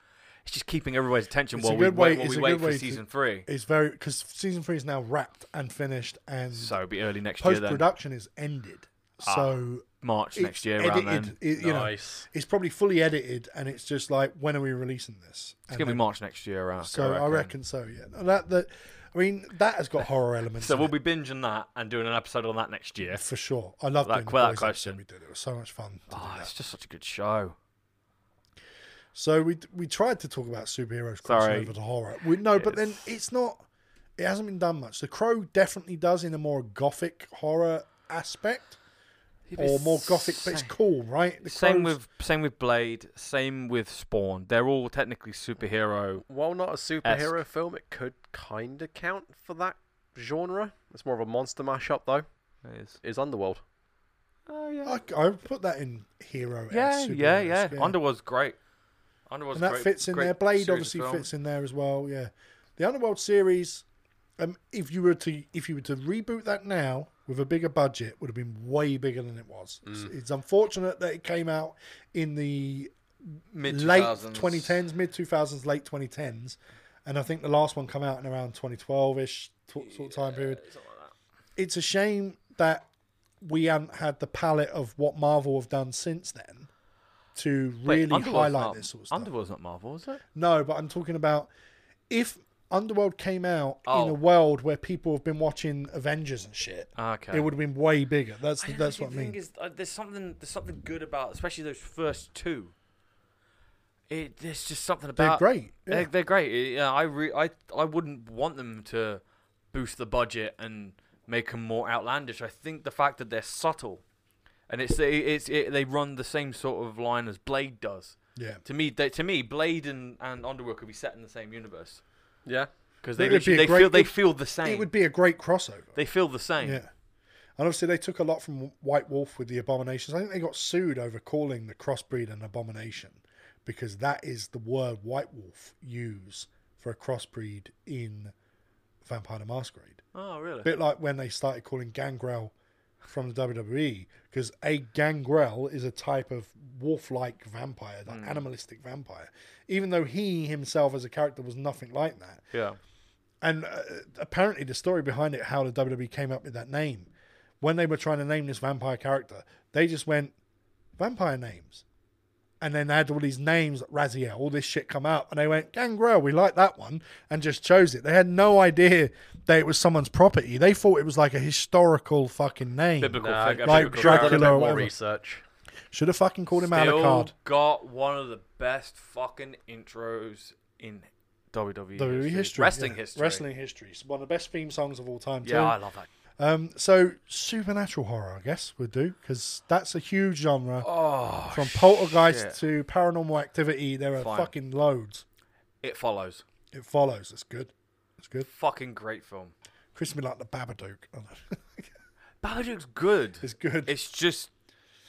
it's just keeping everybody's attention
It's a
while we
good way-
wait, while
it's
we
a
wait
good
for
way to-
season three
It's very because season three is now wrapped and finished, and
so it'll be early next year
post
then
production is ended. So
march
it's
next year around
edited.
then
it- you know,
Nice.
it's probably fully edited and it's just like when are we releasing this
it's gonna be march next year around
so i reckon so yeah And that that i mean that has got
[LAUGHS]
horror elements
so
in
we'll
it,
be binging that and doing an episode on that next year
for sure i love
That-
doing the
that
boys
question.
episode we did it was so much fun to do
oh
that.
it's just such a good show
so we we tried to talk about superheroes crossing
Sorry.
over to horror we, no but then
It's-
it's not it hasn't been done much the crow definitely does in a more gothic horror aspect or more gothic but it's cool right the
same
Crow's-
with same with blade same with spawn they're all technically superhero
While not a superhero film, it could kind of count for that genre. It's more of a monster mashup, though. It's Underworld.
oh yeah
I, I would put that in hero
Yeah, yeah, yeah.
Underworld.
Underworld's great. Underworld's
and that
great,
fits in
great
there. Blade
series
obviously
film.
fits in there as well. Yeah, the Underworld series. Um, if you were to if you were to reboot that now with a bigger budget, would have been way bigger than it was.
Mm.
It's, it's unfortunate that it came out in the
Mid
late 2010s, mid 2000s, late 2010s, and I think the last one come out in around 2012 ish sort of time period. It's a shame that we haven't had the palette of what Marvel have done since then to
Wait,
really
Underworld's
highlight
not-
this sort of stuff.
Underworld's not Marvel, is it?
No, but I'm talking about if Underworld came out in
Oh.
a world where people have been watching Avengers and shit,
Okay.
it would have been way bigger. That's that's what I mean.
Is, uh, there's something there's something good about, especially those first two. It there's just something
They're
about
great. Yeah.
They're, they're great. Uh, Yeah, I re- I I wouldn't want them to boost the budget and make them more outlandish. I think the fact that they're subtle, and it's it's it, they run the same sort of line as Blade does.
yeah.
To me, they, to me, Blade and, and Underworld could be set in the same universe
Yeah.
because
It
they
would be a
literally- they
great-
feel they
it-
feel the same.
It would be a great crossover.
they feel the same.
yeah. And obviously they took a lot from White Wolf with the abominations. I think they got sued over calling the crossbreed an abomination because that is the word White Wolf use for a crossbreed in Vampire the Masquerade.
Oh, really?
bit like when they started calling Gangrel from the WWE, because a Gangrel is a type of wolf-like vampire, like animalistic vampire. Even though he himself as a character was nothing like that,
yeah.
and uh, apparently the story behind it, how the WWE came up with that name, when they were trying to name this vampire character, they just went vampire names. And then they had all these names, Raziel, all this shit come out, and they went Gangrel. We like that one, and just chose it. They had no idea that it was someone's property. They thought it was like a historical fucking name.
Biblical
Nah,
figure.
like
biblical
Dracula
character.
Done a bit
or
more
whatever.
research.
Should have fucking called him
Still
Alucard.
got one of the best fucking intros in WWE,
WWE E history,
wrestling
yeah.
history.
wrestling history. It's one of the best theme songs of all time. too.
Yeah, I love that.
Um, so supernatural horror, I guess, would do because that's a huge genre.
Oh,
Uh, From poltergeist
shit.
to paranormal activity, there are
Fine.
fucking loads.
It follows.
It follows. It's good. It's good.
Fucking great film.
Chris would be like the Babadook. [LAUGHS] I don't know.
Babadook's good.
it's good.
It's just,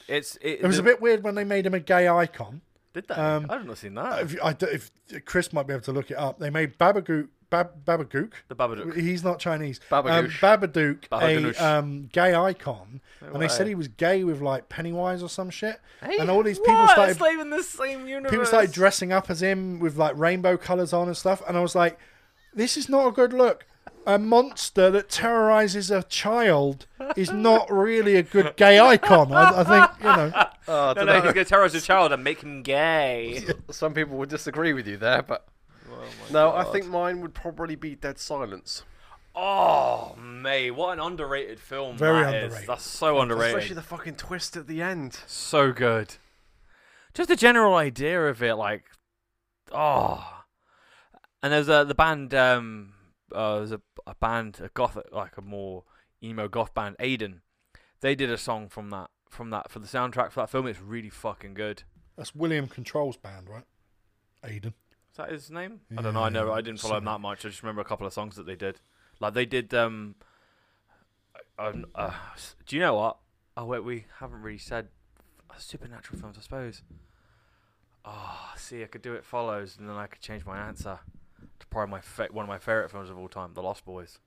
it's it,
it was a
the-
bit weird when they made him a gay icon.
Did that?
um,
I've not seen that.
If, I, d- if Chris might be able to look it up, they made Babagook. Bab, Babagook.
the Babadook.
He's not Chinese. Um,
Babagoosh.
Babadook,
Babagoosh.
a um, gay icon, and they
way.
said he was gay with like Pennywise or some shit.
Hey,
[LAUGHS] and all
[LAUGHS]
these people
what?
started
It's like in the same universe.
people started dressing up as him with like rainbow colors on and stuff, and I was like, this is not a good look. A monster that terrorizes a child is not really a good gay icon. I, I think you know.
Uh,
No,
I don't
no,
[LAUGHS] know.
he's gonna terrorize a child and make him gay.
Some people would disagree with you there, but no, I think mine would probably be Dead Silence,
Oh, mate, what an underrated film.
Very
that is.
underrated.
That's so underrated.
especially the fucking twist at the end.
so good. Just the general idea of it, like, oh. And there's uh, the band, um, uh, there's a, a band, a goth, like a more emo goth band, Aiden. They did a song from that, from that, for the soundtrack for that film. It's really fucking good.
That's William Control's band, right? Aiden.
Is that his name? I don't know. I know. I didn't follow him that much. I just remember a couple of songs that they did. Like they did. Um, I- I'm- uh, s- do you know what? Oh wait, we haven't really said uh, supernatural films, I suppose. Ah, see, I could do it follows, and then I could change my answer to probably my fa- one of my favorite films of all time, The Lost Boys.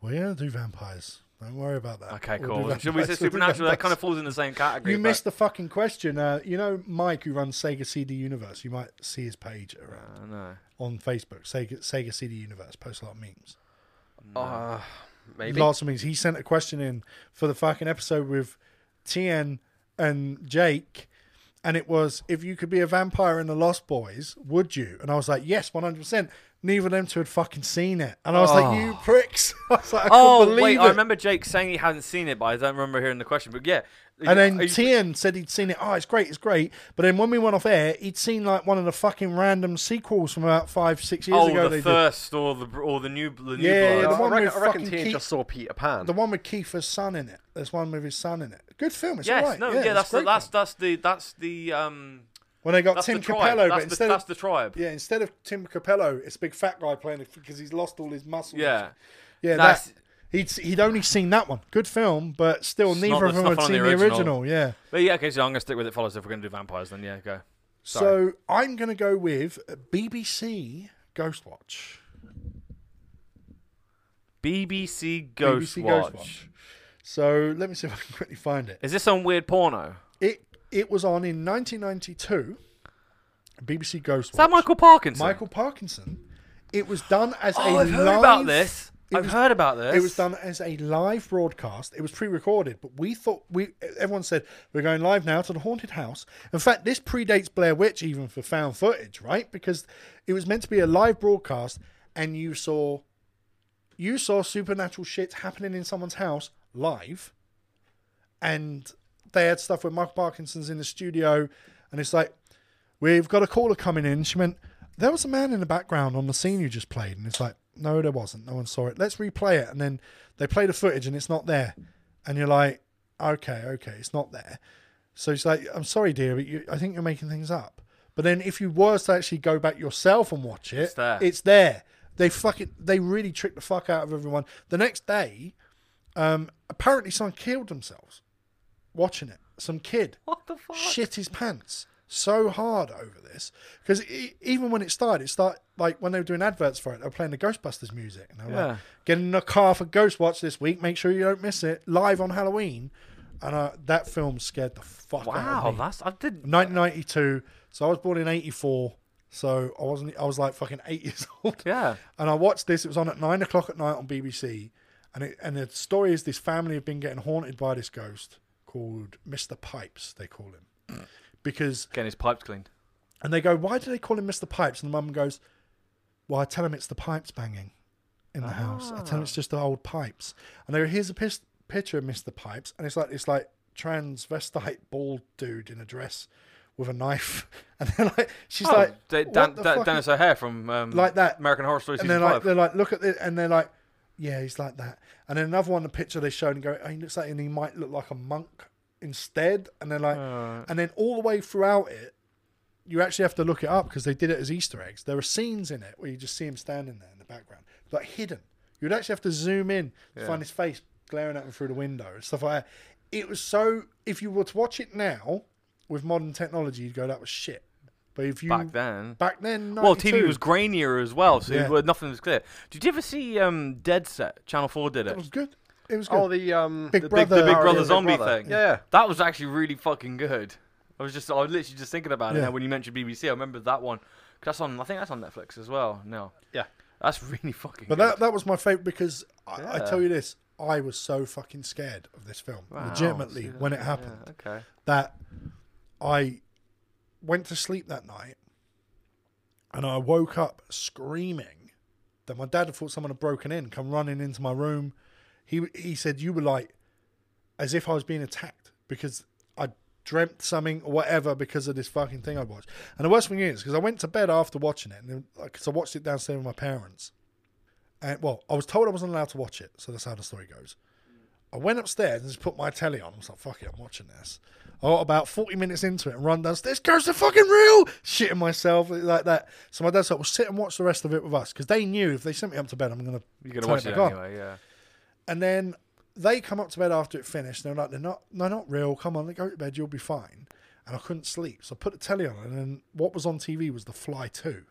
We're gonna do vampires. Don't worry about that.
Okay,
We'll do
cool. Should we
vampires.
say
We'll do
supernatural? That
vampires.
kind of falls in the same category.
You
but-
missed the fucking question. Uh, you know Mike, who runs Sega CD Universe. You might see his page around
I know.
on Facebook. Sega, Sega CD Universe posts a lot of memes. Oh,
Uh, [SIGHS] maybe.
Lots of memes. He sent a question in for the fucking episode with Tien and Jake, and it was if you could be a vampire in The Lost Boys, would you? And I was like, yes, one hundred percent. Neither of them two had fucking seen it, and I was like, you pricks. [LAUGHS] I was like, I couldn't
Oh
believe
wait,
it.
I remember Jake saying he hadn't seen it, but I don't remember hearing the question. But yeah,
And then
Are you-
Tien said he'd seen it. Oh, it's great, it's great. But then when we went off air, he'd seen like one of the fucking random sequels from about five, six years
oh,
ago.
the
they
thirst or the br- or the new the new
Yeah, yeah,
blood.
the
I
one
reckon,
with
I reckon
fucking
Tien
Keith-
just saw Peter Pan.
did. The one with Kiefer's son in it. There's one with his son in it. Good film. It's
yes,
alright.
no,
yeah,
yeah,
it's
that's the,
great
that's
film.
that's the that's the um
when they got
that's
Tim
the tribe.
Capello,
that's,
but
the,
instead
that's
of
the tribe.
yeah, instead of Tim Capello, it's a big fat guy playing it because he's lost all his muscles.
Yeah,
yeah,
that's-
that. He'd, he'd only seen that one. Good film, but still,
It's
neither
not-
of
it's
them
not
had
on
seen
the
the
original.
original. Yeah.
but yeah, okay, so I'm gonna stick with it. Follows if we're gonna do vampires, then yeah, go.
So I'm going to go with BBC Ghostwatch.
BBC Ghost
BBC
Watch.
Ghostwatch. So let me see if I can quickly find it.
Is this some weird porno?
It it was on in 1992. BBC Ghostwatch.
Is that Michael Parkinson?
Michael Parkinson. It was done as
Oh,
a
I've
live.
heard about this.
it
I've
was-
heard about this.
It was done as a live broadcast. It was pre-recorded, but we thought we everyone said we're going live now to the haunted house. In fact, this predates Blair Witch even for found footage, right? Because it was meant to be a live broadcast, and you saw you saw supernatural shit happening in someone's house live, and they had stuff where Michael Parkinson's in the studio, and it's like we've got a caller coming in. She went, there was a man in the background on the scene you just played. And it's like, no, there wasn't. No one saw it. Let's replay it. And then they play the footage and it's not there. And you're like, okay, okay, it's not there. So it's like, I'm sorry, dear, but you, I think you're making things up. But then if you were to actually go back yourself and watch it, it's
there.
there. They fucking, they really tricked the fuck out of everyone. The next day, um, apparently someone killed themselves watching it. Some kid
What the fuck?
shit his pants so hard over this because even when it started, it started like when they were doing adverts for it, they were playing the Ghostbusters music and they were
Yeah.
like, "Get in the car for Ghost Watch this week. Make sure you don't miss it live on Halloween." And uh, that film scared the fuck out
Wow,
of me.
that's I did.
1992. So I was born in '84. So I wasn't. I was like fucking eight [LAUGHS] years old.
Yeah.
And I watched this. It was on at nine o'clock at night on BBC. And it, and the story is this family have been getting haunted by this ghost called Mr. Pipes. They call him [CLEARS THROAT] because
Getting his pipes cleaned.
and they go, why do they call him Mr. Pipes? And the mum goes, well, I tell him it's the pipes banging in the house. I
Ah.
tell him it's just the old pipes. And they go, here's a pis- picture of Mr. Pipes, and it's like it's like transvestite bald dude in a dress with a knife, [LAUGHS] and they're like, she's
Oh,
like,
Da-
"What
Dan-
the
Da-
fuck
Dennis O'Hare from um,
Like that.
American Horror Story
and
season
they're like,
five.
they're like, look at this, and they're like, Yeah, he's like that. And then another one, the picture they showed and go, oh, he looks like, and he might look like a monk instead. And they're like, and then all the way throughout it, you actually have to look it up because they did it as Easter eggs. There are scenes in it where you just see him standing there in the background, like hidden. You'd actually have to zoom in to
Yeah.
find his face glaring at him through the window and stuff like that. It was so. If you were to watch it now with modern technology, you'd go, that was shit. But if you
back then.
back then,
Well, TV
92,
was grainier as well, so
Yeah.
you- nothing was clear. Did you ever see um, Dead Set? Channel Four did
It
it.
was good. It was good.
Oh, the um,
Big
the
Brother-
the Big
Oh,
Brother
yeah, Big
zombie
Brother.
thing.
Yeah, yeah.
That was actually really fucking good. I was just, I was literally just thinking about it.
Yeah.
now when you mentioned BBC, I remember that one. 'Cause That's on, I think that's on Netflix as well. No.
Yeah.
That's [LAUGHS] really fucking.
But
good.
that that was my favorite because I, I
Yeah.
tell you this, I was so fucking scared of this film,
Wow,
legitimately,
see that-
when it
yeah,
happened,
okay.
that I went to sleep that night and I woke up screaming that my dad had thought someone had broken in, come running into my room. He he said you were like as if I was being attacked because I dreamt something or whatever because of this fucking thing I watched. And the worst thing is because I went to bed after watching it, and because I watched it downstairs with my parents, and well, I was told I wasn't allowed to watch it, so that's how the story goes. I went upstairs and just put my telly on. I was like, fuck it, I'm watching this. I got about 40 minutes into it and run downstairs, goes the fucking real shitting myself like that. So my dad's like, well, sit and watch the rest of it with us because they knew if they sent me up to bed, I'm going to
You're gonna
turn
watch
it
it
back on.
anyway. Yeah.
And then they come up to bed after it finished. And they're like, they're not, they're not real. Come on, go to bed. You'll be fine. And I couldn't sleep. So I put the telly on. And then what was on TV was The Fly 2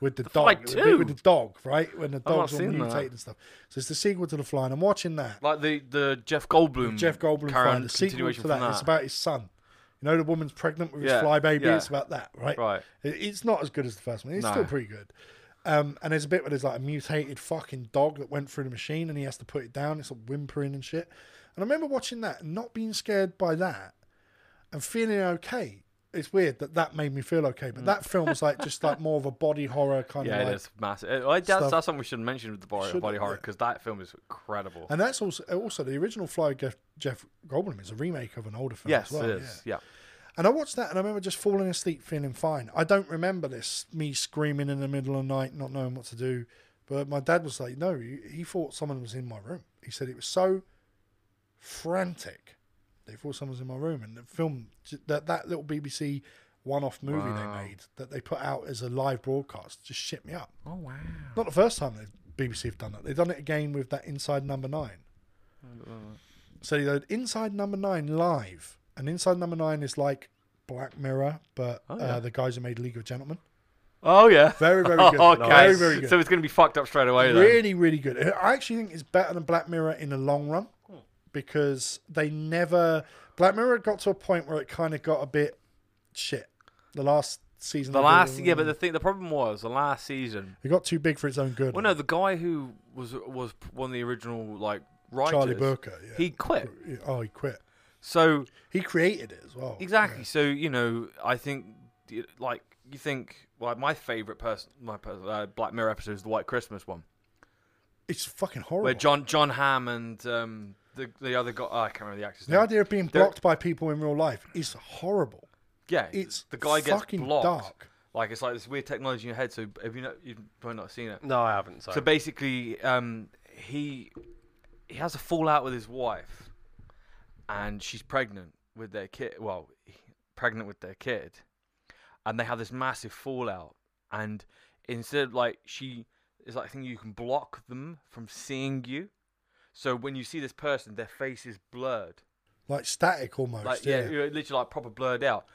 with the, dog.
Fly
It was a bit
2?
With the dog, right? When the
not
dog's all
seen that.
mutated and stuff. So it's the sequel to The Fly. And I'm watching that.
Like the the Jeff Goldblum.
Jeff Goldblum
carry on
find the sequel
continuation
to that.
from
It's about his son. You know, the woman's pregnant with his
Yeah,
fly baby.
yeah.
It's about that, right?
Right.
It- It's not as good as the first one. It's
No.
still pretty good. Um, and there's a bit where there's like a mutated fucking dog that went through the machine and he has to put it down. It's like whimpering and shit. And I remember watching that and not being scared by that and feeling okay. It's weird that that made me feel okay. But that film was like just like
[LAUGHS]
more of a body horror kind
Mm. Yeah,
of
it
like
is massive. Uh, I, that's,
stuff.
that's something we should mention with the body,
Should-
body horror
yeah.
because that film is incredible.
And that's also also the original Fly Jeff, Jeff Goldblum is a remake of an older film as
yes,
well.
it
yeah.
is. Yeah.
And I watched that and I remember just falling asleep feeling fine. I don't remember this, me screaming in the middle of the night, not knowing what to do. But my dad was like, no, he, he thought someone was in my room. He said it was so frantic. They thought someone was in my room. And the film, that, that little BBC one off movie
Wow.
they made that they put out as a live broadcast just shit me up.
Oh wow.
Not the first time the BBC have done that. They've done it again with that Inside Number Nine. So they did Inside Number Nine live, and Inside Number Nine is like Black Mirror, but
Oh,
uh,
yeah.
the guys who made League of Gentlemen.
Oh yeah.
Very,
[LAUGHS]
very good.
okay.
Very, very good.
So it's gonna be fucked up straight away then.
really, really good. I actually think it's better than Black Mirror in the long run because they never. Black Mirror got to a point where it kind of got a bit shit. The last season.
The
they did-
last, yeah, but the thing, the problem was the last season.
it got too big for its own good.
Well, no, the guy who was was one of the original like writers,
Charlie Burker. Yeah.
he quit.
Oh, he quit.
So
He created it as well.
exactly, so you know, I think y- like you think like my favorite person, my pers- uh, Black Mirror episode is the White Christmas one,
It's fucking horrible.
where John John Hamm and um, the the other guy, oh, I can't remember the actor's
the
name.
idea of being
They're-
blocked by people in real life is horrible.
Yeah,
It's
the guy gets
fucking
blocked.
dark.
Like it's like this weird technology in your head. So have you not? You've probably not seen it.
No, I haven't. So,
So basically, um, he he has a fallout with his wife, and she's pregnant with their kid. Well, pregnant with their kid, and they have this massive fallout. And instead, of, like she is like, I think you can block them from seeing you. So when you see this person, their face is blurred,
like static almost.
like
yeah,
yeah, you're literally like proper blurred out.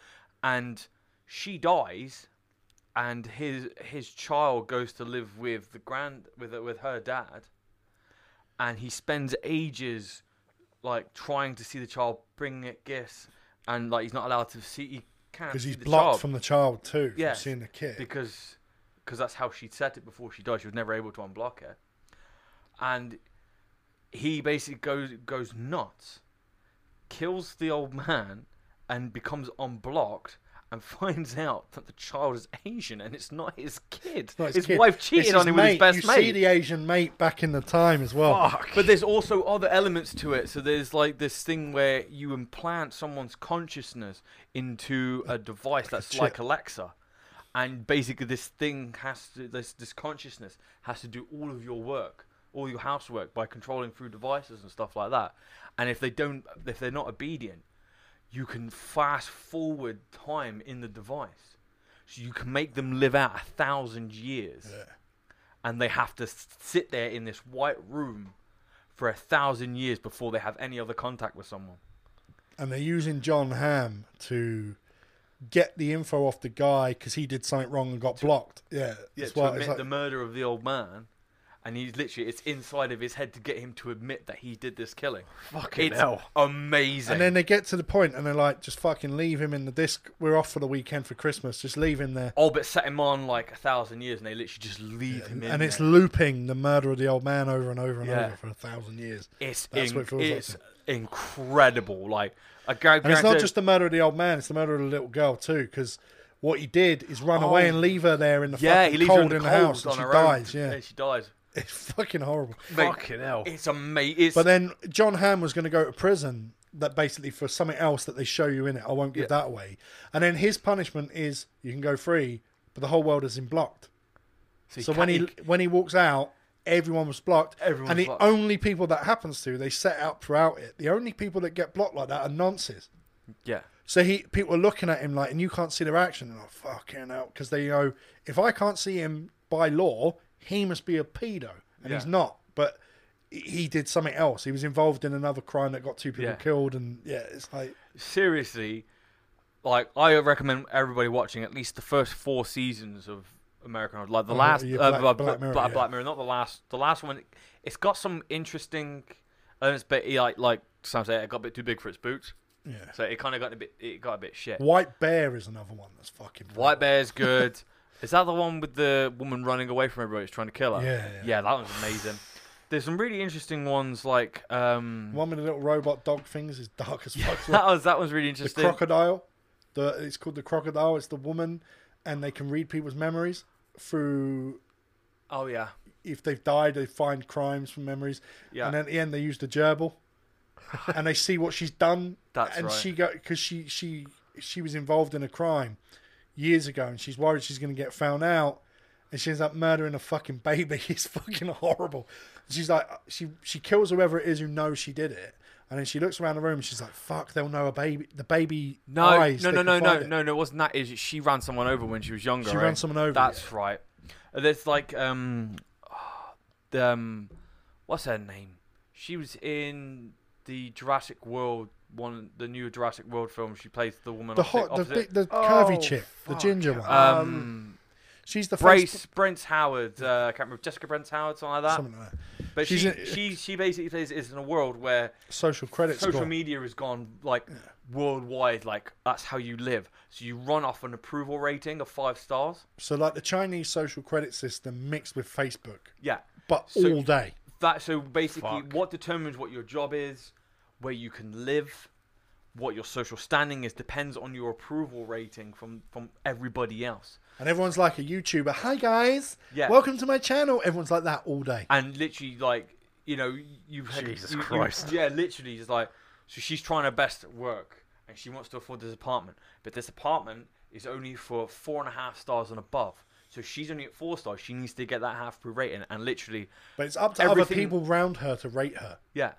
And she dies, and his his child goes to live with the grand with with her dad, and he spends ages like trying to see the child, bringing it gifts, and like he's not allowed to see. He can't
because
see
he's
the
blocked
child
from the child too. Yeah,
Yeah,
from seeing the kid.
because because that's how she said it before she died. She was never able to unblock it, and he basically goes goes nuts, kills the old man, and becomes unblocked. And [LAUGHS] finds out that the child is Asian and it's not his kid.
Not
his
kid.
wife
It's
cheated
his
on him with his
mate.
best
you
mate. Oh.
see the Asian mate back in the time as
oh,
well.
But there's also other elements to it. So there's like this thing where you implant someone's consciousness into a device that's
chip.
like Alexa, and basically this thing has to this this consciousness has to do all of your work, all your housework by controlling through devices and stuff like that. And if they don't, if they're not obedient, you can fast forward time in the device, so you can make them live out a thousand years,
Yeah.
and they have to s- sit there in this white room for a thousand years before they have any other contact with someone.
and they're using John Ham to get the info off the guy because he did something wrong and got blocked. Yeah,
yeah,
it's
to
why-
admit
it's like-
the murder of the old man, and he's literally it's inside of his head to get him to admit that he did this killing.
Fucking
It's
hell.
amazing.
and then they get to the point and they're like, just fucking leave him in the disc. We're off for the weekend for Christmas. Just leave him there.
oh, but set him on like a thousand years, and they literally just leave him in.
And it's
there.
looping the murder of the old man over and over and
Yeah.
over for a thousand years.
it's
that's what
in-
it feels like
it's
to
incredible. Like a guy.
And it's not just the murder of the old man; it's the murder of the little girl too. Because what he did is run
Oh.
away and leave her there in the
yeah,
fucking
he leaves
cold
her in the, cold
house, and
on
she
her
dies.
own.
Yeah,
she dies.
[LAUGHS] it's fucking horrible.
Mate,
Fucking hell.
It's amazing. It's
But then John Hamm was going to go to prison that basically for something else that they show you in it. I won't give that away. And then his punishment is you can go free, but the whole world is in blocked. so
can't-
when he when he walks out, everyone was blocked.
Everyone
and
was
the
blocked.
only people that happens to, they set out throughout it. The only people that get blocked like that are nonces.
yeah,
So he people are looking at him like, and you can't see their action. And I'm like, fucking out, because they know if I can't see him by law, he must be a pedo, and
Yeah.
he's not. But he- he did something else. He was involved in another crime that got two people
Yeah.
killed, and yeah, it's like
seriously, like I recommend everybody watching at least the first four seasons of American Idol. Like the
Oh,
last
yeah,
uh,
Black-
Bla-
Black Mirror,
Bla-
yeah.
Black Mirror, not the last. The last one, it's got some interesting elements, but yeah, like like some say, it got a bit too big for its boots,
yeah.
so it kind of got a bit, it got a bit shit.
White Bear is another one that's fucking
White Bear's
[LAUGHS]
good. Is that the one with the woman running away from everybody who's trying to kill her?
Yeah, yeah.
that one's amazing. There's some really interesting ones like um,
One with the little robot dog things is dark as fuck.
[LAUGHS] that was that one's really
the
interesting.
crocodile, the it's called the crocodile. It's the woman, and they can read people's memories through
oh yeah,
if they've died, they find crimes from memories.
Yeah.
And then at the end, they use the
[LAUGHS]
gerbil, and they see what she's done.
That's
and
right.
she go because she she she was involved in a crime years ago, and she's worried she's going to get found out, and she ends up murdering a fucking baby. [LAUGHS] It's fucking horrible. She's like she she kills whoever it is who knows she did it. And then she looks around the room. and She's like, "Fuck! They'll know a baby. The baby
No,
eyes.
no,
they
no,
can
no, no,
find it."
no, no. It wasn't that. Is she ran someone over when she was younger?
She
right?
ran someone over,
That's right. Uh, There's like um, the, um, what's her name? She was in the Jurassic World one, the new Jurassic World film. She plays the woman.
The
opposite-
hot, the,
opposite-
big, the curvy
Oh,
chick, the
fuck.
ginger one.
um,
she's the first,
Brace Brent Howard. Uh, I can't remember Jessica Brent Howard, something like that.
something like that.
but
she's
she,
in-
she she basically plays is in a world where
Social credit
social
score.
media has gone like worldwide. Like that's how you live. So you run off an approval rating of five stars.
So like the Chinese social credit system mixed with Facebook,
Yeah.
but
So-
all day.
That so basically
Fuck.
what determines what your job is, where you can live, what your social standing is depends on your approval rating from from everybody else.
And everyone's like a YouTuber. Hi guys,
Yeah.
welcome to my channel. Everyone's like that all day.
And literally like, you know, you've had
Jesus
you- you-
Christ.
yeah, literally just like so she's trying her best at work and she wants to afford this apartment. But this apartment is only for four and a half stars and above. So she's only at four stars. She needs to get that half pre rating and literally
But it's up to other
everything-
people round her to rate her.
Yeah.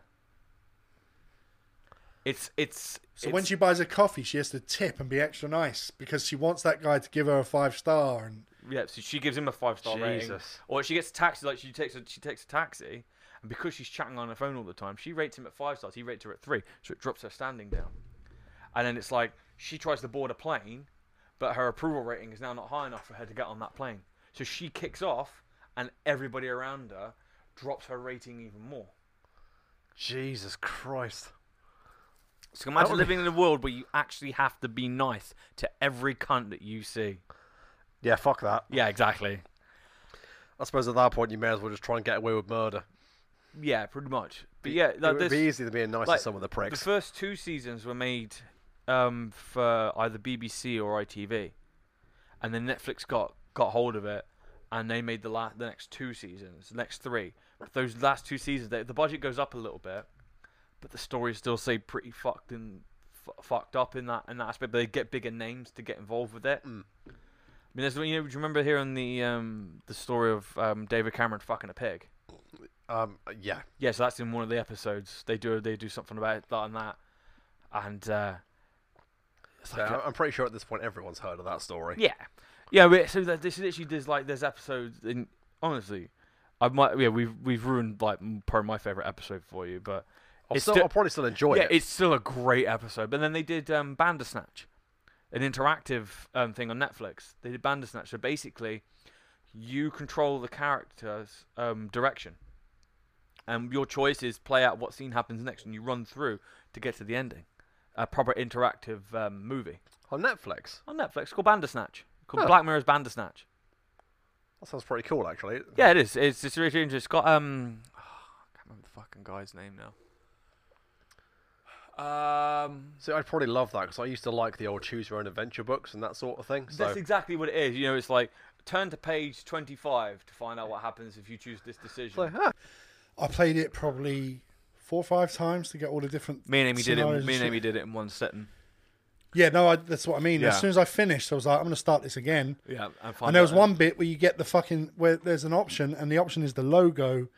It's it's
So when
it's-
she buys a coffee, she has to tip and be extra nice because she wants that guy to give her a five star. And
yeah, so she gives him a five star rating.
Jesus.
Or she gets a taxi, like she takes a she takes a taxi, and because she's chatting on her phone all the time, she rates him at five stars. He rates her at three, so it drops her standing down. And then it's like she tries to board a plane, but her approval rating is now not high enough for her to get on that plane. So she kicks off, and everybody around her drops her rating even more.
Jesus Christ.
So imagine living in a world where you actually have to be nice to every cunt that you see.
Yeah, fuck that.
Yeah, exactly.
I suppose at that point you may as well just try and get away with murder.
Yeah, pretty much. But yeah,
it
like
would
this,
be easier than being nice
like,
to some of the
the
pricks.
first two seasons were made um, for either BBC or ITV, and then Netflix got got hold of it, and they made the la- the next two seasons, the next three. But those last two seasons, they, the budget goes up a little bit, but the stories still stay pretty fucked and f- fucked up in that in that aspect. But they get bigger names to get involved with it.
Mm.
I mean, there's, you know, do you remember hearing the um, the story of um, David Cameron fucking a pig?
Um, yeah,
Yes, that's in one of the episodes. They do they do something about that and that, and uh, it's
yeah,
like a-
I'm- I'm pretty sure at this point everyone's heard of that story.
yeah, yeah. But, so that this literally there's like there's episodes in honestly, I might yeah we've we've ruined like m- probably my favorite episode for you, but
I'll,
It's
still,
still-
I'll probably still enjoy
yeah,
it.
it's still a great episode. But then they did um, Bandersnatch, an interactive um, thing on Netflix. They did Bandersnatch. So basically, you control the character's um, direction, and your choices play out what scene happens next, and you run through to get to the ending. A proper interactive um, movie
On Netflix,
on Netflix it's called Bandersnatch. Called
Huh.
Black Mirror's Bandersnatch.
that sounds pretty cool actually.
Yeah, it is. It's it's really interesting. It's got um, [SIGHS] I can't remember the fucking guy's name now. Um,
So I'd probably love that because I used to like the old choose your own adventure books and that sort of thing. So
That's exactly what it is. You know, it's like turn to page 25 to find out what happens if you choose this decision.
So, huh,
I played it probably four or five times to get all the different.
me and Amy did it.
scenarios
Me and
shit.
Amy did it in one sitting.
Yeah, no, I, that's what I mean.
Yeah.
As soon as I finished, I was like, I'm going to start this again.
Yeah, and, uh,
and there was one bit where you get the fucking where there's an option, and the option is the logo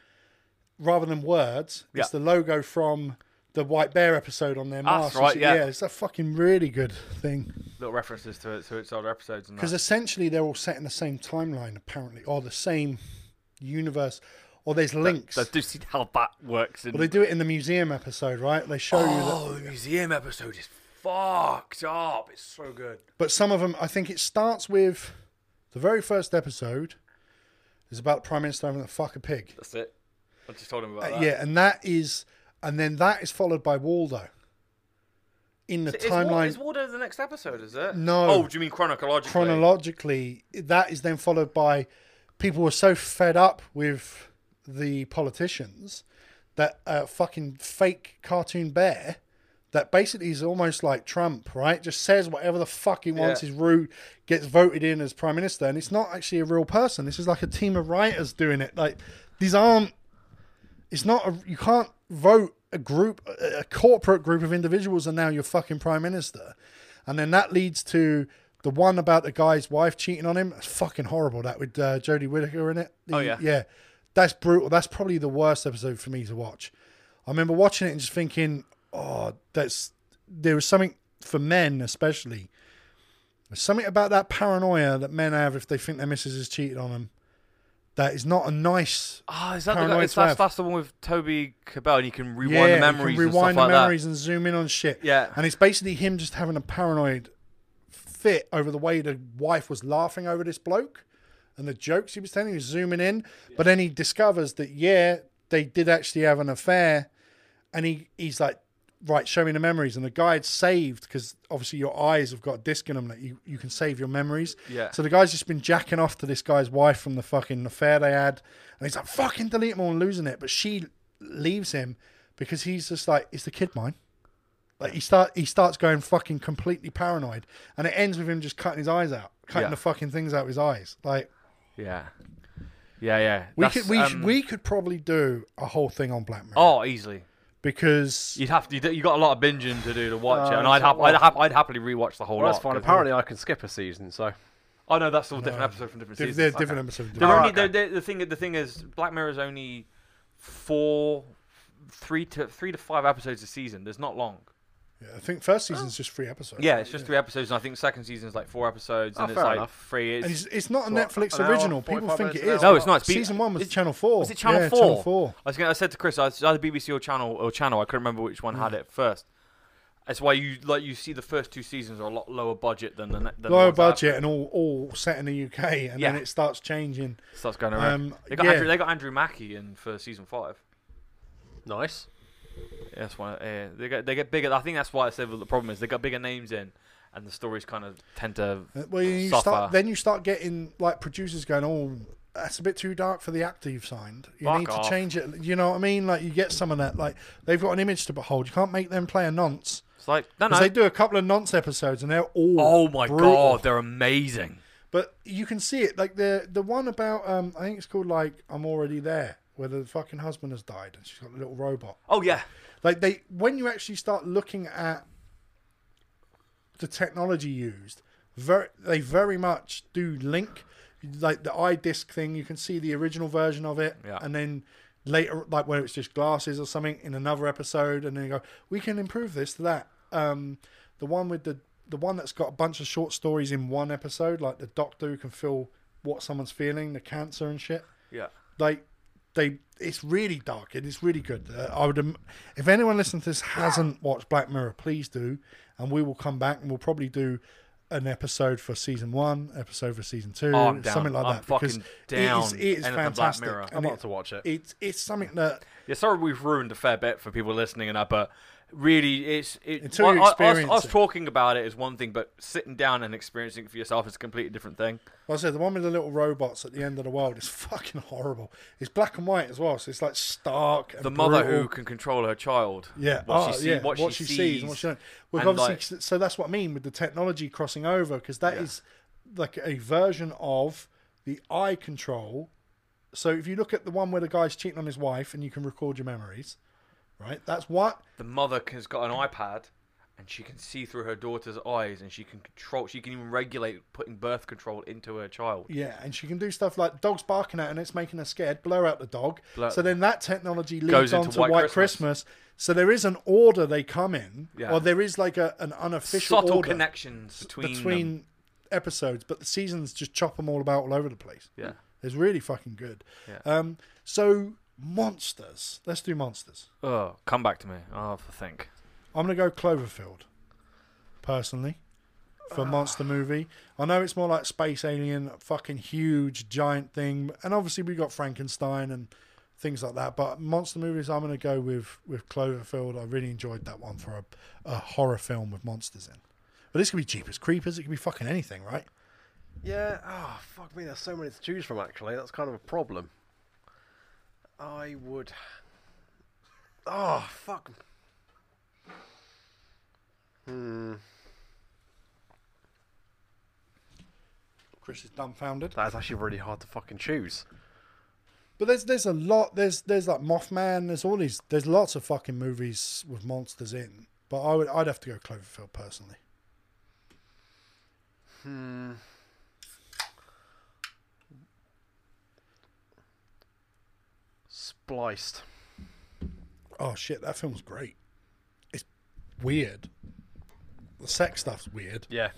rather than words. It's
Yeah. Ah,
the logo from the White Bear episode on their mask.
That's
and
right,
shit.
yeah.
it's a fucking really good thing
little references to it, to its older episodes and
because
that.
essentially they're all set in the same timeline, apparently, or the same universe, or there's links.
Let's do see how that works. In
well, they do it in the museum episode, right? They show you that
oh, the museum episode is fucked up. It's so good.
But some of them, I think it starts with the very first episode is about Prime Minister having to fuck a pig.
That's it. I just told him about
Uh,
that.
yeah, and that is, and then that is followed by Waldo. In the
Is, Wa-
timeline,
is Waldo the next episode? Is it?
No.
Oh, do you mean chronologically?
chronologically, that is then followed by people were so fed up with the politicians that uh, fucking fake cartoon bear that basically is almost like Trump, right? Just says whatever the fuck he wants.
Yeah.
His route gets voted in as prime minister, and it's not actually a real person. This is like a team of writers doing it. Like these aren't. It's not. A, you can't vote a group, a a corporate group of individuals, and now you're fucking prime minister. And then that leads to the one about the guy's wife cheating on him. That's fucking horrible. That with uh, Jodie Whittaker in it.
Oh,
The-
yeah.
yeah. That's brutal. That's probably the worst episode for me to watch. I remember watching it and just thinking, oh, that's there was something for men especially. There's something about that paranoia that men have if they think their missus is cheating on them. That is not a nice.
Ah, is that the,
Paranoid
guy- it's- that's,
Twelve.
that's the one with Toby Cabell, and you can rewind
yeah,
the
you
memories
can rewind
and stuff
the
like
memories and zoom in on shit.
Yeah.
and it's basically him just having a paranoid fit over the way the wife was laughing over this bloke and the jokes he was telling. He was zooming in, but then he discovers that yeah, they did actually have an affair, and he he's like, right, show me the memories. And the guy had saved because obviously your eyes have got a disc in them that you, you can save your memories.
Yeah.
So the guy's just been jacking off to this guy's wife from the fucking affair they had, and he's like, fucking delete them all and losing it. But she leaves him because he's just like, is the kid mine? Like he start he starts going fucking completely paranoid, and it ends with him just cutting his eyes out, cutting
Yeah.
the fucking things out of his eyes. Like
that. Yeah, yeah, yeah.
we
That's,
could we
um,
should, we could probably do a whole thing on Black Mirror
Oh, easily.
because
You'd have to. You you got a lot of binging to do to watch it,
Uh,
and I'd,
so-
hap- I'd, hap- I'd happily rewatch the whole
well, that's
lot, 'cause-
fine. Apparently, I can skip a season. So
Oh no, that's all different episode from different
they're,
seasons.
they're
Okay.
different episodes.
They're
Oh,
only,
okay.
they're- they're- the thing. The thing is, Black Mirror is only four, three to three to five episodes a season. There's not long.
Yeah, I think first season's just three episodes.
Yeah, it's just three episodes, and I think second season is like four episodes,
Oh,
and it's
fair
like
enough.
three. It's,
and it's, it's not a
what,
Netflix
an hour,
original. People
45
think it
minutes, an
is.
no, it's not. It's
Season one was
it's-
Channel Four.
Was it Channel
Oh, Yeah,
Four?
Channel Four.
I was gonna, I said to Chris, I was either BBC or Channel or Channel. I couldn't remember which one
Mm.
had it first. That's why you like you see the first two seasons are a lot lower budget than the ne- than the
Low
ones that
budget and all all set in the UK, and
Yeah.
then it starts changing.
after. starts going around.
Um,
they got
yeah.
Andrew, they got Andrew Mackie in for season five.
nice.
Yeah, that's why yeah, they get they get bigger. I think that's why I said well, the problem is they got bigger names in, and the stories kind of tend to
Uh, Well, you
suffer.
start then you start getting like producers going, "Oh, that's a bit too dark for the actor you've signed. You
Fuck
need
off."
to change it." You know what I mean? Like you get some of that. Like they've got an image to behold. You can't make them play a nonce
it's like no, no.
because they do a couple of nonce episodes and they're all
oh my
brutal.
god, they're amazing.
But you can see it, like the the one about um, I think it's called like I'm already there, where the fucking husband has died and she's got a little robot.
Oh yeah,
Like they, when you actually start looking at the technology used, very they very much do link, like the iDisc thing. You can see the original version of it,
Yeah.
and then later, like where it's just glasses or something in another episode, and then you go, we can improve this to that. Um, the one with the the one that's got a bunch of short stories in one episode, like the doctor who can feel what someone's feeling, the cancer and shit.
Yeah.
Like they, it's really dark and it's really good. Uh, I would, im- if anyone listening to this hasn't watched Black Mirror, please do, and we will come back and we'll probably do an episode for season one, episode for season two,
Oh, I'm down.
something like
I'm
that.
fucking
because
down
It is, it is
anything Black
fantastic.
Mirror.
I'm
and
not
it,
to watch it.
it's it's something that
Yeah, sorry we've ruined a fair bit for people listening and that, but really, it's it,
Until you
I- I-
experience
us, us
it.
talking about it is one thing, but sitting down and experiencing it for yourself is a completely different thing.
Like I said, the one with the little robots at the end of the world is [LAUGHS] fucking horrible. It's black and white as well, so it's like stark. And
The mother
brutal.
who can control her child.
yeah,
what
oh,
she see-
yeah,
what
what,
she
she, sees, and what
sees,
she don't. Well,
and,
obviously, so that's what I mean with the technology crossing over because that is like a version of the eye control. So if you look at the one where the guy's cheating on his wife and you can record your memories, right? That's what
The mother has got an iPad, and she can see through her daughter's eyes, and she can control. She can even regulate putting birth control into her child.
Yeah, and she can do stuff like dogs barking at her and it's making her scared. Blur out the dog.
Blur-
So then that technology leads
Goes
on
into
to
White
White,
Christmas.
Christmas. So there is an order they come in,
Yeah.
or there is like a, an unofficial
Subtle
order
connections between, them.
between episodes, but the seasons just chop them all about all over the place.
Yeah.
it's really fucking good.
Yeah.
Um, so monsters. Let's do monsters.
Oh, come back to me. I'll have to think.
I'm gonna go Cloverfield, personally, for
Ah.
monster movie. I know it's more like space alien, fucking huge giant thing, and obviously we got Frankenstein and things like that. But monster movies, I'm gonna go with with Cloverfield. I really enjoyed that one for a, a horror film with monsters in. But this could be Jeepers Creepers. It could be fucking anything, right?
Yeah. Oh, fuck me. There's so many to choose from. Actually, that's kind of a problem. I would. Oh fuck. Hmm.
Chris is dumbfounded.
That's actually really hard to fucking choose.
But there's there's a lot. There's there's like Mothman. There's all these. There's lots of fucking movies with monsters in. But I would I'd have to go Cloverfield personally.
Hmm. Spliced.
Oh shit, that film's great. It's weird. The sex stuff's weird,
Yeah.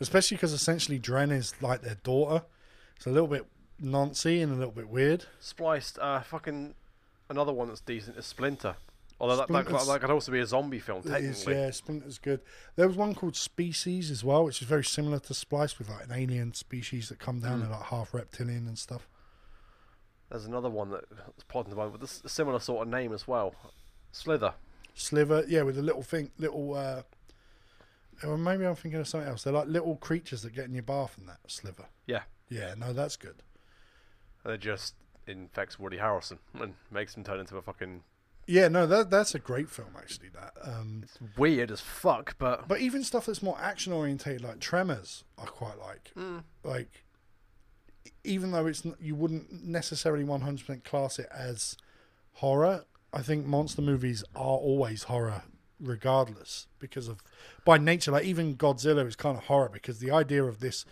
especially because essentially Dren is like their daughter. It's a little bit nancy and a little bit weird.
Spliced. Uh, fucking another one that's decent is Splinter. Although that, that,
Splinter's-
that could also be a zombie film
It
technically.
is, yeah, Splinter's good. There was one called Species as well, which is very similar to Splice with like an alien species that come down and like half reptilian and stuff.
There's another one that's pardon the mind with a s- similar sort of name as well. Slither.
Sliver, yeah, with the little thing, little. uh or maybe I'm thinking of something else. They're like little creatures that get in your bath and that sliver.
Yeah.
Yeah, no, that's good.
And it just infects Woody Harrelson and makes him turn into a fucking
Yeah, no, that that's a great film actually. That, um,
weird as fuck, but
but even stuff that's more action orientated, like Tremors, I quite like. Like, e- even though it's n- you wouldn't necessarily 100% class it as horror, I think monster movies are always horror, regardless, because of by nature. Like even Godzilla is kind of horror because the idea of this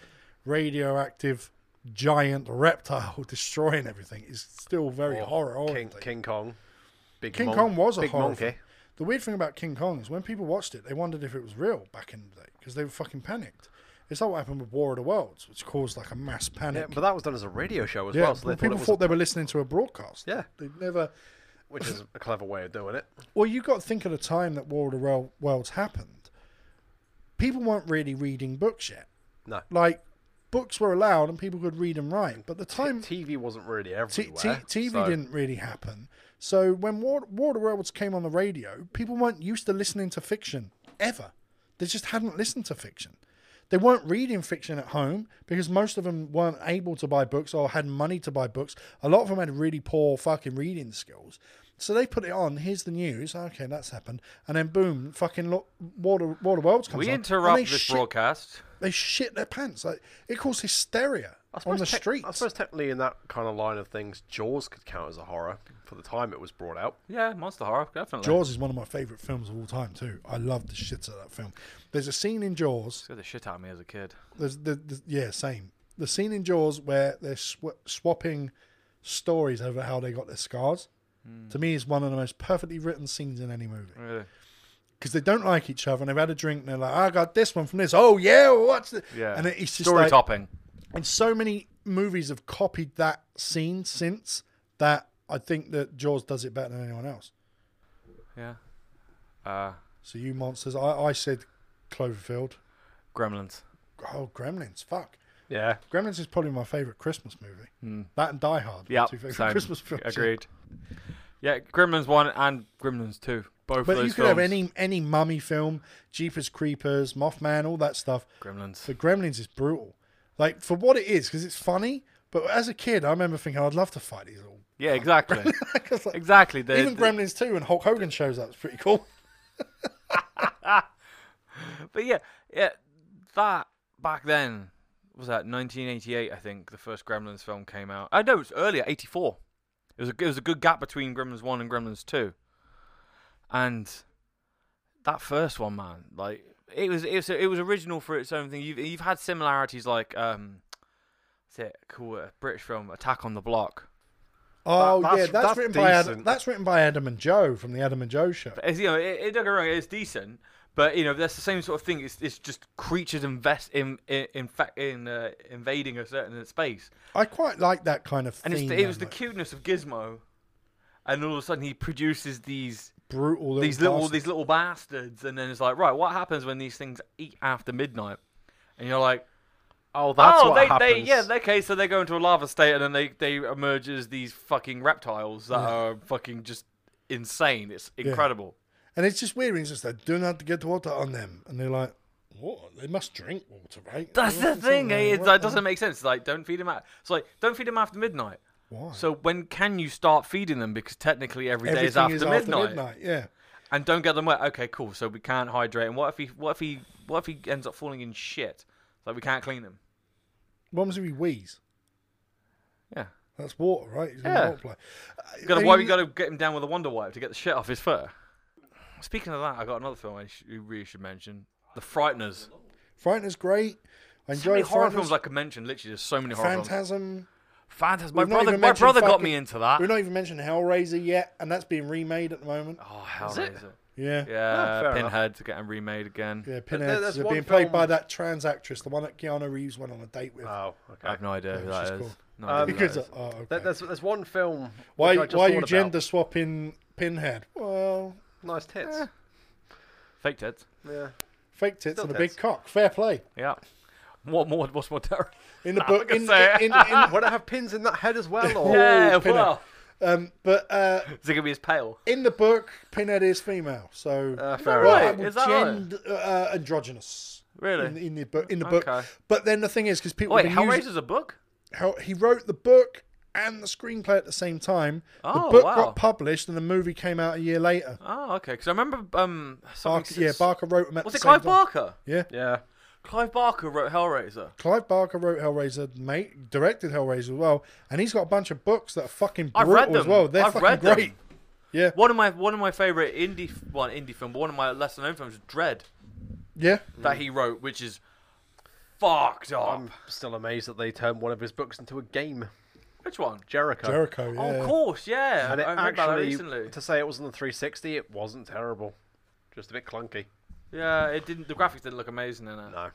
radioactive giant reptile [LAUGHS] destroying everything is still very
Or
horror
King,
oriented.
King Kong. Big
King
Mon-
Kong was a
big
horror
monkey.
film. The weird thing about King Kong is when people watched it, they wondered if it was real back in the day because they were fucking panicked. It's like what happened with War of the Worlds, which caused like a mass panic.
Yeah, but that was done as a radio show as
Yeah,
well, so they
well, people
thought it was
thought they were listening to a broadcast.
Yeah.
they never.
which is a clever way of doing it.
Well, you got to think of the time that War of the World- Worlds happened. People weren't really reading books yet.
No.
Like books were allowed and people could read and write, but the time
TV wasn't really
T-
everywhere.
T- TV
so-
didn't really happen. So when War, War of the Worlds came on the radio, people weren't used to listening to fiction ever. They just hadn't listened to fiction. They weren't reading fiction at home because most of them weren't able to buy books or had money to buy books. A lot of them had really poor fucking reading skills. So they put it on. Here's the news. Okay, that's happened. And then boom, fucking lo- War, of- War of the Worlds comes
We
on. and
interrupt
they
this
shit-
broadcast.
They shit their pants. Like it caused hysteria
I suppose
on the
tec-
streets.
I suppose technically in that kind of line of things, Jaws could count as a horror for the time it was brought out.
Yeah, monster horror, definitely.
Jaws is one of my favorite films of all time too. I love the shit out of that film. There's a scene in Jaws.
Scared the shit out of me as a kid.
There's the, the yeah same. The scene in Jaws where they're sw- swapping stories over how they got their scars,
Hmm.
to me is one of the most perfectly written scenes in any movie
Really?
because they don't like each other and they've had a drink and they're like, I got this one from this. Oh yeah, what's the?
Yeah.
And it's just
Story
like,
topping.
and so many movies have copied that scene since that I think that Jaws does it better than anyone else.
Yeah. Uh,
So you monsters, I, I said Cloverfield.
Gremlins.
Oh, Gremlins, fuck.
Yeah.
Gremlins is probably my favorite Christmas movie. That and Die Hard. are
Yeah.
two favorite
Hmm. Same.
Christmas films.
Agreed. Yeah, Gremlins one and Gremlins two. Both of
But
those
you could
films.
have any any mummy film, Jeepers Creepers, Mothman, all that stuff.
Gremlins.
The Gremlins is brutal. Like for what it is, because it's funny. But as a kid, I remember thinking "Oh, I'd love to fight these all. [LAUGHS]
Yeah, exactly.
'Cause, like, [LAUGHS]
exactly. The,
even Gremlins too, and Hulk Hogan shows up. It's pretty cool.
But yeah, yeah, that back then was that 1988, I think the first Gremlins film came out. I know it was earlier, 84. It was a it was a good gap between Gremlins one and Gremlins two. And that first one, man, like it was it was it was original for its own thing. You've you've had similarities like um, what's it cool uh, British film Attack on the Block.
Oh
that's-
yeah, that's,
that's
written by Adam,
decent.
that's written by Adam and Joe from the Adam and Joe show.
It's, you know, it, it, don't get me wrong, it's decent, but you know, that's the same sort of thing. It's, it's just creatures invest in in in, fact, in uh, invading a certain space,
I quite like that kind of
and
thing.
it's the, it was
though,
the
like,
cuteness of Gizmo, and all of a sudden he produces these
brutal little
these little
bastards.
these little bastards, and then it's like, right, what happens when these things eat after midnight? And you're like,
Oh, that's
oh,
what
they,
happens.
they yeah, they- okay, so they go into a lava state, and then they they emerge as these fucking reptiles that are fucking just insane. It's incredible.
and it's just weird. It's just they do not get water on them, and they're like, "What? They must drink water, right?"
That's the
Something
thing.
like,
eh, It,
what
that
the-
doesn't make sense. It's like, don't feed them out. It's like, don't feed them after midnight.
Why?
So when can you start feeding them? Because technically every day is, after,
Everything
midnight.
Yeah,
And don't get them wet. Okay, cool. So we can't hydrate. And what if he? What if he? What if he ends up falling in shit? Like we can't clean him.
what happens if we wheeze?
Yeah.
That's water, right? It's in the
Yeah.
water play. Uh,
Got to
they-
why we got to get him down with a wonder wipe to get the shit off his fur. Speaking of that, I got another film I sh- really should mention: The Frighteners.
Frighteners great. I
So many
enjoy
horror
Frighteners.
films I could mention. Literally, there's so many horror films.
Phantasm.
Fantastic. My
We've not
brother,
even
my
mentioned
brother got
fucking-
me into that.
We've not even mentioned Hellraiser yet, and that's being remade at the moment.
Oh, hell
it?
Yeah.
Yeah,
fair enough.
Pinhead getting remade again.
Ah, Yeah,
there-
Pinhead's
there's
They're
one
being played
film-
by that trans actress, the one that Keanu Reeves went on a date with.
Oh,
I
okay.
have no idea who
Yeah,
that
she's
is.
cool.
No idea
[LAUGHS]
who that
because
is.
oh, Ah, okay.
There- There's, there's one film.
why
which I just
why are
thought
you
about.
gender swapping Pinhead? Well,
Nice tits.
Eh.
Fake tits.
Yeah.
fake tits
Still
and a
tits.
big cock. Fair play.
Yeah. What more? What's more terrible?
In the
Nah,
book,
I
in,
can say
in, in,
[LAUGHS] it.
in-
Would it have pins in that head
[LAUGHS]
as well? Or
Yeah,
Oh, Pinhead.
well,
um, but uh,
is it gonna be his pale?
in the book, Pinhead is female, so
Uh, fair
Well,
right?
I would
Is that right?
gend- uh, androgynous.
Really?
In, in the book, in the book.
Okay.
But then the thing is, because people
Wait,
have been using-
Hellraiser's a book?
how he wrote the book and the screenplay at the same time.
Oh,
the book
wow.
got published and the movie came out a year later.
Oh, okay. Because I remember um, something.
Barker, yeah,
s-
Barker wrote them at
was
the
it
same
Clive
time.
Barker?
Yeah,
Yeah.
Clive Barker wrote Hellraiser.
Clive Barker wrote Hellraiser, mate, directed Hellraiser as well, and he's got a bunch of books that are fucking
I've
brutal
read them.
as well. They're
I've
fucking
read them.
great. Yeah,
One of my one of my favorite indie f- well, not indie film, but one of my lesser known films, Dread,
yeah.
that he wrote, which is fucked up.
Um,
I'm still amazed that they turned one of his books into a game.
which one?
Jericho.
Jericho. Yeah.
Oh, of course, yeah.
And it
I read about that
actually,
recently.
to say it was on the 360, it wasn't terrible. Just a bit clunky.
Yeah, it didn't. The graphics didn't look amazing in it.
No.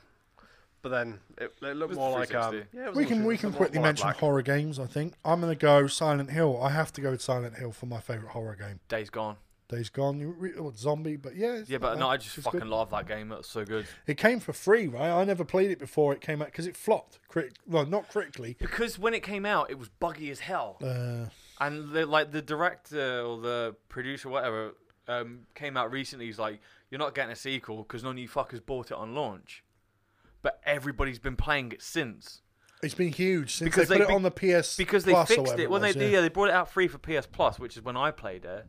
But then it, it looked
was
more like um,
360.
yeah, it was
We
on
can
the
we
360,
can
more-
quickly
more like
mention
black.
horror games. I think I'm gonna go Silent Hill. I have to go with Silent Hill for my favorite horror game.
Days Gone.
Days Gone, you re- or Zombie, but yeah, it's
Yeah,
not
but
bad.
no, I just
Oh, It's
fucking
good.
love that game. That's so good.
It came for free, right? I never played it before it came out because it flopped. Crit- well, not critically.
[LAUGHS] Because when it came out, it was buggy as hell,
Uh,
and the, like the director or the producer, whatever, um, came out recently. He's like, "You're not getting a sequel because none of you fuckers bought it on launch." But everybody's been playing it since
it's been huge since
Because
they
they
put
be-
it on the PS
because they
Plus or
fixed
whatever
it when
was,
they
yeah.
yeah they brought it out free for PS Plus, which is when I played it,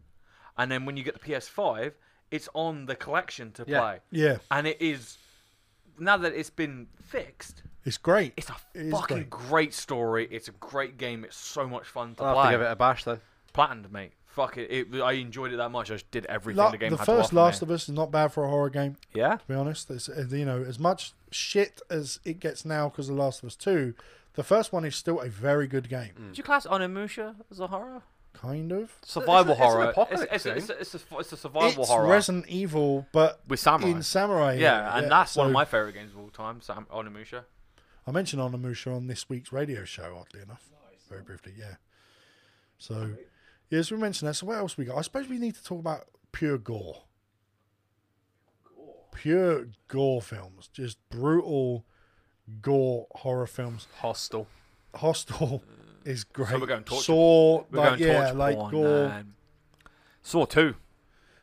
and then when you get the PS5, it's on the collection to
Yeah.
play.
yeah,
and it is now that it's been fixed.
it's great.
It's a
It is
fucking
great.
great. story. It's a great game. It's so much fun to
I'll have
play.
to give it a bash then.
Platinumed, mate. Fuck it. it. I enjoyed it that much. I just did everything
La-
the game
the
had
first
to offer
Last
me.
of Us is not bad for a horror game.
Yeah.
To be honest, it's, uh, you know as much shit as it gets now because of Last of Us Two. The first one is still a very good game,
Did you class Onimusha as a horror?
kind of.
Survival
it's an
horror.
apocalypse
it's, it's,
thing.
it's, it's, a, it's a survival
it's
horror.
Resident Evil, but
With samurai.
in samurai.
yeah, and that's one
So
of my favorite games of all time. Sam Onimusha.
I mentioned Onimusha on this week's radio show, oddly enough, very briefly. Yeah. So, yeah, as we mentioned that, so what else we got? I suppose we need to talk about pure gore. Pure gore films, just brutal gore horror films.
Hostel.
Hostel [LAUGHS] is great.
we're going torture-
Saw,
We're
like
going
yeah,
torture
like
porn,
gore.
man. Saw two.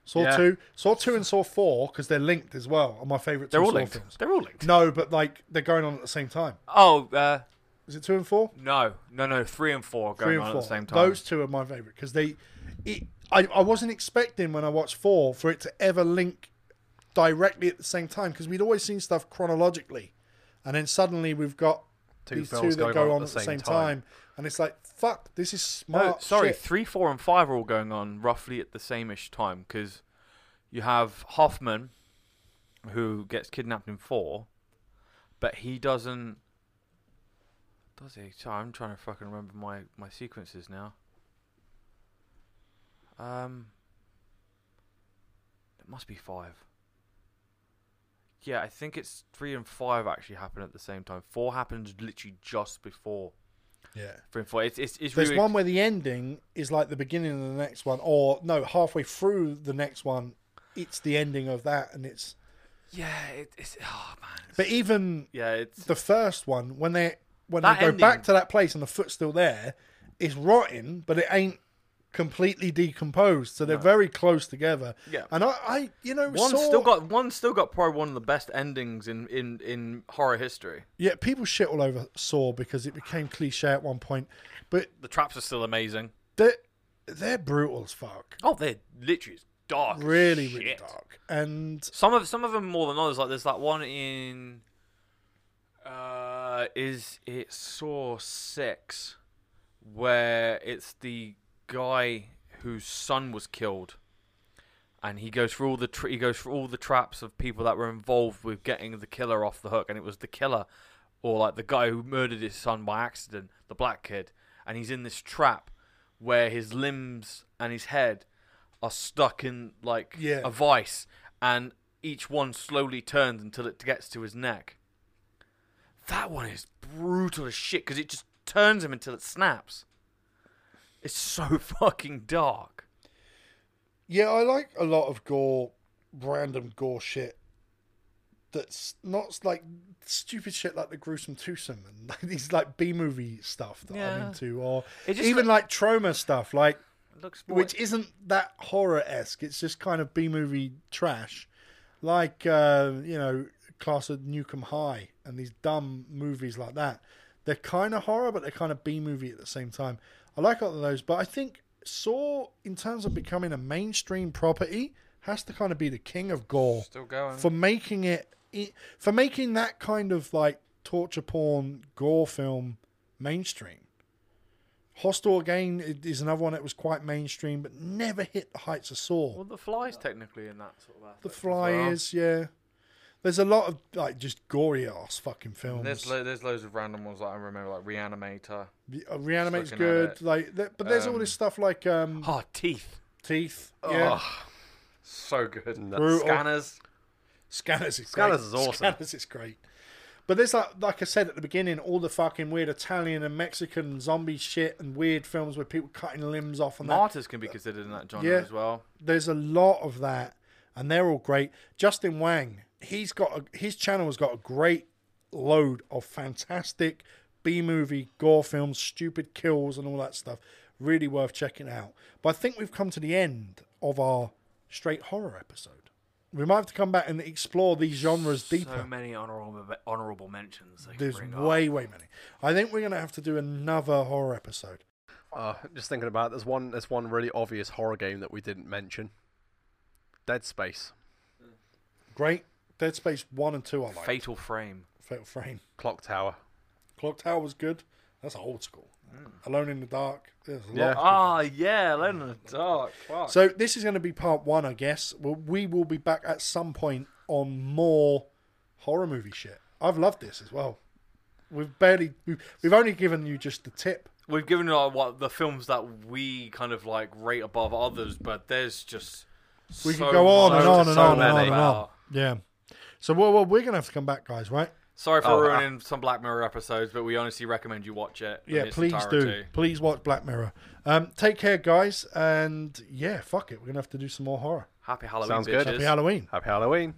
Saw
Yeah.
two, Saw two, and Saw four because they're linked as well. Are my favorite.
They're
two
all
Saw
linked.
films.
They're all linked.
No, but like they're going on at the same time.
Oh, uh,
Is it two and four?
no, no, no. Three and four are going
Three and
on
four.
at the same time.
Those two are my favorite because they. It, I I wasn't expecting when I watched four for it to ever link directly at the same time because we'd always seen stuff chronologically, and then suddenly we've got
Two
these two
films
that
going
go on at the same, time. and it's like fuck, this is
No,
smart.
sorry,
shit.
three, four, and five are all going on roughly at the same-ish time because you have Hoffman, who gets kidnapped in four, but he doesn't. Does he? Sorry, I'm trying to fucking remember my my sequences now. Um, it must be five. Yeah, I think it's three and five actually happen at the same time. Four happens literally just before
Yeah.
three and four. It's it's, it's
There's
really
one where the ending is like the beginning of the next one, or no, halfway through the next one, it's the ending of that, and it's.
Yeah, it, it's oh man. it's-
But even
yeah, it's
the first one, when they when
That
they go
ending-
back to that place and the foot's still there, it's rotting, but it ain't completely decomposed, so they're very close together.
Yeah.
and I, I you know,
one's
Saw-
still got one's still got probably one of the best endings in in in horror history.
yeah, people shit all over Saw because it became cliche at one point, but
The traps are still amazing.
they're they're brutal as fuck,
Oh, they're literally it's dark. as
really, really
shit.
dark, and
Some of some of them more than others. Like there's that one in. Uh, is it Saw Six, where it's the guy whose son was killed, and he goes through all the tra- he goes through all the traps of people that were involved with getting the killer off the hook, and it was the killer, or like the guy who murdered his son by accident, the black kid, and he's in this trap where his limbs and his head are stuck in like
Yeah.
a vice, and each one slowly turns until it gets to his neck. That one is brutal as shit because it just turns him until it snaps. It's so [LAUGHS] fucking dark.
Yeah, I like a lot of gore, random gore shit. That's not like stupid shit like the gruesome twosome and [LAUGHS] like these like B movie stuff that I'm
Yeah.
into, or
It just
even like trauma stuff, like
It looks more
which isn't that horror esque. It's just kind of B movie trash, like uh, you know, Class of Newcomb High and these dumb movies like that. They're kind of horror, but they're kind of B movie at the same time. I like all of those, but I think Saw, in terms of becoming a mainstream property, has to kind of be the king of gore
still going.
for making it it- for making that kind of like torture porn gore film mainstream. Hostel again i- is another one that was quite mainstream, but never hit the heights of Saw.
well, the flies technically in that sort of. aspect
The
as
Fly
well.
is, yeah. There's a lot of like just gory ass fucking films.
There's lo- there's loads of random ones that I remember, like Reanimator.
The- uh, Reanimate's
looking at
good,
it.
like, th- but there's all this stuff like um,
Oh, teeth.
Teeth, yeah,
So good.
Brutal.
Scanners.
Scanners is
Scanners
great.
is awesome.
Scanners is great. But there's like like I said at the beginning, all the fucking weird Italian and Mexican zombie shit and weird films where people cutting limbs off and that.
Martyrs can be considered in that genre
Yeah.
as well.
There's a lot of that, and they're all great. Justin Wang, he's got a, his channel has got a great load of fantastic B movie gore films, stupid kills, and all that stuff. Really worth checking out. But I think we've come to the end of our straight horror episode. We might have to come back and explore these genres deeper.
So many honorable honorable mentions. They can
There's
bring up.
way, way many. I think we're gonna have to do another horror episode.
Uh, just thinking about it, there's one there's one really obvious horror game that we didn't mention. Dead Space,
Great. Dead Space one and two I like.
Fatal Frame.
Fatal Frame.
Clock Tower.
Clock Tower was good. That's old school. Alone in the Dark. There's a
Yeah.
lot.
Ah, yeah, Alone in the Dark. Fuck.
So this is going to be part one, I guess. Well, we will be back at some point on more horror movie shit. I've loved this as well. We've barely we've, we've only given you just the tip.
We've given our what the films that we kind of like rate above others, but there's just
We
so
could go on
much
and
to
on and
so
on and
many.
on and on. Yeah. So well, well we're gonna have to come back, guys, right?
Sorry for
Oh, I-
ruining some Black Mirror episodes, but we honestly recommend you watch it. in
Yeah,
its
please do.
entirety.
Please watch Black Mirror. Um, take care, guys, and yeah, fuck it. We're gonna have to do some more horror.
Happy Halloween,
Sounds
bitches.
good.
Happy Halloween.
Happy Halloween.